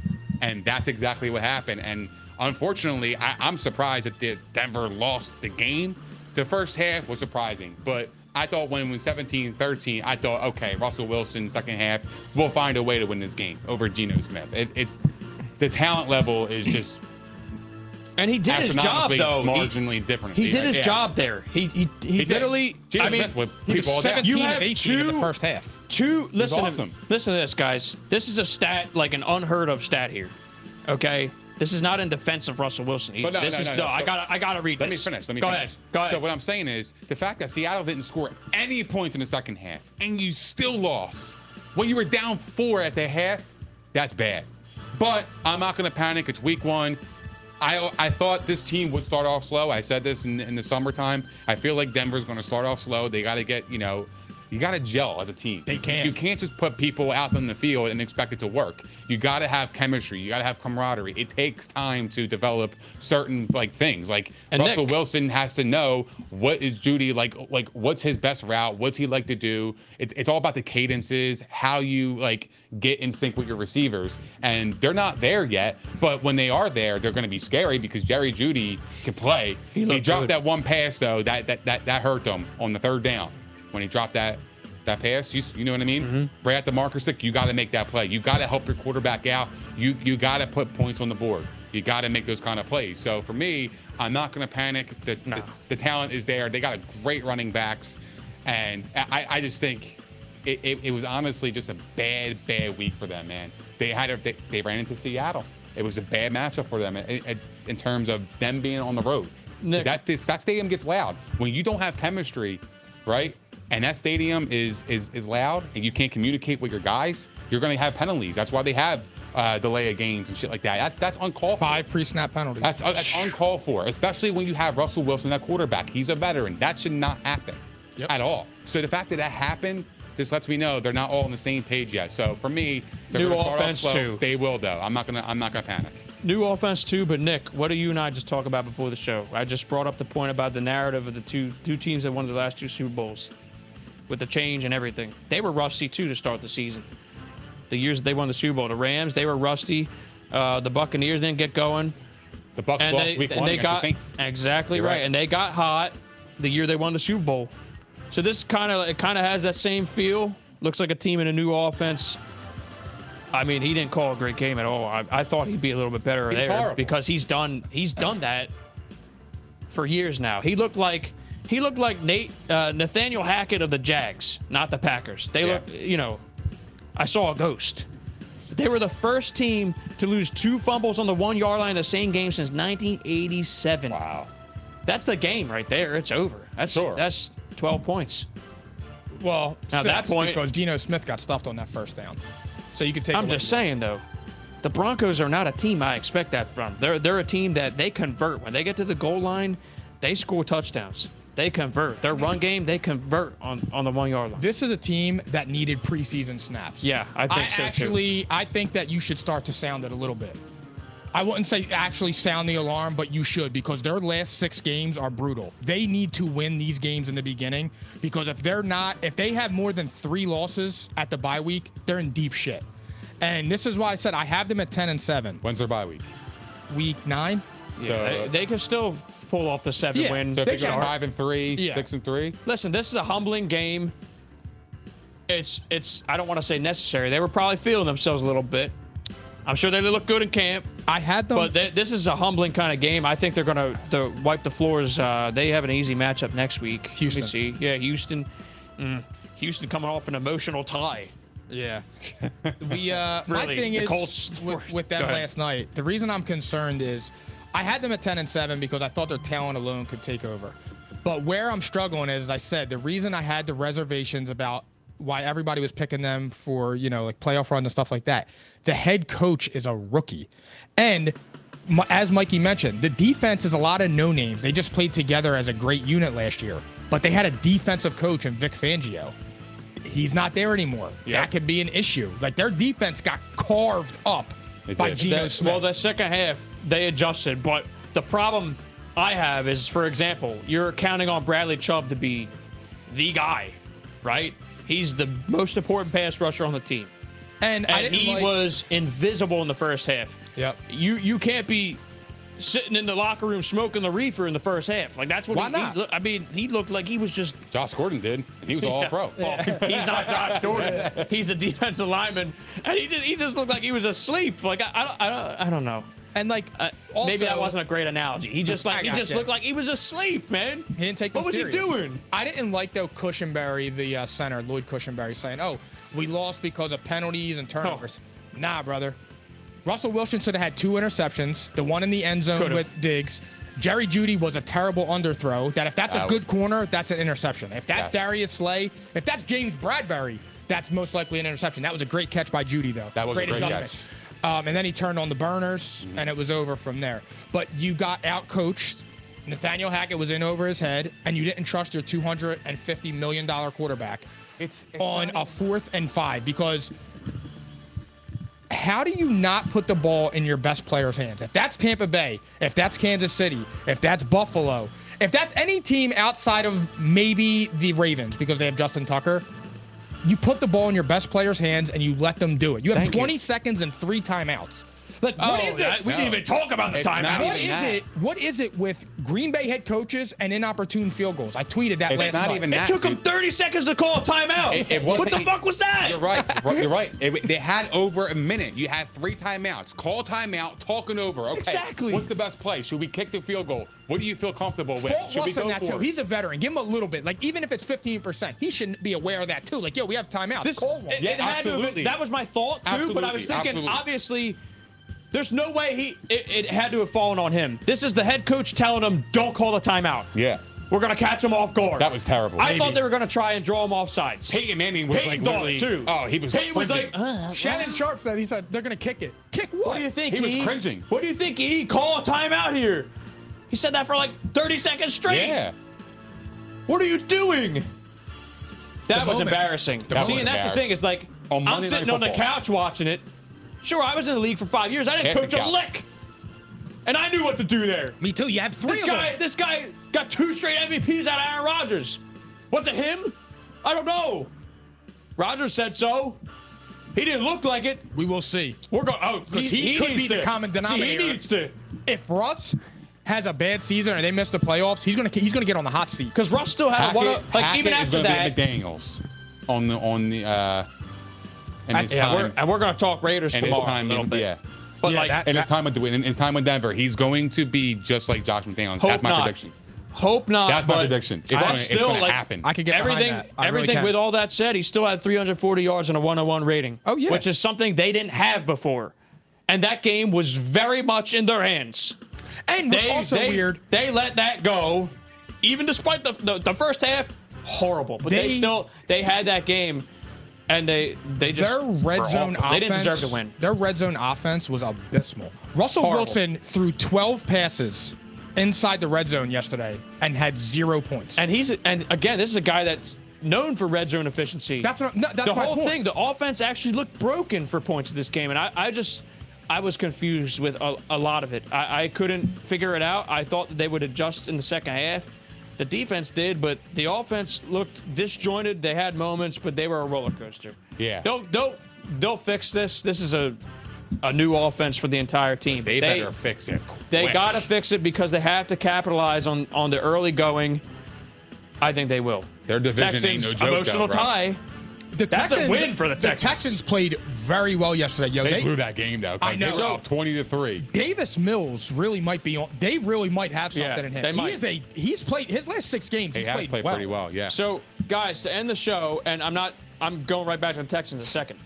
Speaker 3: And that's exactly what happened. And unfortunately, I, I'm surprised that the Denver lost the game. The first half was surprising, but I thought when it was 17 13, I thought, okay, Russell Wilson, second half, we'll find a way to win this game over Geno Smith. It, it's the talent level is just
Speaker 4: And he did his job
Speaker 3: astronomically
Speaker 4: though.
Speaker 3: marginally different.
Speaker 4: He, he did
Speaker 3: Yeah.
Speaker 4: his
Speaker 3: Yeah.
Speaker 4: job there. He he, he,
Speaker 3: did.
Speaker 4: literally.
Speaker 3: Geno
Speaker 4: I mean,
Speaker 3: Smith with
Speaker 4: he was
Speaker 3: people all down.
Speaker 4: 17
Speaker 3: You
Speaker 4: of
Speaker 1: have
Speaker 4: 18
Speaker 1: 18 in the
Speaker 4: two-
Speaker 1: first half.
Speaker 4: two listen
Speaker 3: awesome.
Speaker 4: to, listen to this guys this is a stat like an unheard of stat here okay this is not in defense of russell wilson
Speaker 3: But no,
Speaker 4: this
Speaker 3: no,
Speaker 4: is
Speaker 3: no,
Speaker 4: no,
Speaker 3: no.
Speaker 4: i
Speaker 3: So-
Speaker 4: gotta i gotta read
Speaker 3: Let me
Speaker 4: this
Speaker 3: finish. Let me
Speaker 4: go
Speaker 3: finish.
Speaker 4: ahead go ahead
Speaker 3: So what I'm saying is the fact that Seattle didn't score any points in the second half and you still lost when you were down four at the half, that's bad. But I'm not going to panic. It's week one. I, I thought this team would start off slow. I said this in, in the summertime. I feel like Denver's going to start off slow. They got to get, you know, You got to gel as a team.
Speaker 1: They can't.
Speaker 3: You can't just put people out on the field and expect it to work. You got to have chemistry. You got to have camaraderie. It takes time to develop certain like things. Like
Speaker 4: And
Speaker 3: Russell
Speaker 4: Nick-
Speaker 3: Wilson has to know what is Judy like. Like what's his best route? What's he like to do? It's it's all about the cadences, how you like get in sync with your receivers, and they're not there yet. But when they are there, they're going to be scary because Jerry Judy can play. He,
Speaker 4: looked
Speaker 3: dropped
Speaker 4: good.
Speaker 3: that one pass though. That that that that hurt them on the third down when he dropped that that pass. You, you know what I mean? Right at the marker stick, you got to make that play. You got to help your quarterback out. You you got to put points on the board. You got to make those kind of plays. So for me, I'm not going to panic. The, the the talent is there. They got a great running backs, and I I just think. It, it, it was honestly just a bad, bad week for them, man. They had a, they, they ran into Seattle. It was a bad matchup for them in, in- in terms of them being on the road.
Speaker 4: Nick.
Speaker 3: That's it's, that stadium gets loud when you don't have chemistry, right? And that stadium is is is loud, and you can't communicate with your guys. You're going to have penalties. That's why they have uh, delay of games and shit like that. That's that's uncalled. for.
Speaker 1: Five pre-snap penalties.
Speaker 3: That's uh, that's uncalled for, especially when you have Russell Wilson at quarterback. He's a veteran. That should not happen at all. So the fact that that happened just lets me know they're not all on the same page yet. So for me, they're
Speaker 4: New
Speaker 3: going to start off
Speaker 4: offense,
Speaker 3: slow.
Speaker 4: too.
Speaker 3: They will though. I'm not gonna I'm not gonna panic.
Speaker 4: New offense too, but Nick, what do you and I just talk about before the show? I just brought up the point about the narrative of the two two teams that won the last two Super Bowls, with the change and everything. They were rusty too to start the season. The years that they won the Super Bowl, the Rams they were rusty. Uh, the Buccaneers didn't get going,
Speaker 3: The Bucks
Speaker 4: and
Speaker 3: lost
Speaker 4: they,
Speaker 3: week
Speaker 4: and
Speaker 3: one
Speaker 4: they
Speaker 3: against
Speaker 4: got
Speaker 3: the Saints.
Speaker 4: exactly
Speaker 3: You're
Speaker 4: right.
Speaker 3: right.
Speaker 4: and they got hot the year they won the Super Bowl. So this kind of it kind of has that same feel. Looks like a team in a new offense. I mean, he didn't call a great game at all. I, I thought he'd be a little bit better
Speaker 3: He was
Speaker 4: there
Speaker 3: horrible.
Speaker 4: because he's done he's done that for years now. He looked like he looked like Nate uh, Nathaniel Hackett of the Jags, not the Packers. They
Speaker 3: Yeah.
Speaker 4: look, you know, I saw a ghost. They were the first team to lose two fumbles on the one yard line in the same game since 1987.
Speaker 3: Wow.
Speaker 4: That's the game right there. It's over. That's
Speaker 3: Sure.
Speaker 4: that's 12 points.
Speaker 1: well,
Speaker 4: Now, that
Speaker 1: six,
Speaker 4: point-
Speaker 1: because Geno Smith got stuffed on that first down. So you could take.
Speaker 4: I'm
Speaker 1: away-
Speaker 4: just saying though, the Broncos are not a team I expect that from. They're they're a team that they convert when they get to the goal line, they score touchdowns. They convert. Their
Speaker 3: Mm-hmm.
Speaker 4: run game, they convert on on the one yard line.
Speaker 1: This is a team that needed preseason snaps.
Speaker 4: Yeah, I think so, too.
Speaker 1: actually, I think that you should start to sound it a little bit. I wouldn't say actually sound the alarm, but you should because their last six games are brutal. They need to win these games in the beginning because if they're not, if they have more than three losses at the bye week, they're in deep shit. And this is why I said I have them at 10 and 7.
Speaker 3: When's their bye week?
Speaker 1: Week nine?
Speaker 3: So-
Speaker 4: They, they can still pull off the seven
Speaker 1: Yeah,
Speaker 4: win.
Speaker 3: uh, So if
Speaker 1: They
Speaker 3: they go
Speaker 1: start.
Speaker 3: five and three,
Speaker 1: Yeah.
Speaker 3: six and three,
Speaker 4: Listen, this is a humbling game. It's it's I don't want to say necessary. They were probably feeling themselves a little bit. I'm sure they look good in camp,
Speaker 1: I had them.
Speaker 4: but th- this is a humbling kind of game. I think they're gonna the, wipe the floors. Uh, they have an easy matchup next week. Let me
Speaker 1: Houston.
Speaker 4: see. Yeah, Houston. Mm, Houston coming off an emotional tie.
Speaker 1: Yeah. We uh my
Speaker 4: Really,
Speaker 1: thing
Speaker 4: the
Speaker 1: is
Speaker 4: Colts
Speaker 1: with,
Speaker 4: were-
Speaker 1: with them
Speaker 4: Go ahead.
Speaker 1: last night. The reason I'm concerned is I had them at 10 and 7 because I thought their talent alone could take over. But where I'm struggling is, as I said, the reason I had the reservations about why everybody was picking them for, you know, like playoff runs and stuff like that. The head coach is a rookie. And mi- as Mikey mentioned, the defense is a lot of no names. They just played together as a great unit last year, but they had a defensive coach in Vic Fangio he's not there anymore.
Speaker 3: Yeah.
Speaker 1: That could be an issue. Like their defense got carved up
Speaker 3: It
Speaker 1: by
Speaker 3: did.
Speaker 1: Geno
Speaker 4: That-
Speaker 1: Smith.
Speaker 4: Well, the second half they adjusted, but the problem I have is, for example, you're counting on Bradley Chubb to be the guy, right? He's the most important pass rusher on the team,
Speaker 1: and I
Speaker 4: and
Speaker 1: didn't
Speaker 4: he
Speaker 1: like-
Speaker 4: was invisible in the first half.
Speaker 1: Yep.
Speaker 4: You you can't be sitting in the locker room smoking the reefer in the first half. Like that's what
Speaker 1: Why
Speaker 4: he,
Speaker 1: not?
Speaker 4: he look- I mean, he looked like he was just
Speaker 3: Josh Gordon did. and He was all pro.
Speaker 4: well, he's not Josh Jordan. He's a defensive lineman, and he just, he just looked like he was asleep. Like I, I, don't, I, don't, I don't know.
Speaker 1: And like
Speaker 4: Uh, maybe that wasn't a great analogy. He just
Speaker 1: I
Speaker 4: like he
Speaker 1: gotcha.
Speaker 4: just looked like he was asleep, man.
Speaker 1: He didn't take.
Speaker 4: What
Speaker 1: them
Speaker 4: was he
Speaker 1: serious.
Speaker 4: doing?
Speaker 1: I didn't like though Cushenberry, the uh, center, Lloyd Cushenberry, saying, "Oh, we lost because of penalties and turnovers." Nah, brother. Russell Wilson should have had two interceptions. The one in the end zone
Speaker 4: Could've.
Speaker 1: with Diggs. Jerry Judy was a terrible underthrow. That if that's a
Speaker 3: Out.
Speaker 1: good corner, that's an interception. If that's
Speaker 3: Yeah.
Speaker 1: Darius Slay, if that's James Bradbury, that's most likely an interception. That was a great catch by Judy though.
Speaker 3: That was a great
Speaker 1: adjustment. Um, and then he turned on the burners, and it was over from there. But you got out coached. Nathaniel Hackett was in over his head, and you didn't trust your $250 million quarterback.
Speaker 3: It's- it's
Speaker 1: on
Speaker 3: not
Speaker 1: a fourth and five because how do you not put the ball in your best player's hands? If that's Tampa Bay, if that's Kansas City, if that's Buffalo, if that's any team outside of maybe the Ravens because they have Justin Tucker, you put the ball in your best player's hands and you let them do it. You have
Speaker 4: Thank you.
Speaker 1: 20 seconds and three timeouts. Like, what
Speaker 4: Oh,
Speaker 1: is it?
Speaker 4: that- we
Speaker 3: No.
Speaker 4: didn't even talk about the
Speaker 3: It's not
Speaker 4: timeout.
Speaker 3: even
Speaker 1: What is
Speaker 3: that.
Speaker 1: it? What is it with Green Bay head coaches and inopportune field goals? I tweeted that
Speaker 3: It's
Speaker 1: last
Speaker 3: not
Speaker 1: night.
Speaker 3: even
Speaker 4: It
Speaker 3: that.
Speaker 4: took him
Speaker 3: dude.
Speaker 4: 30 seconds to call a timeout.
Speaker 3: It- it
Speaker 4: what
Speaker 3: wasn't-
Speaker 4: the fuck was that?
Speaker 3: You're right. You're right. You're right. It- they had over a minute. You had three timeouts. Call timeout. Talking over. Okay.
Speaker 4: Exactly.
Speaker 3: What's the best play? Should we kick the field goal? What do you feel comfortable with?
Speaker 1: Fault
Speaker 3: Should we
Speaker 1: Russ on
Speaker 3: go
Speaker 1: that
Speaker 3: for
Speaker 1: too.
Speaker 3: it?
Speaker 1: He's a veteran. Give him a little bit. Like even if it's 15%, he shouldn't be aware of that too. Like yo, we have timeouts.
Speaker 4: This,
Speaker 1: Call one.
Speaker 4: it,
Speaker 3: Yeah,
Speaker 4: it had to have been-
Speaker 3: absolutely.
Speaker 4: that was my thought too, but I was
Speaker 3: Absolutely,
Speaker 4: thinking
Speaker 3: absolutely.
Speaker 4: obviously there's no way he it, it had to have fallen on him. This is the head coach telling him don't call the timeout.
Speaker 3: Yeah.
Speaker 4: We're gonna catch him off guard.
Speaker 3: That was terrible.
Speaker 4: I
Speaker 3: Maybe.
Speaker 4: thought they were gonna try and draw him off sides.
Speaker 3: Peyton Manning was
Speaker 4: Peyton
Speaker 3: like
Speaker 4: thought it,
Speaker 3: literally.
Speaker 4: too.
Speaker 3: Oh, he was.
Speaker 4: Peyton was
Speaker 3: cringing.
Speaker 4: like, uh,
Speaker 1: Shannon Sharp said he said they're gonna kick it. Kick what?
Speaker 4: what do you think?
Speaker 3: He was
Speaker 4: E?
Speaker 3: cringing.
Speaker 4: What do you think? E call a timeout here. He said that for like 30 seconds straight.
Speaker 3: Yeah.
Speaker 4: What are you doing? That was
Speaker 1: moment.
Speaker 4: embarrassing.
Speaker 3: That
Speaker 4: See,
Speaker 3: was
Speaker 4: and that's the
Speaker 3: embarrassing.
Speaker 4: thing is like,
Speaker 3: On
Speaker 4: I'm
Speaker 3: Monday Night
Speaker 4: sitting on the
Speaker 3: Football.
Speaker 4: couch watching it. Sure, I was in the league for five years. I didn't
Speaker 3: Half the
Speaker 4: coach a
Speaker 3: couch.
Speaker 4: lick, and I knew what to do there.
Speaker 1: Me too. You have three
Speaker 4: This
Speaker 1: of
Speaker 4: guy,
Speaker 1: them.
Speaker 4: this guy got two straight MVPs out of Aaron Rodgers. Was it him? I don't know. Rodgers said so. He didn't look like it.
Speaker 1: We will see.
Speaker 4: We're going. Oh,
Speaker 1: Because he could
Speaker 4: needs
Speaker 1: be the
Speaker 4: to.
Speaker 1: common
Speaker 4: See,
Speaker 1: denominator.
Speaker 4: he needs to.
Speaker 1: If Russ has a bad season or they miss the playoffs, he's gonna he's gonna get on the hot seat.
Speaker 4: Because Russ still had one.
Speaker 3: Hackett-
Speaker 4: Uh, Like
Speaker 3: Hackett
Speaker 4: even
Speaker 3: is
Speaker 4: after
Speaker 3: gonna
Speaker 4: that.
Speaker 3: be at McDaniel's on the on the uh, and his
Speaker 4: yeah, we're,
Speaker 3: time
Speaker 4: and we're going to talk Raiders
Speaker 3: and his
Speaker 4: tomorrow
Speaker 3: time
Speaker 4: a little
Speaker 3: in,
Speaker 4: bit.
Speaker 3: yeah,
Speaker 4: But
Speaker 1: Yeah,
Speaker 4: like,
Speaker 1: that-
Speaker 3: and his time with the in his time with Denver, he's going to be just like Josh McDaniels.
Speaker 4: Hope
Speaker 3: That's my
Speaker 4: not.
Speaker 3: prediction.
Speaker 4: hope not.
Speaker 3: That's my
Speaker 4: but
Speaker 3: prediction. It's
Speaker 4: I
Speaker 3: gonna, it's
Speaker 4: still
Speaker 3: gonna
Speaker 4: like,
Speaker 3: happen.
Speaker 1: I could get behind
Speaker 4: everything,
Speaker 1: that. I really
Speaker 4: everything
Speaker 1: can.
Speaker 4: with all that said, he still had 340 yards and a 101 rating.
Speaker 1: Oh, yeah.
Speaker 4: which is something they didn't have before, and that game was very much in their hands.
Speaker 1: and what's
Speaker 4: They,
Speaker 1: also
Speaker 4: they,
Speaker 1: weird.
Speaker 4: They let that go, even despite the the, the first half horrible, but they,
Speaker 1: They-
Speaker 4: still they had that game, and they they just
Speaker 1: Their
Speaker 4: were
Speaker 1: red zone
Speaker 4: awful.
Speaker 1: offense.
Speaker 4: They didn't deserve to win.
Speaker 1: Their red zone offense was abysmal. Russell
Speaker 4: Horrible.
Speaker 1: Wilson threw 12 passes inside the red zone yesterday and had zero points.
Speaker 4: And he's and again, this is a guy that's known for red zone efficiency.
Speaker 1: That's what I'm- no, that's
Speaker 4: the
Speaker 1: my
Speaker 4: whole
Speaker 1: point.
Speaker 4: thing. The offense actually looked broken for points in this game, and I, I just I was confused with a, a lot of it. I, I couldn't figure it out. I thought that they would adjust in the second half. The defense did, but the offense looked disjointed. They had moments, but they were a roller coaster.
Speaker 3: Yeah.
Speaker 4: They'll they'll they'll fix this. This is a a new offense for the entire team.
Speaker 3: they, better fix it.
Speaker 4: They
Speaker 3: quick.
Speaker 4: got to fix it because they have to capitalize on on the early going. I think they will.
Speaker 3: Their division ain't
Speaker 4: Texans
Speaker 3: no joke, though,
Speaker 4: emotional
Speaker 3: bro.
Speaker 4: tie.
Speaker 1: The
Speaker 4: That's a win for the Texans.
Speaker 1: The Texans played very well yesterday. Yo,
Speaker 3: They
Speaker 1: they-
Speaker 3: blew that game though. 'cause
Speaker 1: I know.
Speaker 3: They were up twenty to three.
Speaker 1: Davis Mills really might be on. They really might have something
Speaker 4: Yeah,
Speaker 1: in him.
Speaker 4: they might.
Speaker 1: He is a. He's played his last six games.
Speaker 3: They
Speaker 1: he's
Speaker 3: have
Speaker 1: played,
Speaker 3: played pretty well. Yeah.
Speaker 4: So, guys, to end the show, and I'm not. I'm going right back to the Texans in a second.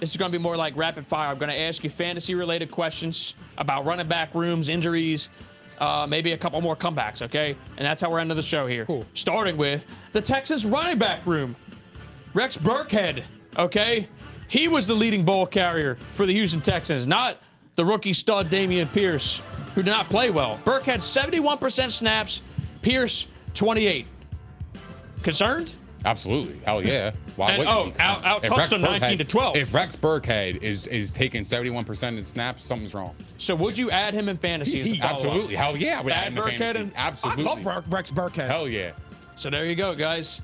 Speaker 4: This is going to be more like rapid fire. I'm going to ask you fantasy related questions about running back rooms, injuries, uh, maybe a couple more comebacks. Okay, and that's how we're ending the show here.
Speaker 1: Cool.
Speaker 4: Starting with the Texans running back room. Rex Burkhead, okay? He was the leading ball carrier for the Houston Texans, not the rookie stud Damian Pierce, who did not play well. Burkhead, 71% snaps, Pierce, 28. Concerned?
Speaker 3: Absolutely. Hell yeah. Why
Speaker 4: And,
Speaker 3: wouldn't
Speaker 4: oh,
Speaker 3: you be?
Speaker 4: out- out
Speaker 3: If
Speaker 4: touched
Speaker 3: Rex
Speaker 4: them 19 to 12.
Speaker 3: If Rex Burkhead is is taking seventy one percent of snaps, something's wrong.
Speaker 4: So would you add him in fantasy? as the follow-up?
Speaker 3: Absolutely. Hell yeah. I would
Speaker 4: Add
Speaker 3: add him to
Speaker 4: Burkhead
Speaker 3: fantasy.
Speaker 4: and-
Speaker 3: Absolutely.
Speaker 1: I love Re- Rex Burkhead.
Speaker 3: Hell yeah.
Speaker 4: So there you go, guys.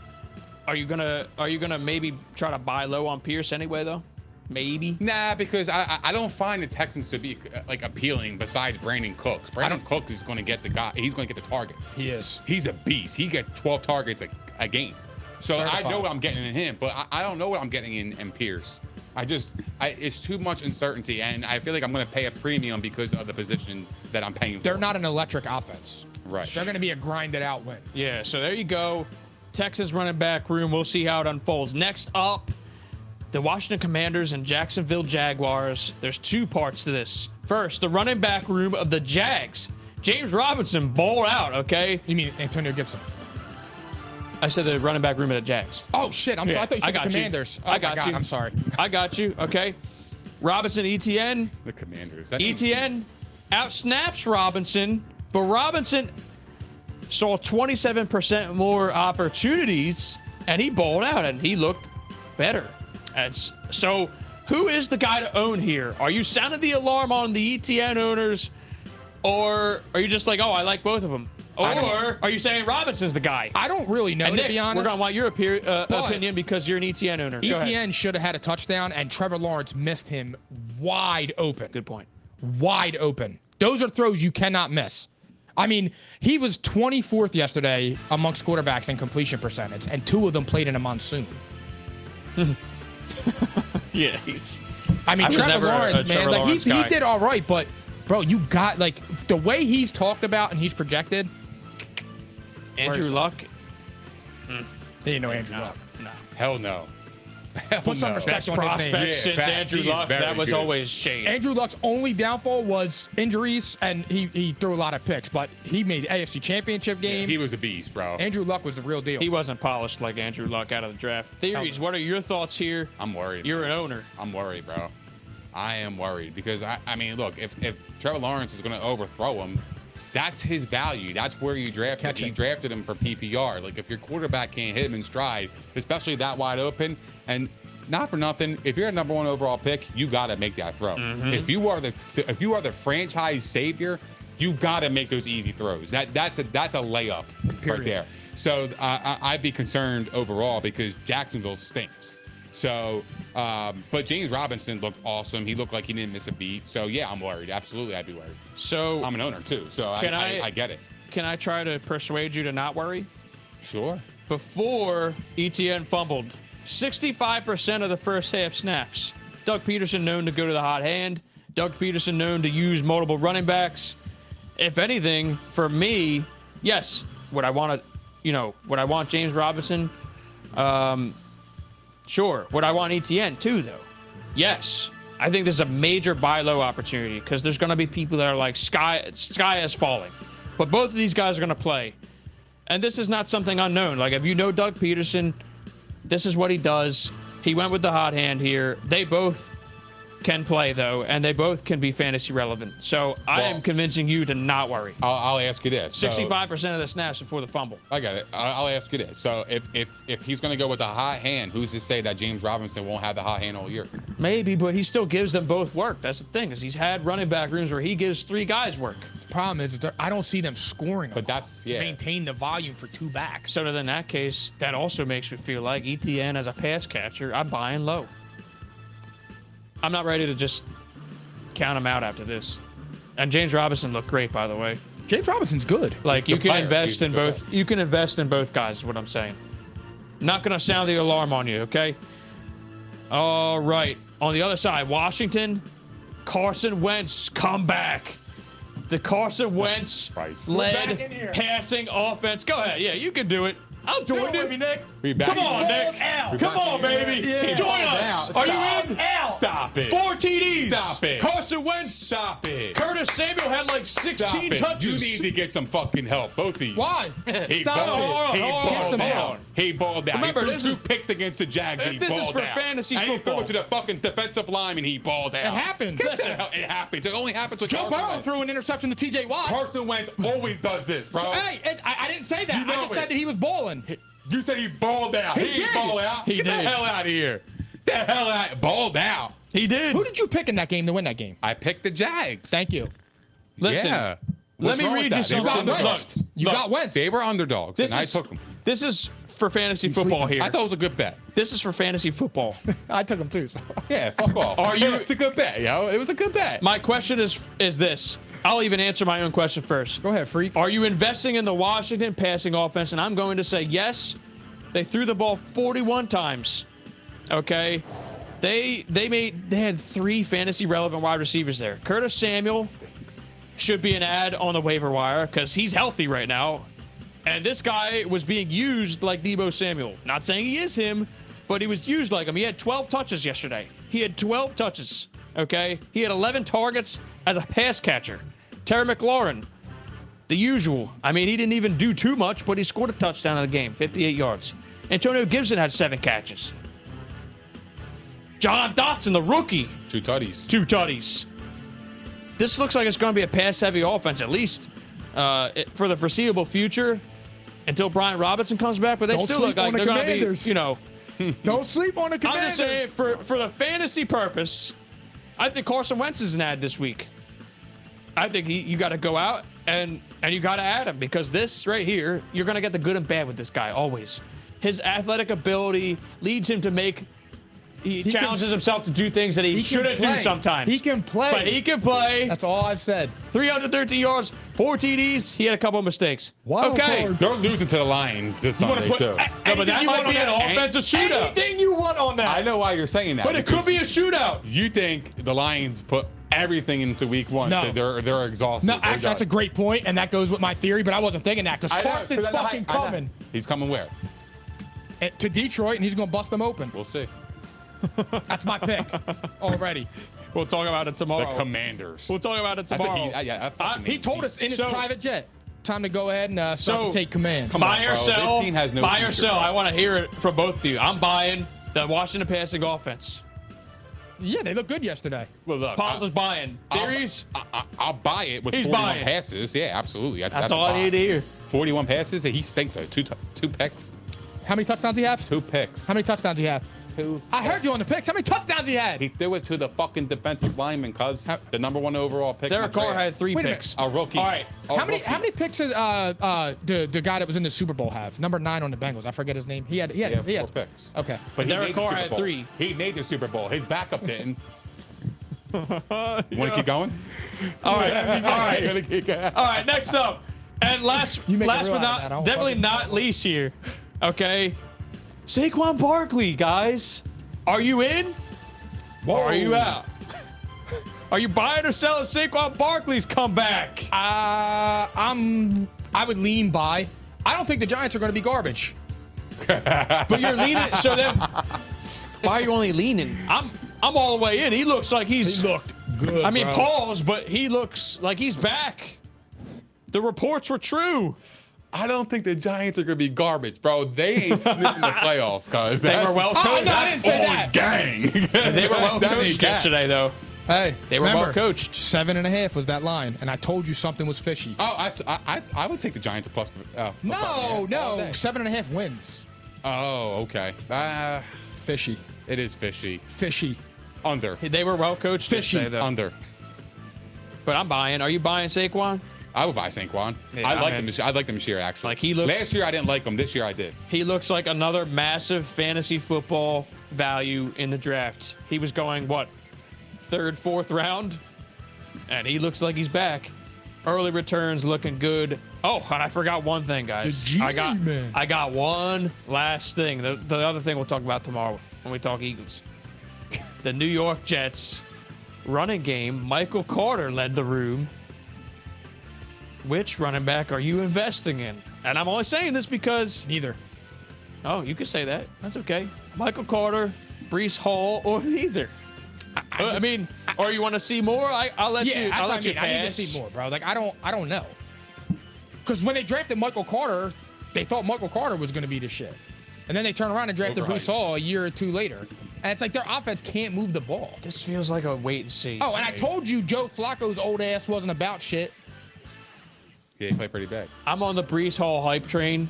Speaker 4: Are you gonna are you gonna maybe try to buy low on Pierce anyway though? Maybe.
Speaker 3: Nah, because I I- I don't find the Texans to be uh, like appealing. Besides Brandon Cooks, Brandon Cooks is going to get the guy. He's going to get the targets.
Speaker 1: He is.
Speaker 3: He's a beast. He gets twelve targets a, a game. So I know
Speaker 1: Certified.
Speaker 3: what I'm getting in him, but I, I don't know what I'm getting in, in Pierce. I just I, it's too much uncertainty, and I feel like I'm going to pay a premium because of the position that I'm paying.
Speaker 1: They're
Speaker 3: for.
Speaker 1: not an electric offense.
Speaker 3: Right.
Speaker 1: They're going to be a grinded out win.
Speaker 4: Yeah, so there you go. Texas running back room. We'll see how it unfolds. Next up, the Washington Commanders and Jacksonville Jaguars. There's two parts to this. First, the running back room of the Jags. James Robinson balled out, okay?
Speaker 1: You mean Antonio Gibson?
Speaker 4: I said the running back room of the Jags.
Speaker 1: Oh shit! I'm
Speaker 4: Yeah,
Speaker 1: sorry. I thought you
Speaker 4: I
Speaker 1: said the
Speaker 4: got you.
Speaker 1: Commanders. Oh
Speaker 4: I
Speaker 1: my
Speaker 4: got
Speaker 1: God,
Speaker 4: you.
Speaker 1: I'm sorry.
Speaker 4: I got you, okay? Robinson, E ETN,
Speaker 3: the Commanders. That
Speaker 1: E
Speaker 4: ETN E outsnaps Robinson, but Robinson saw 27% more opportunities and he bowled out and he looked better. And s- so, who is the guy to own here? Are you sounding the alarm on the ETN owners, or are you just like, oh, I like both of them? Or are you saying Robinson's the guy?
Speaker 1: I don't really know,
Speaker 4: and
Speaker 1: to
Speaker 4: Nick,
Speaker 1: be
Speaker 4: we're
Speaker 1: honest.
Speaker 4: gonna want your appear, uh,
Speaker 1: But-
Speaker 4: opinion because you're an ETN owner. Go ahead.
Speaker 1: ETN should have had a touchdown, and Trevor Lawrence missed him wide open.
Speaker 4: Good point.
Speaker 1: Wide open. Those are throws you cannot miss. I mean, he was 24th yesterday amongst quarterbacks in completion percentage, and two of them played in a monsoon.
Speaker 4: Yeah, he's.
Speaker 1: I mean,
Speaker 4: I was
Speaker 1: Trevor
Speaker 4: never a-
Speaker 1: Lawrence,
Speaker 4: a
Speaker 1: man,
Speaker 4: Trevor
Speaker 1: like
Speaker 4: Lawrence
Speaker 1: he, he
Speaker 4: guy.
Speaker 1: did all right, but bro, you got like the way he's talked about and he's projected.
Speaker 4: Andrew
Speaker 1: Worse.
Speaker 4: Luck.
Speaker 1: He didn't know Andrew
Speaker 4: No,
Speaker 1: Luck.
Speaker 4: no.
Speaker 3: Hell no. Hell
Speaker 1: Put some
Speaker 3: no.
Speaker 1: respect on his name.
Speaker 4: Prospect
Speaker 3: Yeah,
Speaker 4: since
Speaker 3: facts.
Speaker 4: Andrew
Speaker 3: He's
Speaker 4: Luck,
Speaker 3: very
Speaker 4: that was
Speaker 3: good.
Speaker 4: always shade.
Speaker 1: Andrew Luck's only downfall was injuries, and he, he threw a lot of picks, but he made AFC Championship game.
Speaker 3: He was a beast, bro.
Speaker 1: Andrew Luck was the real deal.
Speaker 4: He wasn't polished like Andrew Luck out of the draft. Theories, what are your thoughts here?
Speaker 3: I'm worried.
Speaker 4: You're an owner.
Speaker 3: I'm worried, bro. I am worried because I, I mean, look, if, if Trevor Lawrence is going to overthrow him, that's his value. That's where you drafted. You
Speaker 1: Catching.
Speaker 3: drafted him for PPR. Like if your quarterback can't hit him in stride, especially that wide open, and not for nothing, if you're a number one overall pick, you got to make that throw. If you are the if you are the franchise savior, you got to make those easy throws. That that's a that's a layup right there. So uh, I, I'd be concerned overall because Jacksonville stinks. So, um, but James Robinson looked awesome. He looked like he didn't miss a beat. So yeah, I'm worried. Absolutely, I'd be worried.
Speaker 4: So
Speaker 3: I'm an owner too, so I,
Speaker 4: Can
Speaker 3: I,
Speaker 4: I-
Speaker 3: I get it.
Speaker 4: can I try to persuade you to not worry?
Speaker 3: Sure.
Speaker 4: Before ETN fumbled, 65% of the first half snaps. Doug Peterson known to go to the hot hand. Doug Peterson known to use multiple running backs. If anything, for me, yes, would I want to, you know, would I want James Robinson? Um, Sure. Would I want ETN too, though? Yes. I think this is a major buy low opportunity because there's going to be people that are like sky sky is falling, but both of these guys are going to play, and this is not something unknown. Like if you know Doug Peterson, this is what he does. He went with the hot hand here. They both can play though, and they both can be fantasy relevant. So I
Speaker 3: Well-
Speaker 4: am convincing you to not worry.
Speaker 3: I'll, I'll ask you this. So-
Speaker 4: Sixty-five percent of the snaps before the fumble.
Speaker 3: I got it. I- I'll ask you this. So if if if he's going to go with a hot hand, who's to say that James Robinson won't have the hot hand all year?
Speaker 4: Maybe, but he still gives them both work. That's the thing is he's had running back rooms where he gives three guys work.
Speaker 1: problem is they're- I don't see them scoring. a
Speaker 3: But
Speaker 1: lot
Speaker 3: that's-
Speaker 1: to
Speaker 3: yeah.
Speaker 1: maintain the volume for two backs.
Speaker 4: So then in that case, that also makes me feel like ETN as a pass catcher, I'm buying low. I'm not ready to just count him out after this. And James Robinson looked great, by the way.
Speaker 1: James Robinson's good.
Speaker 4: Like
Speaker 3: He's
Speaker 4: you
Speaker 3: a good
Speaker 4: can
Speaker 3: player.
Speaker 4: invest
Speaker 3: He's a
Speaker 4: in
Speaker 3: good
Speaker 4: both. You can invest in both guys. Is what I'm saying. Not gonna sound the alarm on you, okay? All right. On the other side, Washington, Carson Wentz, come back. The Carson Wentz
Speaker 3: Christ.
Speaker 4: led
Speaker 1: back in here.
Speaker 4: passing offense. Go ahead. Yeah, you can do it. I'm doing it.
Speaker 3: We back.
Speaker 4: Come on, Nick. Come on, baby. Join us. Are you in?
Speaker 3: Stop it.
Speaker 4: Four TDs.
Speaker 3: Stop it.
Speaker 4: Carson Wentz.
Speaker 3: Stop it.
Speaker 4: Curtis Samuel had like 16
Speaker 3: Stop it.
Speaker 4: touches.
Speaker 3: You need to get some fucking help, both of you.
Speaker 1: Why?
Speaker 3: He
Speaker 1: Stop
Speaker 4: it.
Speaker 3: balled, He
Speaker 4: Hold on, hold
Speaker 3: balled
Speaker 4: on.
Speaker 3: out. He balled out.
Speaker 4: Remember,
Speaker 3: he threw
Speaker 4: this
Speaker 3: two
Speaker 4: is-
Speaker 3: picks against the Jags and he
Speaker 4: This is
Speaker 3: balled
Speaker 4: for
Speaker 3: out.
Speaker 4: fantasy
Speaker 3: and
Speaker 4: football.
Speaker 3: He threw it to the fucking defensive lineman. He balled out.
Speaker 1: happens.
Speaker 3: Get the
Speaker 1: Listen.
Speaker 3: hell- It happens. It only happens with
Speaker 1: Joe
Speaker 3: Carson
Speaker 1: Burrow
Speaker 3: Wentz.
Speaker 1: threw an interception to T.J. Watt.
Speaker 3: Carson Wentz always does this, bro.
Speaker 1: So, hey, it, I, I didn't say that.
Speaker 3: You know
Speaker 1: I just
Speaker 3: it.
Speaker 1: said that he was bowling.
Speaker 3: You said he balled out. He,
Speaker 1: He
Speaker 3: didn't
Speaker 1: did.
Speaker 3: ball out.
Speaker 4: He
Speaker 3: Get
Speaker 4: did.
Speaker 3: the hell out of here. The hell out. Balled out.
Speaker 4: He did.
Speaker 1: Who did you pick in that game to win that game?
Speaker 3: I picked the Jags.
Speaker 1: Thank you.
Speaker 4: Listen,
Speaker 3: Yeah.
Speaker 4: let
Speaker 3: What's
Speaker 4: me
Speaker 3: wrong with
Speaker 4: read you
Speaker 3: that? They were
Speaker 4: something.
Speaker 1: Look,
Speaker 3: underdogs.
Speaker 1: look, you got Wentz.
Speaker 3: They were underdogs,
Speaker 4: this
Speaker 3: and
Speaker 4: is,
Speaker 3: I took them.
Speaker 4: This is for fantasy football here.
Speaker 3: I thought it was a good bet.
Speaker 4: this is for fantasy football.
Speaker 1: I took him too. So.
Speaker 3: Yeah, fuck off.
Speaker 4: Are you-
Speaker 3: It's a good bet, yo. It was a good bet.
Speaker 4: my question is is this. I'll even answer my own question first.
Speaker 1: Go ahead, freak.
Speaker 4: Are you investing in the Washington passing offense? And I'm going to say yes. They threw the ball 41 times. Okay. They they made they had three fantasy relevant wide receivers there. Curtis Samuel should be an ad on the waiver wire because he's healthy right now. And this guy was being used like Debo Samuel. Not saying he is him, but he was used like him. He had 12 touches yesterday. He had 12 touches. Okay. He had 11 targets as a pass catcher. Terry McLaurin, the usual. I mean, he didn't even do too much, but he scored a touchdown in the game, 58 yards. Antonio Gibson had seven catches. John Dotson, the rookie,
Speaker 3: Two tutties.
Speaker 4: two tutties. This looks like it's going to be a pass heavy offense, at least uh, it- for the foreseeable future. until Brian Robinson comes back, but they
Speaker 1: Don't
Speaker 4: still
Speaker 1: sleep
Speaker 4: look like
Speaker 1: on the
Speaker 4: they're going to
Speaker 1: Commanders.
Speaker 4: be, you know.
Speaker 1: Don't sleep on the
Speaker 4: I'm just
Speaker 1: commanders.
Speaker 4: saying, for, for the fantasy purpose, I think Carson Wentz is an ad this week. I think he, you got to go out and and you got to add him because this right here, you're going to get the good and bad with this guy always. His athletic ability leads him to make. He,
Speaker 1: can-
Speaker 4: challenges himself to do things that he,
Speaker 1: he can
Speaker 4: shouldn't
Speaker 1: play.
Speaker 4: do sometimes.
Speaker 1: He can play.
Speaker 4: But he can play.
Speaker 1: That's all I've said.
Speaker 4: 313 yards, four TDs. He had a couple of mistakes.
Speaker 1: Wild
Speaker 4: okay.
Speaker 1: card.
Speaker 3: They're losing to the Lions this
Speaker 4: wanna
Speaker 3: Sunday,
Speaker 4: put-
Speaker 3: too.
Speaker 4: I- No, but that
Speaker 1: Anything you
Speaker 4: might
Speaker 1: want
Speaker 4: be
Speaker 1: on
Speaker 4: an
Speaker 1: that-
Speaker 4: offensive shootout.
Speaker 1: Anything you want on that.
Speaker 3: I know why you're saying that.
Speaker 4: But it
Speaker 3: because
Speaker 4: could be a shootout.
Speaker 3: You think the Lions put everything into week one,
Speaker 1: No.
Speaker 3: so they're they're exhausted.
Speaker 1: No,
Speaker 3: They're
Speaker 1: actually, that's a
Speaker 3: done.
Speaker 1: great point, and that goes with my theory, but I wasn't thinking that because
Speaker 3: I know,
Speaker 1: Carson's
Speaker 3: 'cause I know-
Speaker 1: fucking
Speaker 3: I know.
Speaker 1: coming
Speaker 3: He's coming where?
Speaker 1: at- to Detroit, and he's going to bust them open.
Speaker 3: We'll see.
Speaker 1: That's my pick already.
Speaker 4: We'll talk about it
Speaker 3: The
Speaker 4: tomorrow.
Speaker 3: Commanders.
Speaker 4: we'll talk about it
Speaker 3: That's a
Speaker 4: tomorrow.
Speaker 3: heat- I- yeah, I
Speaker 4: I-
Speaker 3: fucking
Speaker 4: he
Speaker 3: hate
Speaker 4: told
Speaker 3: heat.
Speaker 4: us in his
Speaker 1: So,
Speaker 4: private
Speaker 1: private jet. Time to go ahead and uh, start
Speaker 4: So-
Speaker 1: to take command.
Speaker 3: Come on,
Speaker 4: buy
Speaker 3: bro.
Speaker 4: or
Speaker 3: This
Speaker 4: sell.
Speaker 3: team has no
Speaker 4: buy or
Speaker 3: future,
Speaker 4: sell.
Speaker 3: bro.
Speaker 4: I want to hear it from both of you. I'm buying the Washington passing offense.
Speaker 1: Yeah, they look good yesterday.
Speaker 3: Well, look,
Speaker 4: Paul's
Speaker 3: I-
Speaker 4: is buying. Theories.
Speaker 3: I, I, I'll buy it with
Speaker 4: He's
Speaker 3: 41
Speaker 4: buying.
Speaker 3: passes. Yeah, absolutely. That's,
Speaker 4: That's
Speaker 3: a
Speaker 4: all I
Speaker 3: buy.
Speaker 4: need to hear.
Speaker 3: 41 passes. and He stinks. Like two, t- two picks.
Speaker 1: How many touchdowns do you have?
Speaker 3: Two picks.
Speaker 1: How many touchdowns do you have?
Speaker 3: Two.
Speaker 1: I heard you on the picks. How many touchdowns do you had?
Speaker 3: He threw it to the fucking defensive lineman, cuz
Speaker 1: How-
Speaker 3: the number one overall pick. in
Speaker 4: Derek
Speaker 3: the
Speaker 4: Carr
Speaker 3: draft.
Speaker 4: had three
Speaker 1: Wait a
Speaker 4: picks.
Speaker 3: A rookie.
Speaker 4: All right.
Speaker 3: A
Speaker 1: how many
Speaker 3: rookie.
Speaker 1: how many picks did uh uh the, the guy that was in the Super Bowl have? Number nine on the Bengals. I forget his name. He had he had
Speaker 3: He had
Speaker 1: he
Speaker 3: four
Speaker 1: had
Speaker 3: picks.
Speaker 1: Okay.
Speaker 3: But he
Speaker 4: Derek
Speaker 3: made the
Speaker 4: Carr
Speaker 3: Super
Speaker 4: had
Speaker 3: Bowl.
Speaker 4: three.
Speaker 3: He made the Super Bowl. His backup didn't.
Speaker 4: Uh,
Speaker 3: Want to keep going?
Speaker 4: All right. All right.
Speaker 3: Gonna keep going.
Speaker 4: All right, next up. And last
Speaker 1: You make a
Speaker 4: last
Speaker 1: reel
Speaker 4: but
Speaker 1: out of that.
Speaker 4: not
Speaker 1: I don't
Speaker 4: definitely
Speaker 1: fucking-
Speaker 4: not least here. Okay. Saquon Barkley, guys. Are you in? Or are you out? Are you buying or selling Saquon Barkley's comeback?
Speaker 1: Uh I'm I would lean by. I don't think the Giants are gonna be garbage.
Speaker 4: But you're leaning so then why are you only leaning? I'm I'm all the way in. He looks like he's
Speaker 1: looked good.
Speaker 4: I mean Paul's, but he looks like he's back. The reports were true.
Speaker 3: I don't think the Giants are gonna be garbage, bro. They ain't sniffing the playoffs, cuz
Speaker 4: They were well
Speaker 1: Oh,
Speaker 4: coached.
Speaker 1: no, I didn't say that.
Speaker 3: gang.
Speaker 4: They were well coached yesterday though.
Speaker 1: Hey,
Speaker 4: They were well
Speaker 1: remember,
Speaker 4: coached.
Speaker 1: Seven and a half was that line, and I told you something was fishy. Oh,
Speaker 3: Oh, I, I, I- I would take the Giants a plus. Uh,
Speaker 1: no, no,
Speaker 3: Seven.
Speaker 1: seven and a half wins.
Speaker 3: Oh, okay. Uh,
Speaker 1: Fishy,
Speaker 3: it is fishy.
Speaker 1: fishy.
Speaker 3: Under.
Speaker 4: They were well coached.
Speaker 1: Fishy.
Speaker 4: yesterday, though.
Speaker 3: Under.
Speaker 4: But I'm buying. Are you buying Saquon?
Speaker 3: I would buy Saquon.
Speaker 4: Yeah,
Speaker 3: I
Speaker 4: I
Speaker 3: like
Speaker 4: mean-
Speaker 3: him. This, I like him this year actually.
Speaker 4: Like, he looks-
Speaker 3: Last year I didn't like him. This year I did.
Speaker 4: He looks like another massive fantasy football value in the draft. He was going what third, fourth round, and he looks like he's back. Early returns looking good. Oh, and I forgot one thing, guys.
Speaker 1: The
Speaker 4: I got
Speaker 1: G-Man.
Speaker 4: I got one last thing. The, the other thing we'll talk about tomorrow when we talk Eagles. The New York Jets running game. Michael Carter led the room. Which running back are you investing in? And I'm only saying this because
Speaker 1: Neither.
Speaker 4: Oh, you could say that. That's okay. Michael Carter, Brees Hall, or neither. I,
Speaker 1: just-
Speaker 4: mean, or you want to see more? I, I'll let
Speaker 1: Yeah,
Speaker 4: you.
Speaker 1: that's
Speaker 4: I'll
Speaker 1: what
Speaker 4: let
Speaker 1: I
Speaker 4: you
Speaker 1: mean. I need to
Speaker 4: pass.
Speaker 1: see more, bro. Like I don't, I don't know. Because when they drafted Michael Carter, they thought Michael Carter was going to be the shit, and then they turn around and drafted
Speaker 3: Overhyped.
Speaker 1: Bruce Hall a year or two later, and it's like their offense can't move the ball.
Speaker 4: This feels like a wait and see.
Speaker 1: Oh, and I told you Joe Flacco's old ass wasn't about shit.
Speaker 3: Yeah, he played pretty bad.
Speaker 4: I'm on the Brees Hall hype train,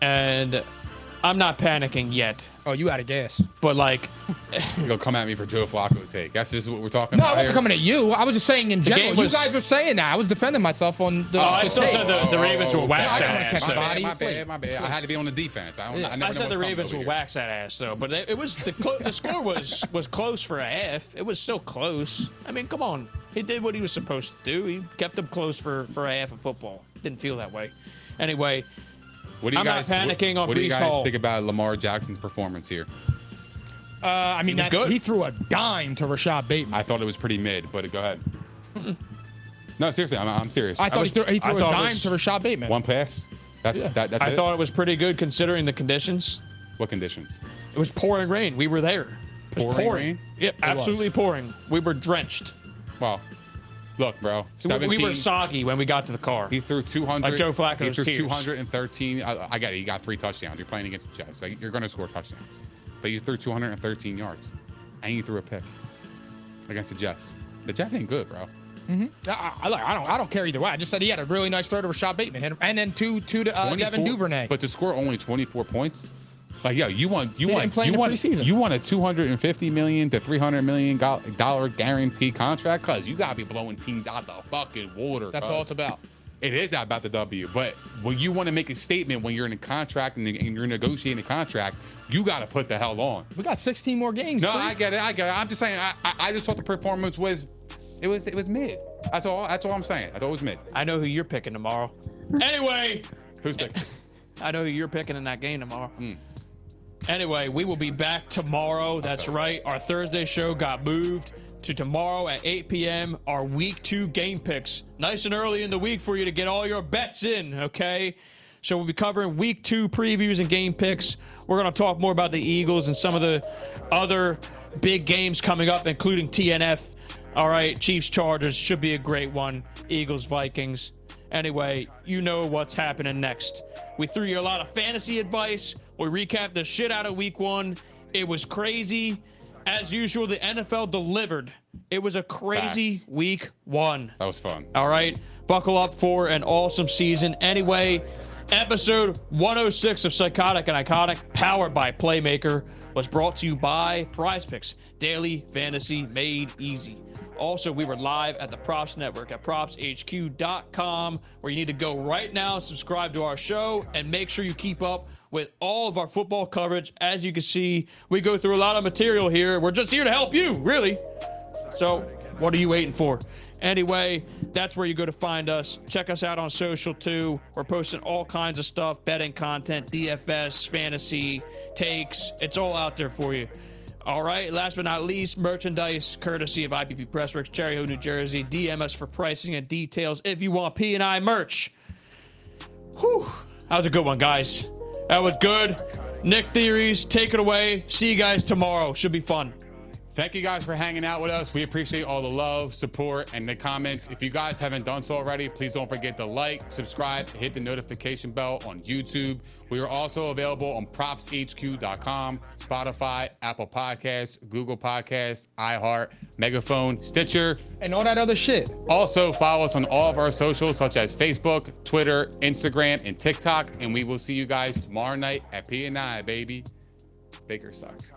Speaker 4: and I'm not panicking yet.
Speaker 1: Oh, you out of gas?
Speaker 4: But like,
Speaker 3: You go come at me for Joe Flacco take. That's just what we're talking
Speaker 1: No, I
Speaker 3: about.
Speaker 1: wasn't
Speaker 3: here.
Speaker 1: coming at you. I was just saying in general.
Speaker 4: game was-
Speaker 1: You guys were saying that. I was defending myself on the.
Speaker 4: oh, I
Speaker 1: the
Speaker 4: still
Speaker 1: tape.
Speaker 4: said the, the
Speaker 3: Oh,
Speaker 4: Ravens
Speaker 3: oh,
Speaker 4: will
Speaker 3: okay.
Speaker 4: wax
Speaker 3: I
Speaker 4: that
Speaker 3: don't
Speaker 1: wanna
Speaker 4: ass.
Speaker 1: catch
Speaker 4: though.
Speaker 3: My bad,
Speaker 1: Body,
Speaker 3: my
Speaker 1: it's late.
Speaker 3: bad, my bad. I had to be on the defense. I, don't, I, never know
Speaker 4: I said
Speaker 3: what's
Speaker 4: the
Speaker 3: coming
Speaker 4: Ravens
Speaker 3: over
Speaker 4: will
Speaker 3: here.
Speaker 4: wax that ass though, but it, it was the clo- the score was was close for a half. It was so close. I mean, come on, he did what he was supposed to do. He kept them close for for a half of football. Didn't feel that way. Anyway,
Speaker 3: What do you
Speaker 4: I'm not
Speaker 3: guys,
Speaker 4: panicking
Speaker 3: what,
Speaker 4: on
Speaker 3: What do you
Speaker 4: Brees
Speaker 3: guys
Speaker 4: Hall.
Speaker 3: think about Lamar Jackson's performance here?
Speaker 1: Uh, I mean,
Speaker 4: He was
Speaker 1: that,
Speaker 4: good.
Speaker 1: he threw a dime to Rashad Bateman.
Speaker 3: I thought it was pretty mid, but go ahead. no, seriously, I'm, I'm serious.
Speaker 1: I, thought
Speaker 4: was-
Speaker 1: he threw, he
Speaker 4: I
Speaker 1: threw a
Speaker 4: thought it
Speaker 1: dime
Speaker 4: was-
Speaker 1: to Rashad Bateman.
Speaker 3: one pass. That's that, that's
Speaker 4: I
Speaker 3: it?
Speaker 4: thought it was pretty good considering the conditions.
Speaker 3: What conditions?
Speaker 4: It was pouring rain. We were there. It was
Speaker 3: Pouring rain?
Speaker 4: Yeah, absolutely pouring. We were drenched.
Speaker 3: Well, look, bro.
Speaker 4: We- We were
Speaker 3: 17
Speaker 4: soggy when we got to the car.
Speaker 3: He threw 200.
Speaker 4: Like Joe Flacco's
Speaker 3: He threw
Speaker 4: tears.
Speaker 3: 213. I, I got it. He got three touchdowns. You're playing against the Jets. Like, you're going to score touchdowns. But you threw 213 yards. And you threw a pick against the Jets. The Jets ain't good, bro.
Speaker 1: I, I, like- I don't. I don't care either way. I just said he had a really nice throw to Rashad Bateman, and- and then two, two to uh, Devin
Speaker 3: 24
Speaker 1: Duvernay.
Speaker 3: But to score only 24 points, like yo, you want you
Speaker 1: They
Speaker 3: want
Speaker 1: didn't play
Speaker 3: you
Speaker 1: in the
Speaker 3: want
Speaker 1: preseason.
Speaker 3: you want a 250 million to 300 million go- dollar guarantee contract, cause you gotta be blowing teams out the fucking water.
Speaker 1: That's
Speaker 3: cuz.
Speaker 1: all it's about.
Speaker 3: It is about the W, but when you want to make a statement when you're in a contract and, and you're negotiating a contract, you got to put the hell on.
Speaker 1: We got 16 more games.
Speaker 3: No,
Speaker 1: freak.
Speaker 3: I get it. I get it. I'm just saying. I, I, I just thought the performance was, it was it was mid. That's all. That's all I'm saying. I thought it was mid.
Speaker 4: I know who you're picking tomorrow. Anyway,
Speaker 3: Who's big?
Speaker 4: I know who you're picking in that game tomorrow. Anyway, we will be back tomorrow. That's right. Our Thursday show got moved to tomorrow at 8 p.m. Our week two game picks. Nice and early in the week for you to get all your bets in, okay? So we'll be covering week two previews and game picks. We're going to talk more about the Eagles and some of the other big games coming up, including TNF. All right, Chiefs Chargers should be a great one. Eagles Vikings. Anyway, you know what's happening next. We threw you a lot of fantasy advice. We recapped the shit out of week one. It was crazy. As usual, the NFL delivered. It was a crazy
Speaker 3: Facts.
Speaker 4: week one.
Speaker 3: That was fun.
Speaker 4: All right. Buckle up for an awesome season. Anyway, episode 106 of Psychotic and Iconic, powered by Playmaker, was brought to you by Prize Picks, daily fantasy made easy. Also, we were live at the Props Network at propshq.com, where you need to go right now, subscribe to our show, and make sure you keep up with all of our football coverage. As you can see, we go through a lot of material here. We're just here to help you, really. So, what are you waiting for? Anyway, that's where you go to find us. Check us out on social too. We're posting all kinds of stuff betting content, DFS, fantasy, takes. It's all out there for you. All right, last but not least, merchandise courtesy of IPP Pressworks, Cherry Hill, New Jersey. DM us for pricing and details if you want P&I merch. Whew. That was a good one, guys. That was good. Nick Theories, take it away. See you guys tomorrow. Should be fun.
Speaker 3: Thank you guys for hanging out with us. We appreciate all the love, support, and the comments. If you guys haven't done so already, please don't forget to like, subscribe, hit the notification bell on YouTube. We are also available on propshq.com, Spotify, Apple Podcasts, Google Podcasts, iHeart, Megaphone, Stitcher.
Speaker 1: and all that other shit.
Speaker 3: Also, follow us on all of our socials, such as Facebook, Twitter, Instagram, and TikTok. And we will see you guys tomorrow night at P&I, baby. Baker sucks.